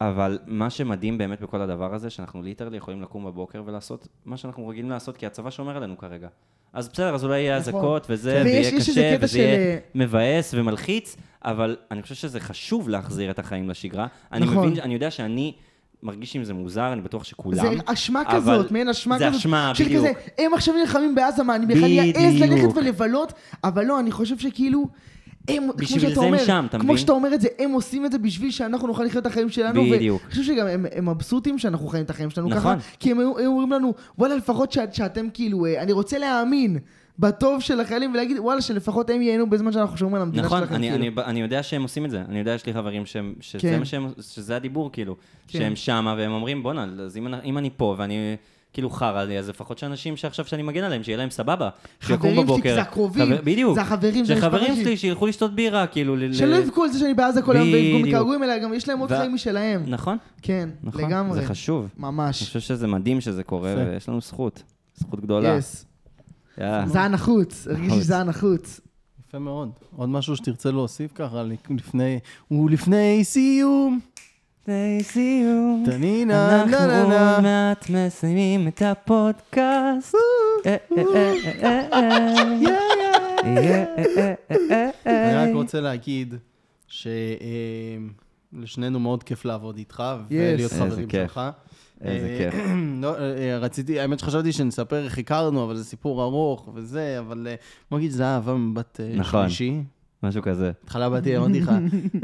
Speaker 3: אבל מה שמדהים באמת בכל הדבר הזה, שאנחנו ליטרלי יכולים לקום בבוקר ולעשות מה שאנחנו רגילים לעשות, כי הצבא שומר עלינו כרגע. אז בסדר, אז אולי יהיה
Speaker 1: נכון.
Speaker 3: אזעקות וזה,
Speaker 1: כן.
Speaker 3: ויהיה
Speaker 1: ויש- יש איזה
Speaker 3: קשה,
Speaker 1: קטע
Speaker 3: וזה
Speaker 1: של- אה,
Speaker 3: יהיה מבאס ומלחיץ, אבל אני חושב שזה חשוב להחזיר את החיים לשגרה. אני
Speaker 1: נכון.
Speaker 3: מבין, אני יודע שאני מרגיש עם זה מוזר, אני בטוח שכולם.
Speaker 1: זה אשמה
Speaker 3: אבל
Speaker 1: כזאת, מעין אשמה
Speaker 3: זה
Speaker 1: כזאת.
Speaker 3: אשמה,
Speaker 1: של
Speaker 3: בדיוק.
Speaker 1: כזה, הם עכשיו נלחמים בעזה, מה, אני בכלל אעז
Speaker 3: בדיוק.
Speaker 1: ללכת ולבלות? אבל לא, אני חושב שכאילו, הם, כמו
Speaker 3: בשביל
Speaker 1: שאתה
Speaker 3: זה הם
Speaker 1: אומר,
Speaker 3: שם, אתה
Speaker 1: כמו
Speaker 3: מבין?
Speaker 1: שאתה אומר את זה, הם עושים את זה בשביל שאנחנו נוכל לחיות את החיים שלנו.
Speaker 3: בדיוק.
Speaker 1: ואני חושב שגם הם, הם מבסוטים שאנחנו חיים את החיים שלנו
Speaker 3: נכון.
Speaker 1: ככה, כי הם היו היו אומרים לנו, וואלה, לפחות שאת, שאתם כאילו, אה, אני רוצה להאמין. בטוב של החיילים, ולהגיד, וואלה, שלפחות הם ייהנו בזמן שאנחנו שומרים על המדינה
Speaker 3: נכון,
Speaker 1: שלכם.
Speaker 3: אני,
Speaker 1: כאילו."
Speaker 3: אני, אני יודע שהם עושים את זה. אני יודע, יש לי חברים שהם, שזה,
Speaker 1: כן.
Speaker 3: מה שהם, שזה הדיבור, כאילו.
Speaker 1: כן.
Speaker 3: שהם שמה, והם אומרים, בואנה, אז אם, אני- אם אני פה ואני כאילו חרא לי, אז לפחות שאנשים שעכשיו שאני מגן עליהם, שיהיה להם סבבה. שיקום
Speaker 1: חברים שלי,
Speaker 3: בבוקר.
Speaker 1: זה הקרובים,
Speaker 3: חבר- בדיוק.
Speaker 1: זה החברים, זה
Speaker 3: שחברים
Speaker 1: המשפחה שלי.
Speaker 3: שלי, שילכו לשתות בירה, כאילו. ל- ל-
Speaker 1: שלא יבכו על זה שאני בעזה כל היום ויבכו
Speaker 3: בדיוק.
Speaker 1: מקעגועים, אלא גם יש להם עוד
Speaker 3: ו-
Speaker 1: חיים משלהם.
Speaker 3: נכון,
Speaker 1: כן,
Speaker 3: נכון.
Speaker 1: לגמרי.
Speaker 3: זה חשוב. אני
Speaker 1: ממש.
Speaker 3: חושב שזה מדהים שזה קורה,
Speaker 2: יפה.
Speaker 3: ויש לנו זכות. זכות גדולה.
Speaker 1: יס.
Speaker 3: יאללה.
Speaker 1: זה היה נחוץ, הרגיש לי שזה היה נחוץ.
Speaker 2: יפה מאוד. עוד משהו שתרצה להוסיף ככה לפני... הוא לפני סיום.
Speaker 3: לפני סיום,
Speaker 2: טנינה, נה נה
Speaker 3: אנחנו
Speaker 2: נה.
Speaker 3: עוד מעט מסיימים את הפודקאסט. אה, אה, אה, אה, אה, אה. אה, אה, אה, אה, אה,
Speaker 2: אני רק רוצה להגיד שלשנינו מאוד כיף לעבוד איתך ולהיות
Speaker 1: איזה
Speaker 2: חברים
Speaker 3: כיף.
Speaker 2: שלך.
Speaker 3: איזה כיף.
Speaker 2: לא, אה, רציתי, האמת שחשבתי שנספר איך הכרנו, אבל זה סיפור ארוך וזה, אבל אה, מרגיש שזה היה אהבה מבת אה,
Speaker 3: נכון.
Speaker 2: שלישי.
Speaker 3: משהו כזה.
Speaker 2: בהתחלה באתי, אמרתי לך,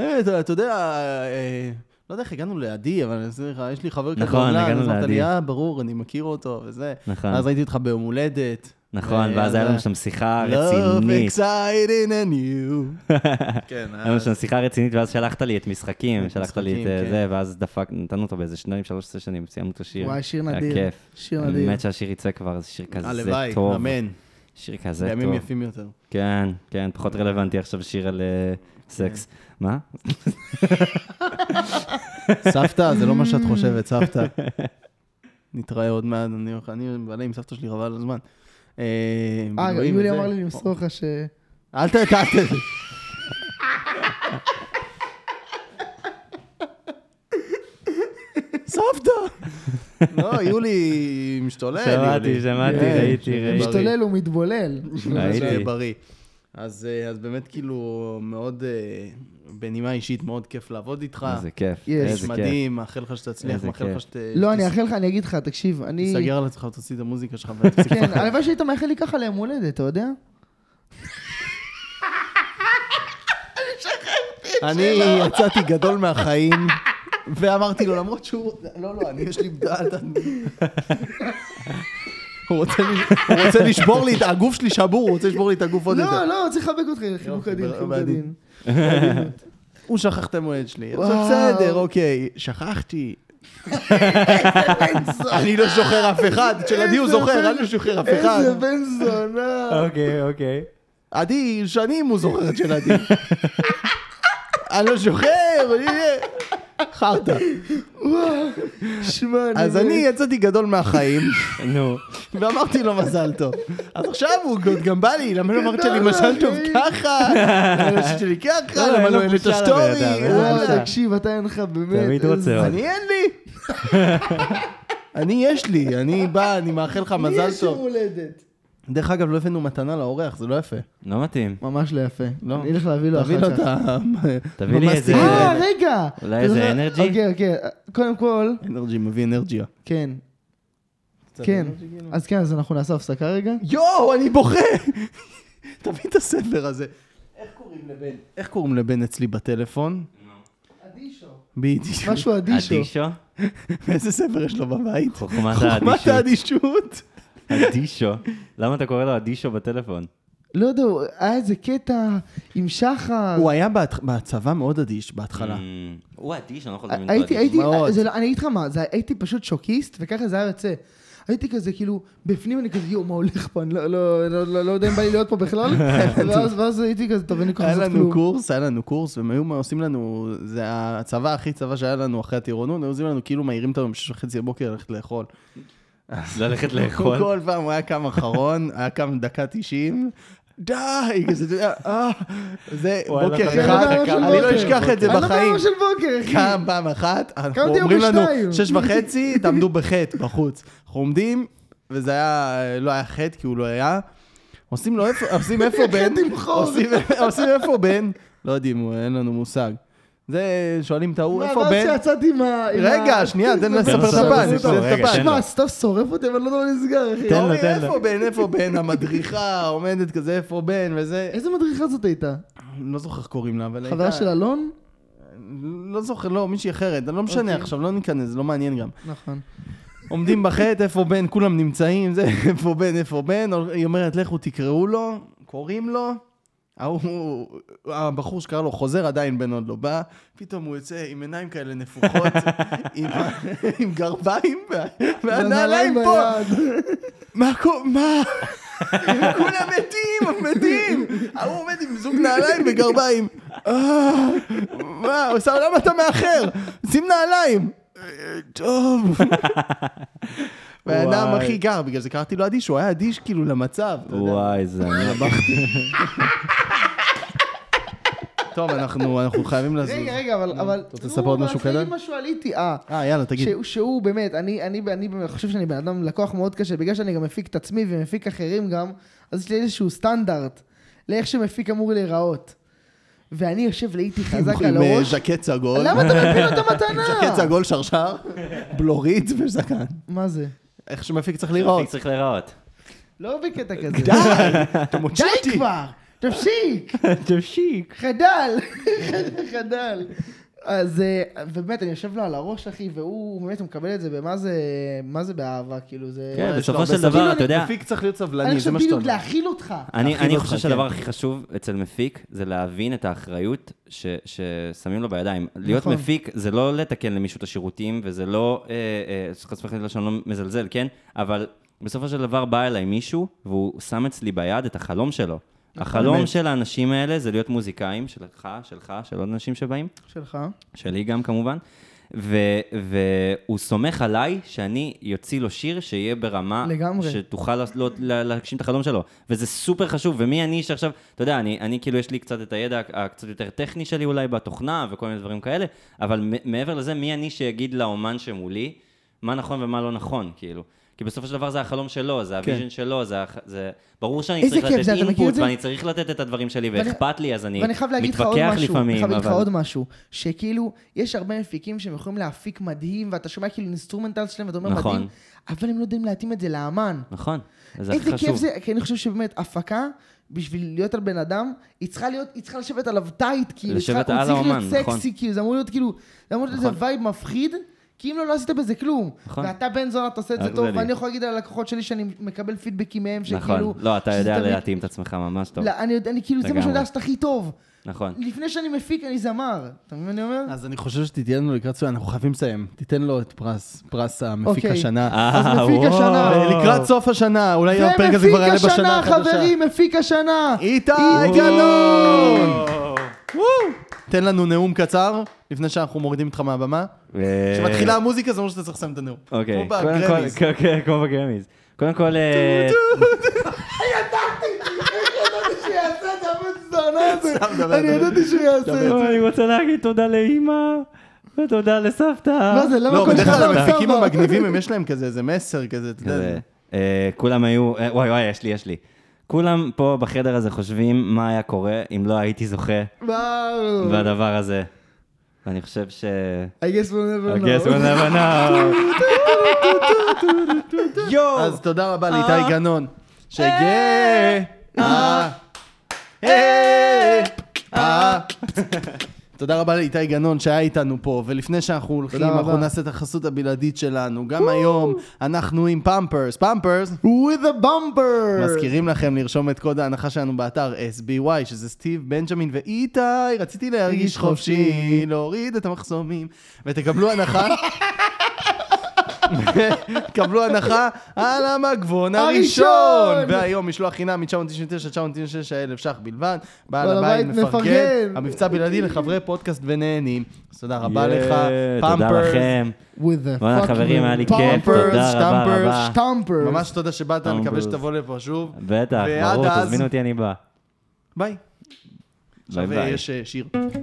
Speaker 2: "אה, אתה אתה יודע, אה, לא יודע איך הגענו לעדי, אבל אני אסביר לך, יש לי חבר כזה,
Speaker 3: נכון,
Speaker 2: בעולם",
Speaker 3: הגענו
Speaker 2: אז אמרת
Speaker 3: לעדי.
Speaker 2: לי, אה, ברור, אני מכיר אותו וזה.
Speaker 3: נכון.
Speaker 2: אז ראיתי אותך ביום הולדת.
Speaker 3: נכון,
Speaker 2: אה,
Speaker 3: ואז היה
Speaker 2: אז,
Speaker 3: לנו שם שיחה
Speaker 2: Love
Speaker 3: רצינית.
Speaker 2: exciting and you. כן,
Speaker 3: היה לנו שם שיחה רצינית, ואז שלחת לי את משחקים,
Speaker 2: את
Speaker 3: שלחת לי את
Speaker 2: משחקים, כן.
Speaker 3: אה, זה, ואז דפק, נתנו אותו באיזה שניים, שלוש סשנים, סיימנו את השיר.
Speaker 1: וואי, שיר
Speaker 3: היה
Speaker 1: נדיר.
Speaker 3: כיף.
Speaker 1: שיר
Speaker 3: אני
Speaker 1: נדיר.
Speaker 3: באמת שהשיר יצא כבר, זה שיר כזה
Speaker 2: הלוואי,
Speaker 3: טוב.
Speaker 2: אמן.
Speaker 3: שיר כזה
Speaker 2: בימים
Speaker 3: טוב.
Speaker 2: יפים אה. יותר.
Speaker 3: כן, כן, פחות רלוונטי עכשיו שיר על אה, סקס. מה?
Speaker 2: סבתא, זה לא מה שאת חושבת, סבתא. נתראה עוד מעט, אני הולך- אני מבלה עם סבתא שלי חבל על הזמן. אה,
Speaker 1: אה, גם
Speaker 2: בילויים
Speaker 1: יולי
Speaker 2: וזה.
Speaker 1: אמר לי למסור לך
Speaker 3: אה,
Speaker 1: ש...
Speaker 2: אל ת... אל ת- סבתא! לא, יולי משתולל.
Speaker 3: שמעתי,
Speaker 2: יולי.
Speaker 3: שמעתי,
Speaker 2: כן,
Speaker 3: ראיתי,
Speaker 2: שיהיה
Speaker 3: ראיתי.
Speaker 2: בריא.
Speaker 1: משתולל ומתבולל.
Speaker 3: ראיתי.
Speaker 2: שיהיה בריא. אז, אה, אז באמת כאילו מאוד, אה, בנימה אישית, מאוד כיף לעבוד איתך.
Speaker 3: איזה כיף,
Speaker 1: יש.
Speaker 2: איש
Speaker 3: איזה כיף.
Speaker 2: אה. מדהים, מאחל לך שתצליח,
Speaker 3: איזה
Speaker 2: מאחל לך
Speaker 3: כיף.
Speaker 2: שת...
Speaker 1: לא, אני
Speaker 2: תס-
Speaker 1: אאחל לך, אני אגיד לך, תקשיב, אני...
Speaker 2: תסגר על עצמך ותוציא את המוזיקה שלך ותפסיק
Speaker 1: כן,
Speaker 2: לפחד.
Speaker 1: הלוואי שהיית מאחל לי ככה ליום הולדת, אתה יודע?
Speaker 2: אני
Speaker 1: לא-
Speaker 2: יצאתי גדול מהחיים, ואמרתי לו, למרות שהוא... לא, לא, אני, יש לי בדעת, אני... הוא רוצה לש- הוא רוצה לשבור לי את הגוף שלי שבור, הוא רוצה לשבור לי את הגוף עוד יותר.
Speaker 1: לא, לא, צריך לחבק אותך, חינוך
Speaker 2: יופי,
Speaker 1: הדין,
Speaker 2: ב-
Speaker 1: חינוך
Speaker 2: בעדין.
Speaker 1: הדין.
Speaker 2: הוא שכח את המועד שלי. עכשיו
Speaker 1: וואו.
Speaker 2: בסדר, אוקיי, שכחתי. אני לא זוכר אף אחד, של עדי הוא
Speaker 1: איזה
Speaker 2: זוכר,
Speaker 1: בן-
Speaker 2: אני לא זוכר אף אחד.
Speaker 1: איזה בן זונה.
Speaker 3: אוקיי, אוקיי.
Speaker 2: עדי, שנים הוא זוכר את של עדי. אני לא זוכר, אני- חרטא.
Speaker 1: שמע,
Speaker 2: אז אני יצאתי גדול מהחיים,
Speaker 3: נו.
Speaker 2: ואמרתי לו מזל טוב. אז עכשיו הוא עוד גם בא לי, למה לא אמרת לי מזל טוב כלככה? למה לא עשית לי ככה?
Speaker 3: לא,
Speaker 2: למה
Speaker 3: אין לו
Speaker 2: לא העלית
Speaker 3: בושה לבן
Speaker 2: סטורי?
Speaker 3: אדם, אין לו
Speaker 2: למה
Speaker 3: בושה.
Speaker 1: וואי, תקשיב, אתה אין לך באמת.
Speaker 3: תמיד רוצה
Speaker 1: איזה-
Speaker 3: עוד.
Speaker 2: אני אין לי. אני יש לי, אני בא, אני מאחל לך
Speaker 1: לי
Speaker 2: מזל
Speaker 1: יש יום
Speaker 2: טוב.
Speaker 1: הולדת.
Speaker 2: דרך אגב, לא הבאנו מתנה לאורח, זה לא יפה.
Speaker 3: לא מתאים.
Speaker 1: ממש לא יפה.
Speaker 2: לא.
Speaker 1: אני אלך להביא לו
Speaker 2: תביא לו
Speaker 1: אחר
Speaker 2: את
Speaker 1: כך.
Speaker 2: ה...
Speaker 3: תביא לי איזה-
Speaker 1: אה, רגע!
Speaker 3: אולי איזה
Speaker 1: אתה זוכר-
Speaker 3: אנרג'י?
Speaker 1: אוקיי, אוקיי. קודם כל,
Speaker 2: אנרג'י, מביא אנרג'יה.
Speaker 1: כן, כן.
Speaker 2: כאילו?
Speaker 1: אז כן, אז אנחנו נעשה הפסקה רגע.
Speaker 2: יואו, אני בוכה! תביא את הספר הזה. איך קוראים לבן? איך קוראים לבן אצלי בטלפון? בדיוק.
Speaker 1: משהו אדישו.
Speaker 3: אדישו?
Speaker 2: איזה ספר יש לו בבית?
Speaker 3: חוכמת
Speaker 2: חוכמת
Speaker 3: האדישות.
Speaker 2: האדישות.
Speaker 3: אדישו. למה אתה קורא לו אדישו בטלפון?
Speaker 1: לא יודע, הוא- היה איזה קטע עם שחר.
Speaker 2: הוא היה בהת- בצבא מאוד אדיש בהתחלה.
Speaker 3: אמ, הוא אדישו, אני לא יכול לדמיין אותו
Speaker 1: הייתי,
Speaker 3: אדישו.
Speaker 1: הייתי,
Speaker 2: מאוד.
Speaker 1: זה לא- אני אגיד לך מה, זה- הייתי פשוט שוקיסט, וככה זה היה יוצא. הייתי כזה, כאילו, בפנים אני כזה, יואו, מה הולך פה? אני לא- לא לא- לא- לא יודע אם בא לי להיות פה בכלל. ואז- ואז הייתי כזה, טוב, אין לי כוח
Speaker 2: היה
Speaker 1: לעשות
Speaker 2: לנו
Speaker 1: כלום.
Speaker 2: קורס, היה לנו קורס, והם היו עושים לנו, זה הצבא הכי צבא שהיה לנו אחרי הטירונות, היו עושים לנו כאילו מעירים אותנו בשש וחצי בבוקר ללכת לאכול.
Speaker 3: ללכת לאכול.
Speaker 2: כל פעם הוא היה קם אחרון, היה קם דקה 90. די, כזה, אתה יודע, אה, זה
Speaker 3: וואי, לא
Speaker 2: בוקר
Speaker 3: חשבתי
Speaker 2: אחד,
Speaker 1: על זה
Speaker 2: אני לא
Speaker 1: בבוקר.
Speaker 2: אשכח את זה
Speaker 1: אני לא
Speaker 2: בחיים.
Speaker 1: פעם של בוקר, אחי.
Speaker 2: קם פעם אחת, אנחנו
Speaker 1: קמתי
Speaker 2: אומרים לנו,
Speaker 1: בשתיים.
Speaker 2: שש וחצי, תעמדו בחטא בחוץ. אנחנו עומדים, וזה היה, לא היה חטא, כי הוא לא היה. עושים לו איפה, עושים איפה בן,
Speaker 1: חטא עם חור.
Speaker 2: עושים- עושים איפה בן, לא יודעים, אין לנו מושג. זה, שואלים את ההוא,
Speaker 1: מה,
Speaker 2: איפה
Speaker 1: ואז
Speaker 2: בן?
Speaker 1: שיצאתי עם ה... עם ה-
Speaker 2: רגע, שנייה, לא, אה, תן לי
Speaker 1: זה
Speaker 2: לספר את
Speaker 1: בסדר,
Speaker 2: הפן,
Speaker 1: זה
Speaker 2: לספר
Speaker 1: בסדר.
Speaker 2: את
Speaker 3: רגע,
Speaker 2: הפן.
Speaker 3: תן לו.
Speaker 1: שמע, סתיו שורף אותי, אבל לא יודע מה נסגר, אחי.
Speaker 3: תן לו,
Speaker 2: אומרים,
Speaker 3: תן לו.
Speaker 2: לא, איפה בן, איפה בן, המדריכה עומדת כזה, איפה בן, וזה...
Speaker 1: איזה מדריכה זאת הייתה?
Speaker 2: לא זוכר איך קוראים לה, אבל הייתה...
Speaker 1: חברה של אלון?
Speaker 2: לא זוכר, לא, מישהי אחרת, לא משנה
Speaker 1: אוקיי.
Speaker 2: עכשיו, לא ניכנס, זה לא מעניין גם.
Speaker 1: נכון.
Speaker 2: עומדים בחטא, איפה בן, כולם נמצאים, זה איפה בן, איפה בן, היא אומרת, לכו תקראו לו, קוראים לו, ההוא, הבחור שקרא לו חוזר, עדיין בן עוד לא בא, פתאום הוא יוצא עם עיניים כאלה נפוחות, עם, ה- עם גרביים, וה- והנעליים פה,
Speaker 1: ביד.
Speaker 2: מה, קו- מה, כולם מתים, מתים, ההוא עומד עם זוג נעליים וגרביים, "אה, מה, עושה, למה אתה מאחר? שים נעליים. "אה, טוב. והאדם
Speaker 3: וואי.
Speaker 2: הכי גר, בגלל זה קראתי לו אדיש, הוא היה אדיש כאילו למצב. אתה יודע.
Speaker 3: וואי, זה...
Speaker 2: טוב, אנחנו אנחנו חייבים לזוז.
Speaker 1: רגע, רגע, אבל... אבל-
Speaker 2: אתה רוצה לספר עוד
Speaker 1: נו,
Speaker 2: משהו
Speaker 1: אבל תגיד
Speaker 2: קטן?
Speaker 1: משהו על איטי, אה.
Speaker 2: אה, יאללה, תגיד.
Speaker 1: שהוא- שהוא באמת, אני, אני, אני, באמת חושב שאני בן אדם לקוח מאוד קשה, בגלל שאני גם מפיק את עצמי ומפיק אחרים גם, אז יש לי איזשהו סטנדרט לאיך שמפיק אמור להיראות. ואני יושב לאיטי חזק על
Speaker 2: עם אה,
Speaker 1: הראש.
Speaker 2: ז'קט סגול.
Speaker 1: למה אתה מפיל לו את המתנה?
Speaker 2: ז'קט סגול, שרשר, בלורית וזקן.
Speaker 1: מה זה?
Speaker 2: איך שמפיק צריך להיראות.
Speaker 3: צריך להיראות.
Speaker 1: לא בקטע כזה.
Speaker 2: די, אתה מוציא
Speaker 1: די
Speaker 2: אותי.
Speaker 1: כבר! תפסיק!
Speaker 3: תפשיק.
Speaker 1: חדל! חדל. אז אה, באמת, אני יושב לו על הראש, אחי, והוא באמת הוא מקבל את זה במה זה, מה זה באהבה, כאילו, זה...
Speaker 3: כן,
Speaker 2: יש לו
Speaker 3: בסופו
Speaker 2: הרבה
Speaker 3: של
Speaker 2: סבלנות.
Speaker 3: דבר, אתה יודע,
Speaker 2: מפיק צריך להיות
Speaker 1: אני
Speaker 2: סבלני, זה
Speaker 1: חושב
Speaker 2: מה שאתה
Speaker 1: בדיוק
Speaker 2: אומר.
Speaker 1: להכיל אותך.
Speaker 3: אני,
Speaker 2: להכיל
Speaker 3: אני
Speaker 2: אותך,
Speaker 3: חושב
Speaker 2: כן.
Speaker 3: שהדבר הכי חשוב אצל מפיק זה להבין את האחריות ש, ששמים לו בידיים. להיות
Speaker 1: נכון.
Speaker 3: מפיק זה לא לתקן למישהו את השירותים, וזה לא, אה, אה, חס וחלילה שאני לא מזלזל, כן? אבל בסופו של דבר בא אליי מישהו, והוא שם אצלי ביד את החלום שלו. החלום
Speaker 2: אמת.
Speaker 3: של האנשים האלה זה להיות מוזיקאים, שלך, שלך, של עוד אנשים שבאים.
Speaker 1: שלך.
Speaker 3: שלי גם כמובן, ו, והוא סומך עליי שאני יוציא לו שיר שיהיה ברמה...
Speaker 1: לגמרי.
Speaker 3: שתוכל לה- לא- לה- להגשים את החלום שלו. וזה סופר חשוב, ומי אני שעכשיו, אתה יודע, אני, אני כאילו יש לי קצת את הידע הקצת יותר טכני שלי אולי בתוכנה וכל מיני דברים כאלה, אבל מ- מעבר לזה, מי אני שיגיד לאומן שמולי מה נכון ומה לא נכון, כאילו. כי בסופו של דבר זה החלום שלו, זה
Speaker 2: כן.
Speaker 3: הוויז'ן שלו, זה... הח- זה- ברור שאני
Speaker 1: איזה
Speaker 3: צריך
Speaker 1: כיף זה,
Speaker 3: לתת
Speaker 1: אתה מכיר את
Speaker 3: אינפוט,
Speaker 1: זה?
Speaker 3: ואני צריך לתת את הדברים שלי,
Speaker 1: ואני-
Speaker 3: ואכפת לי, אז אני
Speaker 1: ואני חייב להגיד לך עוד
Speaker 3: מתווכח
Speaker 1: משהו, אני
Speaker 3: לפעמים,
Speaker 1: חייב להגיד לך
Speaker 3: אבל-
Speaker 1: עוד משהו, שכאילו, יש הרבה מפיקים שהם יכולים להפיק מדהים, ואתה שומע כאילו אינסטרומנטל שלהם, ואתה אומר
Speaker 3: נכון.
Speaker 1: מדהים, אבל הם לא יודעים להתאים את זה לאמן.
Speaker 3: נכון, זה הכי
Speaker 1: איזה
Speaker 3: חשוב.
Speaker 1: כיף זה, כי אני חושב שבאמת, הפקה, בשביל להיות על בן אדם, היא צריכה להיות, היא צריכה לשבת עליו טייט, כאילו, היא
Speaker 3: לשבת
Speaker 1: צריכה- הוא
Speaker 3: על
Speaker 1: צריך להיות
Speaker 3: האומן, נכון.
Speaker 1: סקסי, כאילו, זה אמור להיות כאילו, זה אמור להיות איזה
Speaker 3: נכון.
Speaker 1: וייב מפחיד, כי אם לא, לא עשית בזה כלום.
Speaker 3: נכון.
Speaker 1: ואתה בן זונה, אתה עושה את זה
Speaker 3: רק
Speaker 1: טוב,
Speaker 3: זה לי.
Speaker 1: ואני יכול להגיד על הלקוחות שלי שאני מקבל פידבקים מהם, שכאילו...
Speaker 3: נכון, לא, אתה
Speaker 1: שזה
Speaker 3: יודע
Speaker 1: תמיד-
Speaker 3: להתאים את עצמך ממש טוב.
Speaker 1: לא, אני יודע, אני כאילו, זה מה
Speaker 3: לגמרי.
Speaker 1: שאני יודע לעשות הכי טוב.
Speaker 3: נכון.
Speaker 1: לפני שאני מפיק, אני זמר. אתה מבין מה אני אומר?
Speaker 2: אז אני חושב שתיתן לו לקראת סוף, אנחנו חייבים לסיים. תיתן לו את פרס, פרס המפיק
Speaker 1: אוקיי.
Speaker 2: השנה.
Speaker 1: אז
Speaker 3: אה,
Speaker 1: מפיק
Speaker 3: וואו.
Speaker 1: השנה.
Speaker 2: אה, לקראת סוף השנה, אולי הפרק הזה כבר יעלה
Speaker 1: ומפיק
Speaker 2: בשנה
Speaker 1: השנה,
Speaker 2: החדשה.
Speaker 1: חברים, אה. מפיק השנה.
Speaker 2: איתי
Speaker 1: איתי.
Speaker 2: גנון! תן לנו נאום קצר, לפני שאנחנו מורידים אותך
Speaker 1: אה.
Speaker 2: מהבמה.
Speaker 3: ו-
Speaker 2: כשמתחילה המוזיקה זה אומר שאתה צריך לסיים את הנאום.
Speaker 3: אוקיי.
Speaker 2: כמו
Speaker 3: קודם כל-
Speaker 2: בגרמיז.
Speaker 3: כן, כן, כמו בגרמיז. קודם כל... אה,
Speaker 1: ידעתי שהוא יעשה את הבן זונה הזה.
Speaker 2: סתם, דבר,
Speaker 1: אני
Speaker 2: דבר.
Speaker 1: ידעתי שהוא יעשה את זה.
Speaker 3: אוי, אני רוצה להגיד תודה לאימא, ותודה לסבתא.
Speaker 1: מה זה, למה
Speaker 2: לא,
Speaker 1: כל
Speaker 2: בדרך
Speaker 1: אחד
Speaker 2: כלל
Speaker 1: לא
Speaker 2: המפיקים
Speaker 1: סבא?
Speaker 2: המגניבים, הם יש להם כזה איזה מסר כזה, אתה יודע.
Speaker 3: כזה, אה, כולם היו, אה, וואי וואי, יש לי, יש לי. כולם פה בחדר הזה חושבים מה היה קורה אם לא הייתי זוכה
Speaker 1: וואו.
Speaker 3: בדבר הזה. ואני חושב ש...
Speaker 1: I guess we'll never
Speaker 3: I guess
Speaker 1: know.
Speaker 3: we'll never know. יואו!
Speaker 2: אז תודה רבה לאיתי גנון. שגאה. אה. אה. אה. תודה רבה לאיתי גנון שהיה איתנו פה, ולפני שאנחנו הולכים,
Speaker 1: תודה
Speaker 2: אנחנו
Speaker 1: רבה.
Speaker 2: נעשה את החסות הבלעדית שלנו. גם היום אנחנו עם פמפרס. פמפרס
Speaker 1: With a bumper.
Speaker 2: מזכירים לכם לרשום את קוד ההנחה שלנו באתר SBY, שזה סטיב, בנג'מין ואיתי, רציתי להרגיש חופשי, להוריד את המחסומים, ותקבלו הנחה. תקבלו הנחה על המגבון
Speaker 1: הראשון!
Speaker 2: הראשון! והיום משלוח חינם מ-999-999 אלף ש"ח בלבד. בעל הבית מפרגן. המבצע בלעדי לחברי פודקאסט ונהנים. אז תודה רבה
Speaker 3: יאה,
Speaker 2: לך,
Speaker 3: תודה
Speaker 2: פמפרס.
Speaker 3: לכם.
Speaker 1: With a
Speaker 3: וואלה, חברים, היה לי
Speaker 1: fucking
Speaker 3: כיף,
Speaker 2: Pampers,
Speaker 3: תודה רבה
Speaker 2: Stampers,
Speaker 3: רבה.
Speaker 1: Stomper.
Speaker 2: ממש תודה שבאת, אני מקווה שתבוא לפה שוב.
Speaker 3: בטח,
Speaker 2: ועד
Speaker 3: ברור,
Speaker 2: אז-
Speaker 3: תזמינו אותי, אני בא.
Speaker 2: ביי.
Speaker 3: ביי
Speaker 2: עכשיו
Speaker 3: ביי.
Speaker 2: יש אה, שיר.